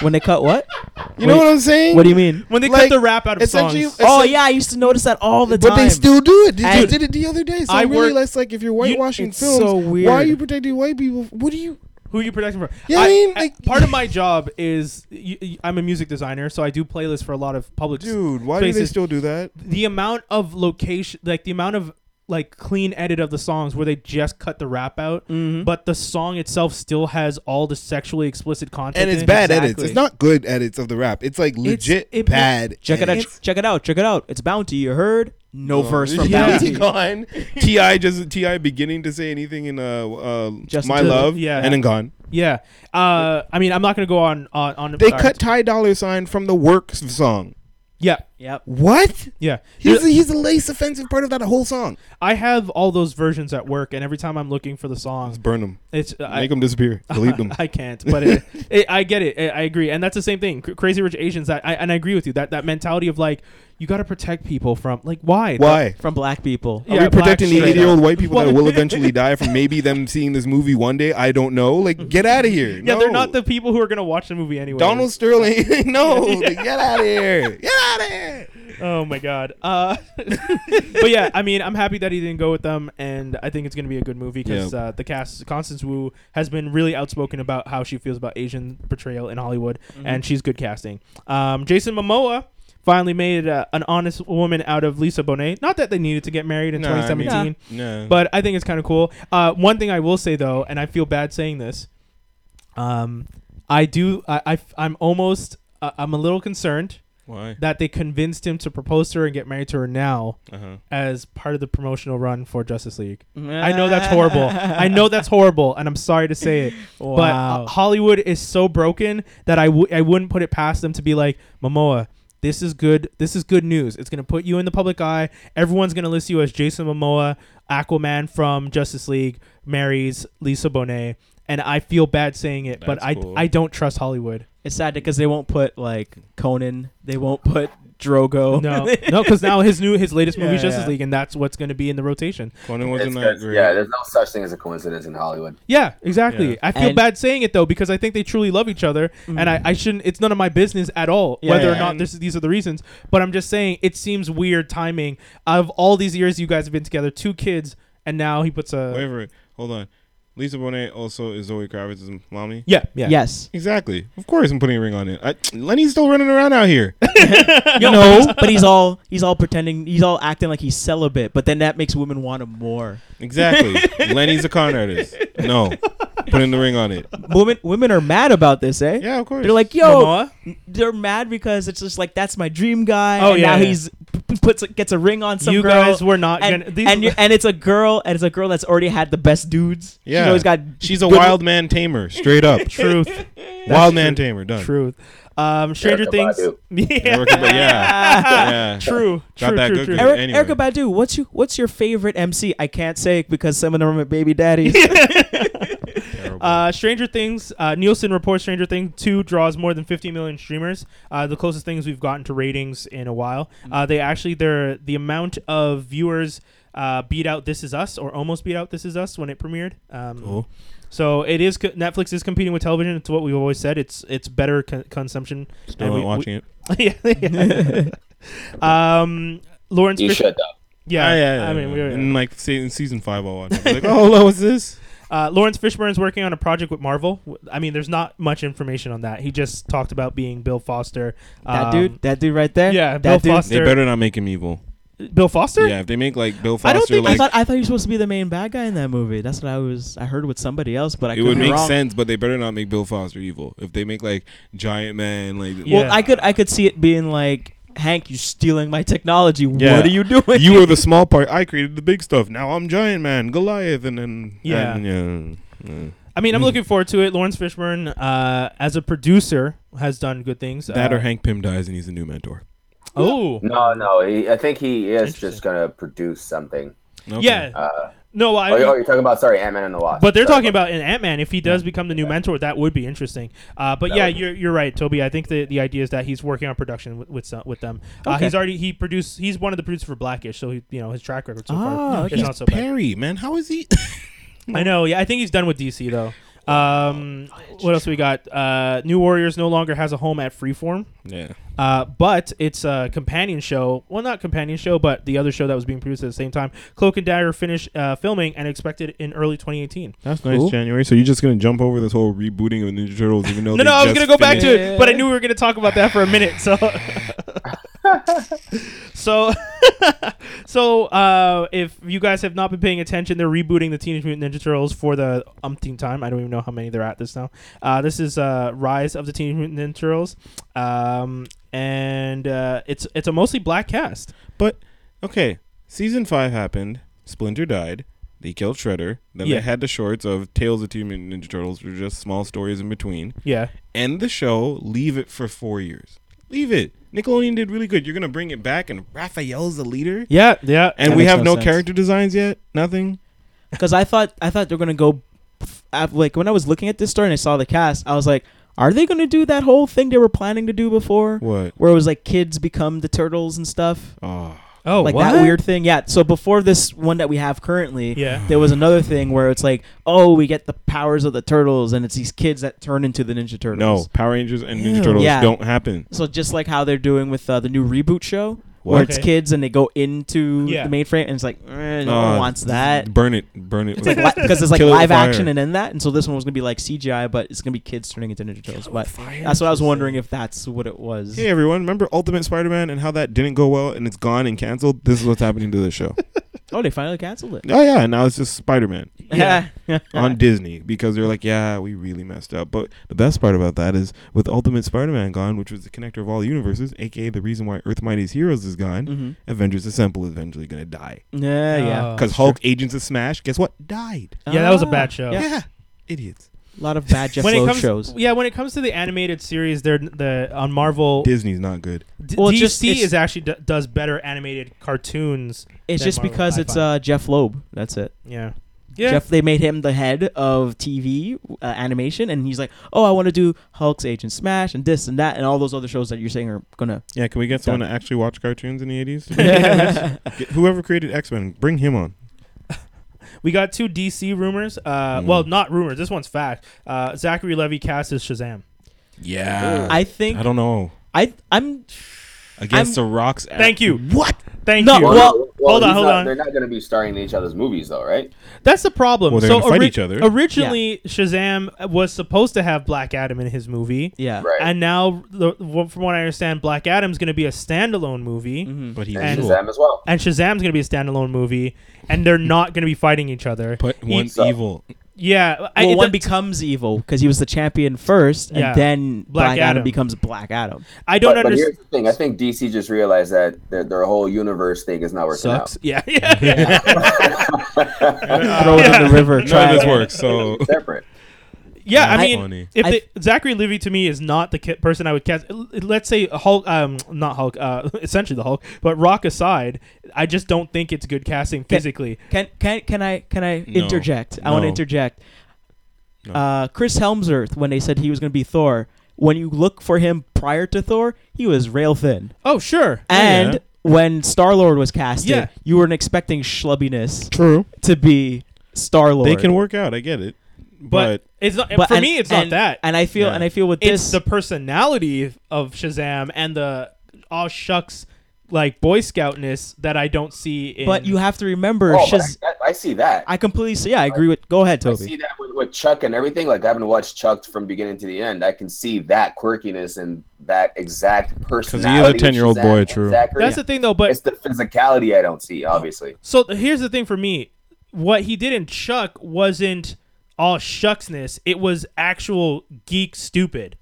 When they cut what? know Wait, what I'm saying? What do you mean? When they cut Like, the rap out of essentially- songs, It's oh like- yeah, I used to notice that all the but time. they still do it. They And- just did it the other day. So I I really work- less like if you're whitewashing it's films, so why are weird. you protecting white people? What do you? Who are you protecting from? Yeah, I mean, like- part of my job is y- y- I'm a music designer, so I do playlists for a lot of public. s- Dude, why do they Spaces. still do that? The amount of location, like the amount of like clean edit of the songs where they just cut the rap out, Mm-hmm. Mhm. but the song itself still has all the sexually explicit content. And it's in it. bad edits. Exactly. It's not good edits of the rap. It's like legit it- bad. Check it out. edits. Check it out. Check it out. It's Bounty. You heard? No verse from Oh, Yeah. Bounty. gone. Ti just Ti beginning to say anything in uh, uh Justin my Timberlake. love, Yeah. and then gone. Yeah. Uh, I mean, I'm not gonna go on on on. They sorry. cut Ty Dollar Sign from the works song. Yeah. Yep. What? Yeah. He's he's the least offensive part of that whole song. I have all those versions at work, and every time I'm looking for the songs, Burn them. it's I, Make them disappear. Delete them. I can't, but it, it, I get it. I I agree, and that's the same thing. C- Crazy Rich Asians. That I, and I agree with you. That that mentality of like you got to protect people from like why Why? From black people. Yeah, Are we black protecting the straight up. eighty-year-old white people that Well- will eventually die from maybe them seeing this movie one day? I don't know. Like, get out of here. Yeah, No. they're not the people who are gonna watch the movie anyway. Donald Sterling. no, get out of here. Get out of here. Oh my god. Uh, but yeah, I mean, I'm happy that he didn't go with them, and I think it's gonna be a good movie because Yeah. uh, the cast, Constance Wu, has been really outspoken about how she feels about Asian portrayal in Hollywood, and she's good casting. Um, Jason Momoa. Finally made uh, an honest woman out of Lisa Bonet. Not that they needed to get married in 2017, no. but I think it's kind of cool. Uh, one thing I will say though, and I feel bad saying this, um, I do. I, I am almost. Uh, I'm a little concerned why? that they convinced him to propose to her and get married to her now Uh-huh. as part of the promotional run for Justice League. I know that's horrible. I know that's horrible, and I'm sorry to say it. But uh, Wow. Hollywood is so broken that I w- I wouldn't put it past them to be like Momoa. This is good. This is good news. It's gonna put you in the public eye. Everyone's gonna list you as Jason Momoa, Aquaman from Justice League, marries Lisa Bonet, and I feel bad saying it, but That's I cool. I don't trust Hollywood. It's sad because they won't put like Conan. They won't put Drogo. No, Oh. no, because now his new his latest movie is Yeah, Justice yeah. League, and that's what's gonna be in the rotation. Conan wasn't It's that 'cause- great. yeah, there's no such thing as a coincidence in Hollywood. Yeah, exactly. Yeah. I feel And- bad saying it though because I think they truly love each other, and I, I shouldn't. It's none of my business at all Yeah, whether or yeah. not And- this these are the reasons. But I'm just saying it seems weird timing of all these years you guys have been together, two kids, and now he puts a Wait for it. Hold on. Lisa Bonet also is Zoe Kravitz's mommy. yeah yeah Yes. Exactly. Of course, I'm putting a ring on it. I, Lenny's still running around out here. You know, but he's all he's all pretending. He's all acting like he's celibate. But then that makes women want him more. Exactly. Lenny's a con artist. No, putting the ring on it. Women women are mad about this, eh? Yeah, of course. They're like, yo, Momoa? they're mad because it's just like that's my dream guy. Oh, and yeah, now yeah. he's p- p- puts gets a ring on some you girl. guys were not and gonna. and, These, you- and it's a girl and it's a girl that's already had the best dudes. Yeah. She's always got she's a good- wild man tamer, straight up. truth, wild man tamer. Done. truth. Uh, Um, Stranger Erykah Things. Badu. Yeah. Erica, but yeah. yeah. True. Got True. that True. good True. girl. Eric, anyway. Erica Badu, what's your what's your favorite MC? I can't say because some of them are baby daddies. Terrible. Uh, Stranger Things. Uh, Nielsen reports Stranger Things two draws more than 50 million streamers. Uh, the closest things we've gotten to ratings in a while. Mm. Uh, they actually their the amount of viewers uh, beat out This Is Us or almost beat out This Is Us when it premiered. Um, Cool. So it is co- Netflix is competing with television. It's what we've always said. It's it's better con- consumption. Still and not we- watching it. we- yeah. um, Lawrence. You Fish- shut up. yeah, Ah, yeah, yeah, I mean, yeah. we were, in like se- in season five, I'll watch. it. Like, oh, hello, what's this? Uh, Lawrence Fishburne's working on a project with Marvel. W- I mean, there's not much information on that. He just talked about being Bill Foster. that Um, dude, that dude right there. yeah, Bill that dude. Foster. They better not make him evil. Bill Foster? Yeah, if they make like Bill Foster, I don't think like I thought I thought he was supposed to be the main bad guy in that movie. That's what I was. I heard with somebody else, but I it could would be make wrong. sense, but they better not make Bill Foster evil. If they make like Giant Man, like Yeah. Well, I could I could see it being like Hank, you stealing my technology. Yeah. What are you doing? you were the small part. I created the big stuff. Now I'm Giant Man, Goliath, and then Yeah. and, yeah. yeah. I mean, I'm looking forward to it. Lawrence Fishburne, uh, as a producer, has done good things. That uh, or Hank Pym dies and he's a new mentor. Oh. No, no. He, I think he is Interesting. just gonna produce something. Okay. Yeah. Uh, No, I. oh, you're- oh, you're talking about sorry, Ant Man and the Wasp. But they're Sorry talking about an Ant Man. If he does become the new mentor, that would be interesting. Uh, but That yeah, would be- you're, you're right, Toby. I think the, the idea is that he's working on production with with, some, with them. Uh, Okay. He's already he produced. He's one of the producers for Blackish, so he, you know his track record so Ah, far okay. is He's not so bad. Perry, man. How is he? I know. Yeah, I think he's done with DC though. Um, what else we got? Uh, New Warriors no longer has a home at Freeform, yeah. uh, but it's a companion show. Well, not companion show, but the other show that was being produced at the same time. Cloak and Dagger finished uh, filming and expected in early 2018. That's Cool. January. So you're just gonna jump over this whole rebooting of Ninja Turtles, even though no, they no, I was just gonna go back to finished- it, but I knew we were gonna talk about that for a minute. So, so, so, uh, if you guys have not been paying attention, they're rebooting the Teenage Mutant Ninja Turtles for the umpteen time. I don't even know how many they're at this now. Uh, this is uh, Rise of the Teenage Mutant Ninja Turtles, um, and uh, it's it's a mostly black cast. But okay, season five happened. Splinter died. They killed Shredder. Then Yeah. they had the shorts of Tales of Teen Mutant Ninja Turtles, which are just small stories in between. Yeah, End the show. Leave it for four years. Leave it. Nickelodeon did really good. You're gonna bring it back, and Raphael's the leader. yeah, yeah. And That we makes have no no, sense. character designs yet. Nothing. Because I thought I thought they're gonna go, I, like when I was looking at this story and I saw the cast, I was like, are they gonna do that whole thing they were planning to do before, What? where it was like kids become the turtles and stuff, Oh, Oh, like what? that weird thing? Yeah. So before this one that we have currently, Yeah. there was another thing where it's like, oh, we get the powers of the turtles, and it's these kids that turn into the Ninja Turtles. no! Power Rangers and Ninja Ew. Turtles Yeah. don't happen. So just like how they're doing with uh, the new reboot show, where it's Okay. kids and they go into Yeah. the mainframe, and it's like, eh, no one Uh, wants that. Burn it! Burn it! It's like li- because it's like Kill it with live action fire. and then that, and so this one was gonna be like CGI, but it's gonna be kids turning into Ninja Turtles. But that's what I was wondering if that's what it was. Hey everyone, remember Ultimate Spider-Man and how that didn't go well and it's gone and canceled? This is what's happening to this show. Oh, they finally canceled it. oh yeah, and now it's just Spider-Man Yeah. on Disney because they're like, yeah, we really messed up. But the best part about that is with Ultimate Spider-Man gone, which was the connector of all universes, aka the reason why Earth Mightiest Heroes is gone, Mhm. Avengers Assemble is eventually gonna die Yeah, yeah. Oh, because that's Hulk, Agents of Smash, guess what? Died. Yeah, that was a Ah, bad show. Yeah. Yeah, idiots. A lot of bad Jeff when it Loeb comes, shows. yeah, when it comes to the animated series, they're the on Marvel. Disney's not good. D- Well, DC it's just- it's- is actually d- does better animated cartoons. It's than just Marvel because it's sci-fi. uh, Jeff Loeb. That's it. yeah, yeah, Jeff, they made him the head of TV uh, animation, and he's like, "Oh, I want to do Hulk's Agent Smash and this and that and all those other shows that you're saying are gonna." Yeah, can we get someone someone to to actually watch cartoons in the eighties? yeah, Whoever created X Men, bring him on. We got two DC rumors. Uh, Mm. well, not rumors. This one's fact. Uh, Zachary Levy cast as Shazam. Yeah, I think I don't know. I I'm Against the rocks. at- Thank you. what Thank No, you. well- hold on, he's hold not- on. They're not gonna be starring in each other's movies though, right? That's the problem. Well, they're so gonna fight ori- each other. Originally, Shazam was supposed to have Black Adam in his movie, Yeah, Right. and now, the, from what I understand, Black Adam's going to be a standalone movie. Mhm. But he's And- evil. Shazam as well. And Shazam's gonna be a standalone movie, and Mm. they're not gonna be fighting each other. But He- one's So- evil. yeah, I- well, it- one becomes evil because he was the champion first, and Yeah. then Black, Black Adam. Adam. becomes Black Adam. I don't But, but understand. here's the thing. I think DC just realized that their, their whole universe thing is not working Sucks. Yeah, yeah, yeah. out. Throw it in the river. None Try of this again. works. So Oh, Separate. Yeah, I I- mean, Funny. if I've- they, Zachary Levi to me is not the ki- person I would cast. l- Let's say Hulk, um, not Hulk, uh, essentially the Hulk, but Rock aside, I just don't think it's good casting physically. Can can can I can I No. interject? I want to No. interject. No. Uh, Chris Helmsworth, when they said he was going to be Thor, when you look for him prior to Thor, he was rail thin. Oh, sure. And yeah. when Star Lord was casted, Yeah. you weren't expecting schlubbiness True, to be Star Lord. They can work out. I get it. but, But, it's not But- for and- me. It's not and- that. And I feel Yeah. and I feel with it's this the personality of Shazam and the all shucks like Boy Scoutness that I don't see. in... but you have to remember Oh, Shaz- I, I- I see that. I completely see. Yeah, I agree with. Go ahead, I Toby. see that with, with Chuck and everything. Like I haven't watched Chuck from beginning to the end. I can see that quirkiness and that exact personality. 10-year-old Shazam boy, and true. Zachary. that's the thing though. But it's the physicality I don't see, obviously. So th- here's the thing for me: what he did in Chuck wasn't all shucksness; it was actual geek stupid.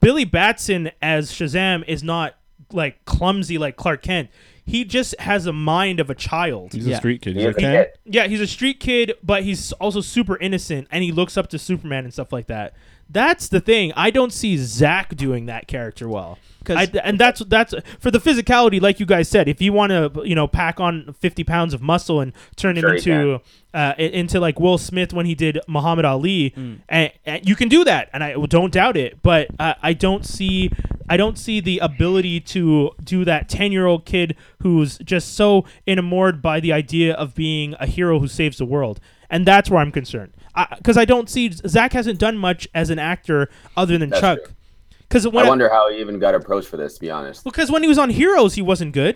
Billy Batson as Shazam is not like clumsy like Clark Kent. He just has a mind of a child. he's yeah. a street kid. He's Yeah, a cat. Yeah, he's a street kid, but he's also super innocent, and he looks up to Superman and stuff like that. That's the thing. I don't see Zach doing that character well. 'Cause- I, and that's that's for the physicality, like you guys said. If you want to, you know, pack on fifty pounds of muscle and turn Sure it he into uh, i- into like Will Smith when he did Muhammad Ali, Mm. and, and you can do that, and I don't doubt it. But uh, I don't see I don't see the ability to do that ten year old kid who's just so enamored by the idea of being a hero who saves the world, and that's where I'm concerned. Because I, don't see Zach hasn't done much as an actor other than That's Chuck. true. Because I when wonder how he even got approached for this, to be honest. because when he was on Heroes, he wasn't good.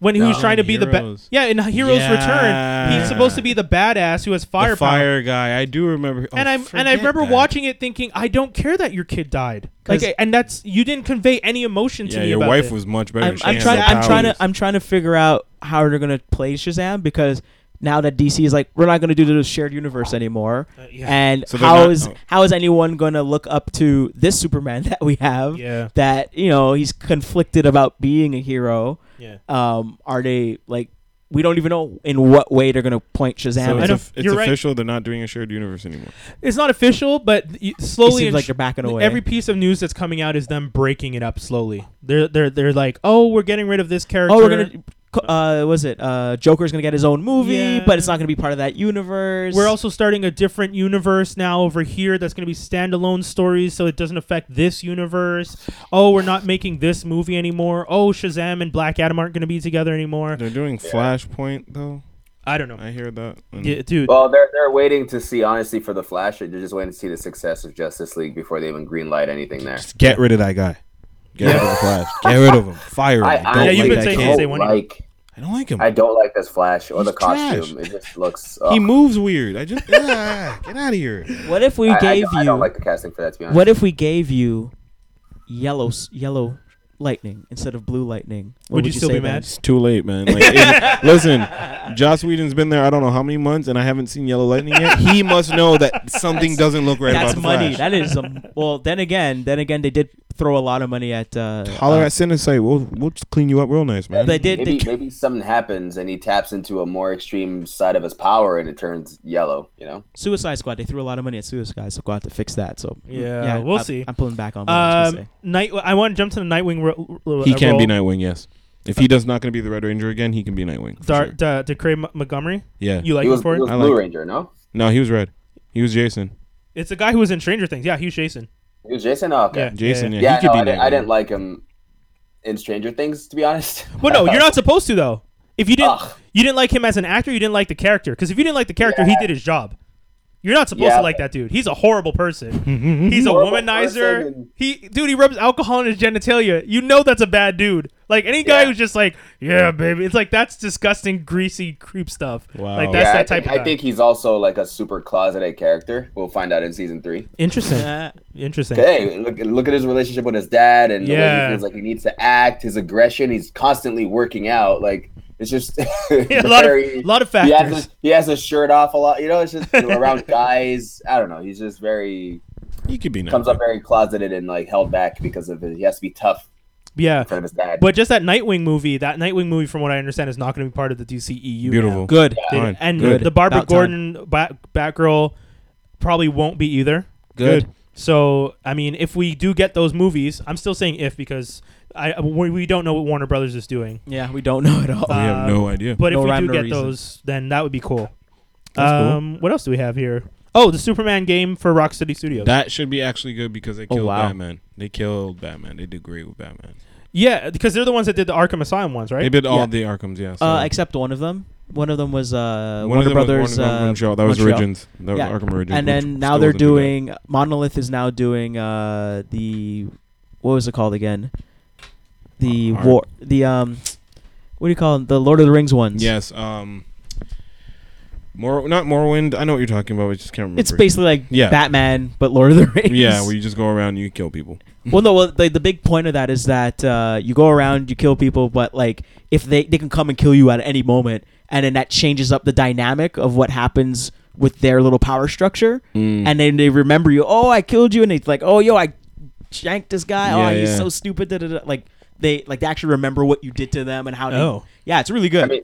When he was Mm. No. trying to be the best, Heroes. yeah, in Heroes Yeah. Return, he's supposed to be the badass who has Fire, firepower. the fire guy. I do remember. oh, and I and I forget remember that. watching it, thinking, I don't care that your kid died. Like, 'Cause- and that's you didn't convey any emotion to Yeah, me. your about wife it. was much better. I'm, She I'm had trying. no I'm trying to. powers. I'm trying to figure out how they're gonna play Shazam because now that DC is like, we're not gonna do the shared universe anymore. Uh, yeah. And So they're how not- is oh. how is anyone gonna look up to this Superman that we have? yeah, That you know he's conflicted about being a hero. yeah. Um, are they like? We don't even know in what way they're gonna point So Shazam. it's, know- of- it's you're right. official. They're not doing a shared universe anymore. It's not official, but y- it slowly seems and like sh- they're backing away. Every piece of news that's coming out is them breaking it up slowly. They're they're they're like, oh, we're getting rid of this character. oh, we're gonna. Uh, was it uh, Joker's gonna get his own movie, Yeah. but it's not gonna be part of that universe. We're also starting a different universe now over here that's going to be standalone stories, so it doesn't affect this universe. Oh, we're not making this movie anymore. Oh, Shazam and Black Adam aren't going to be together anymore. They're doing Flashpoint though. I don't know. I hear that. And Yeah, dude. Well, they're they're waiting to see, honestly, for the Flash. They're just waiting to see the success of Justice League before they even greenlight anything there. Just get rid of that guy. Get rid of the Flash. Get rid of him. Fire him. I, I I, don't Yeah, you've like been that saying kid. since they don't went in. like I don't like him. I don't like this Flash or the He's trash. costume. It just looks. he ugh. moves weird. I just ah, get out of here. what if we I- I gave don't- you? I don't like the casting for that, to be honest. What if we gave you yellow s- yellow lightning instead of blue lightning? What Would you still say be then? mad? It's too late, man. Like, it- listen, Joss Whedon's been there. I don't know how many months, and I haven't seen Yellow Lightning yet. He must know that something doesn't look right That's about the money. Flash. That is um, well. Then again, then again, they did throw a lot of money at. Uh, Holler uh, at Cinecite. We'll we'll just clean you up real nice, man. They did. Maybe They, maybe something happens and he taps into a more extreme side of his power and it turns yellow. You know. Suicide Squad. They threw a lot of money at Suicide Squad to fix that. So Yeah, we'll I- see. I'm pulling back on. What I was gonna Um, say. night. I want to jump to the Nightwing. Ro- ro- he uh, can be role. Nightwing. Yes. If he does not going to be the Red Ranger again, he can be Nightwing. for Dar- sure. da- to Craig M- Montgomery. Yeah. You like he him was, for he it? was I Blue like- Ranger, no? No, he was red. He was Jason. It's the guy who was in Stranger Things. Yeah, Hugh Jason. He was Jason. Oh, okay. Yeah. Jason. Yeah, Yeah, he could no, be I, didn't, I Nightwing. didn't like him in Stranger Things, to be honest. Well, no, you're not supposed to though. If you didn't, Ugh. you didn't like him as an actor. You didn't like the character. Because if you didn't like the character, he did his job. You're not supposed Yeah, to like that dude. He's a horrible person. He's a Horrible womanizer. person and- He, dude, he rubs alcohol in his genitalia. You know that's a bad dude. Like any guy Yeah. who's just like, yeah, baby. It's like that's disgusting, greasy creep stuff. Wow. Yeah, Like that's I, that type think, of. Guy. I think he's also like a super closeted character. We'll find out in season three. interesting. Uh, Interesting. Hey, look, look at his relationship with his dad and the way Yeah. he feels like he needs to act, his aggression. He's constantly working out. Like, it's just Yeah, a lot of, very- a lot of he factors. has, his, he has his shirt off a lot. You know, it's just you know, around guys. I don't know. He's just very, He could be Nightwing. comes up very closeted and like held back because of his, he has to be tough yeah. in front of his dad. But just that Nightwing movie, that Nightwing movie, from what I understand, is not going to be part of the DCEU. now. Beautiful. good. They- Fine. And Good. the Barbara About time. Gordon Bat, Batgirl probably won't be either. Good. So I mean, if we do get those movies, I'm still saying if because I uh, we, we don't know what Warner Brothers is doing. Yeah, we don't know at all. Oh, We have Uh, no idea. But No if rhyme we do nor get reason. those, then that would be cool. That's cool. um, What else do we have here? Oh, the Superman game for Rocksteady Studios. That should be actually good because they Oh, killed wow. Batman. They killed Batman. They did great with Batman. yeah, because they're the ones that did the Arkham Asylum ones, right? They did all Yeah. the Arkhams, yeah. so- uh, except one of them. One of them was uh, One Warner of them was Brothers. Warner- uh, Montreal. That was Montreal. Origins. That was Yeah. Arkham Origins. and which then now still they're wasn't too bad. doing Monolith is now doing uh, the what was it called again? The Ar- war. The um, what do you call it? The Lord of the Rings ones. Yes. Um. More, not Morrowind. I know what you're talking about. I just can't remember. It's basically like Yeah. Batman, but Lord of the Rings. Yeah, where you just go around and you kill people. well, no. Well, the, the big point of that is that uh, you go around, you kill people, but like if they they can come and kill you at any moment, and then that changes up the dynamic of what happens with their little power structure, Mm. and then they remember you. Oh, I killed you, and it's like, oh, yo, I shanked this guy. oh, Yeah, he's yeah. so stupid. Da, da, da. Like they like they actually remember what you did to them and how. They, Oh. yeah, it's really good. I mean,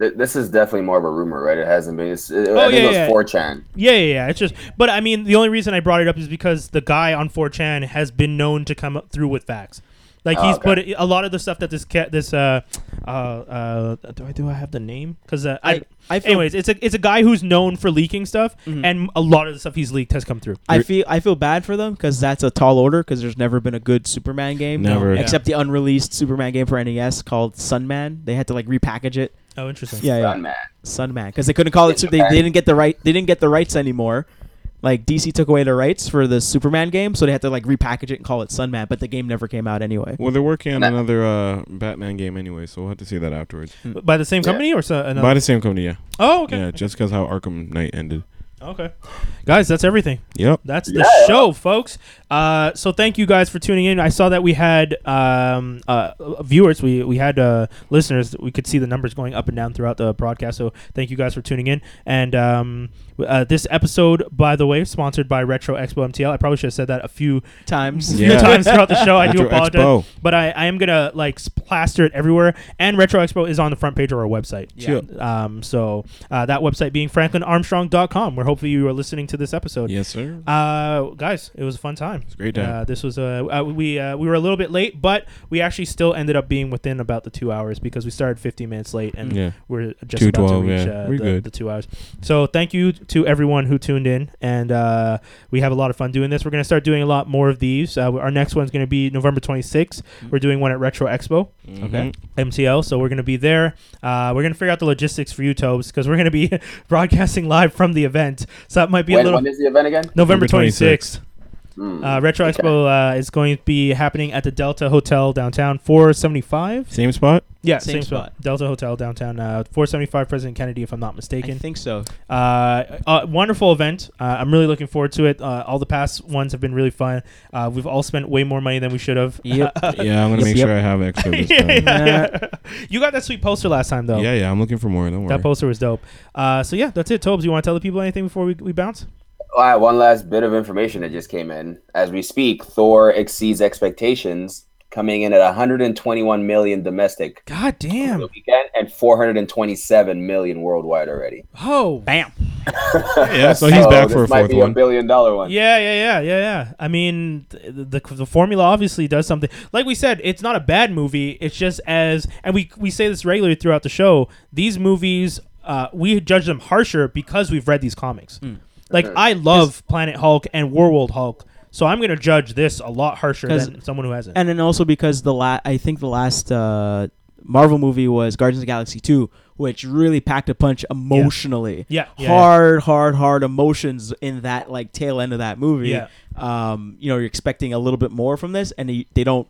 th- this is definitely more of a rumor, right? It hasn't been. It's, it, Oh, I think yeah, it was yeah. 4chan. Yeah, yeah, yeah. It's just, but I mean, the only reason I brought it up is because the guy on 4chan has been known to come up through with facts. Like Oh, he's okay. put a lot of the stuff that this cat, this uh, uh, uh, do I do I have the name? Because uh, I- I, I feel- Mm-hmm. anyways, it's a it's a guy who's known for leaking stuff, and a lot of the stuff he's leaked has come through. I feel I feel bad for them because that's a tall order because there's never been a good Superman game. Never. Yeah. Except the unreleased Superman game for NES called Sunman. They had to like repackage it. Oh, interesting. Yeah, Done, yeah. man. Sunman because they couldn't call it. Su- they, they didn't get the right. They didn't get the rights anymore. Like DC took away the rights for the Superman game, so they had to like repackage it and call it Sunman. But the game never came out anyway. Well, they're working on Nah. another uh, Batman game anyway, so we'll have to see that afterwards. Mm-hmm. By the same company or so, another? By the same company, yeah. oh, okay. Yeah, just because how Arkham Knight ended. Okay, guys, that's everything. Yep. That's the show, folks. Uh, so thank you guys for tuning in. I saw that we had um, uh, viewers, we we had uh, listeners. We could see the numbers going up and down throughout the broadcast. So thank you guys for tuning in. And um, w- uh, this episode, by the way, sponsored by Retro Expo MTL. I probably should have said that a few Times. Yeah. few times throughout the show. I do Retro apologize, Expo. but I, I am gonna like s- plaster it everywhere. And Retro Expo is on the front page of our website. Yeah. Um, so uh, that website being franklinarmstrong.com, where hopefully you are listening to this episode. Yes, sir. Uh, guys, it was a fun time. It's a great time. Uh, this was uh, uh, we uh, we were a little bit late, but we actually still ended up being within about the two hours because we started 15 minutes late, and Yeah. we're just Two about twelve, to reach yeah. uh, We're the, good. the two hours. So thank you to everyone who tuned in, and uh, we have a lot of fun doing this. We're gonna start doing a lot more of these. Uh, our next one's gonna be November 26th. Mm-hmm. We're doing one at Retro Expo. Okay. MTL. So we're going to be there. Uh, we're going to figure out the logistics for you, Tobes, because we're going to be broadcasting live from the event. So that might be a When, little. when is the event again? November November 26th. 26th. Hmm. Uh, Retro Okay. Expo uh, is going to be happening at the Delta Hotel downtown, 475. Same spot. Yeah, Same spot. Delta Hotel downtown, uh, 475 President Kennedy, if I'm not I mistaken. think so. Uh, uh, wonderful event. Uh, I'm really looking forward to it. Uh, all the past ones have been really fun. Uh, we've all spent way more money than we should have. Yep. Yeah, I'm gonna Yep, make yep. sure I have extra this Yeah, time. yeah, yeah. You got that sweet poster last time, though. Yeah, yeah. I'm looking for more. Don't worry. That poster was dope. Uh, so yeah, that's it. Tobes, you want to tell the people anything before we, we bounce? All right, one last bit of information that just came in. As we speak, Thor exceeds expectations, coming in at 121 million domestic God for damn. the weekend and 427 million worldwide already. Oh, Bam. yeah, so he's back for Oh, this a might fourth be a one. billion dollar one. Yeah, yeah, yeah, yeah, yeah. I mean, th- the, the the formula obviously does something. Like we said, it's not a bad movie. It's just as and we we say this regularly throughout the show. These movies, uh, we judge them harsher because we've read these comics. Mm. Like I love Planet Hulk and Warworld Hulk, so I'm gonna judge this a lot harsher 'Cause- than someone who hasn't. and then also because the la- I think the last uh, Marvel movie was Guardians of the Galaxy two, which really packed a punch emotionally. Yeah, yeah, hard, hard, hard emotions in that like tail end of that movie. Yeah. um, you know, you're expecting a little bit more from this, and they, they don't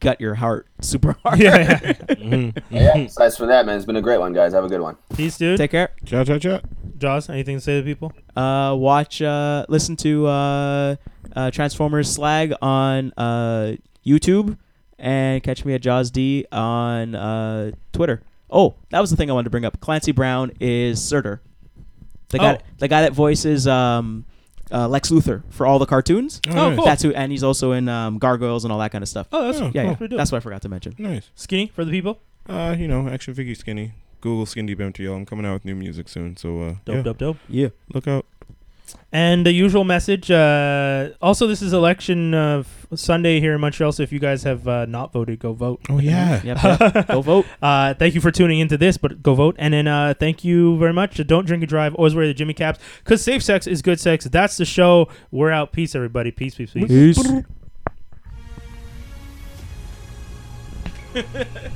gut your heart super hard. yeah, yeah. Yeah, besides from that, man, it's been a great one, guys. Have a good one. Peace, dude. Take care. Cha cha cha. Jaws, anything to say to people? Uh, watch, uh, listen to uh, uh, Transformers Slag on uh, YouTube, and catch me at Jaws D on uh, Twitter. Oh, that was the thing I wanted to bring up. Clancy Brown is Surtur, the guy, Oh. the guy that voices um, uh, Lex Luthor for all the cartoons. Oh, nice. cool. That's who, and he's also in um, Gargoyles and all that kind of stuff. Oh, that's Yeah, cool. yeah, yeah. Pretty dope. that's what I forgot to mention. Nice. skinny for the people. Uh, you know, action figure skinny. Google skin deep MTL. I'm coming out with new music soon, so uh, Dope, yeah, dope, dope. Yeah. look out. And the usual message. Uh, also, this is election uh, f- Sunday here in Montreal, so if you guys have uh, not voted, go vote. Oh yeah. Yep, yep. Go vote. Uh, thank you for tuning into this, but go vote. And then uh, thank you very much. Don't drink and drive. Always wear the Jimmy caps because safe sex is good sex. That's the show. We're out. Peace, everybody. Peace, peace, peace. Peace.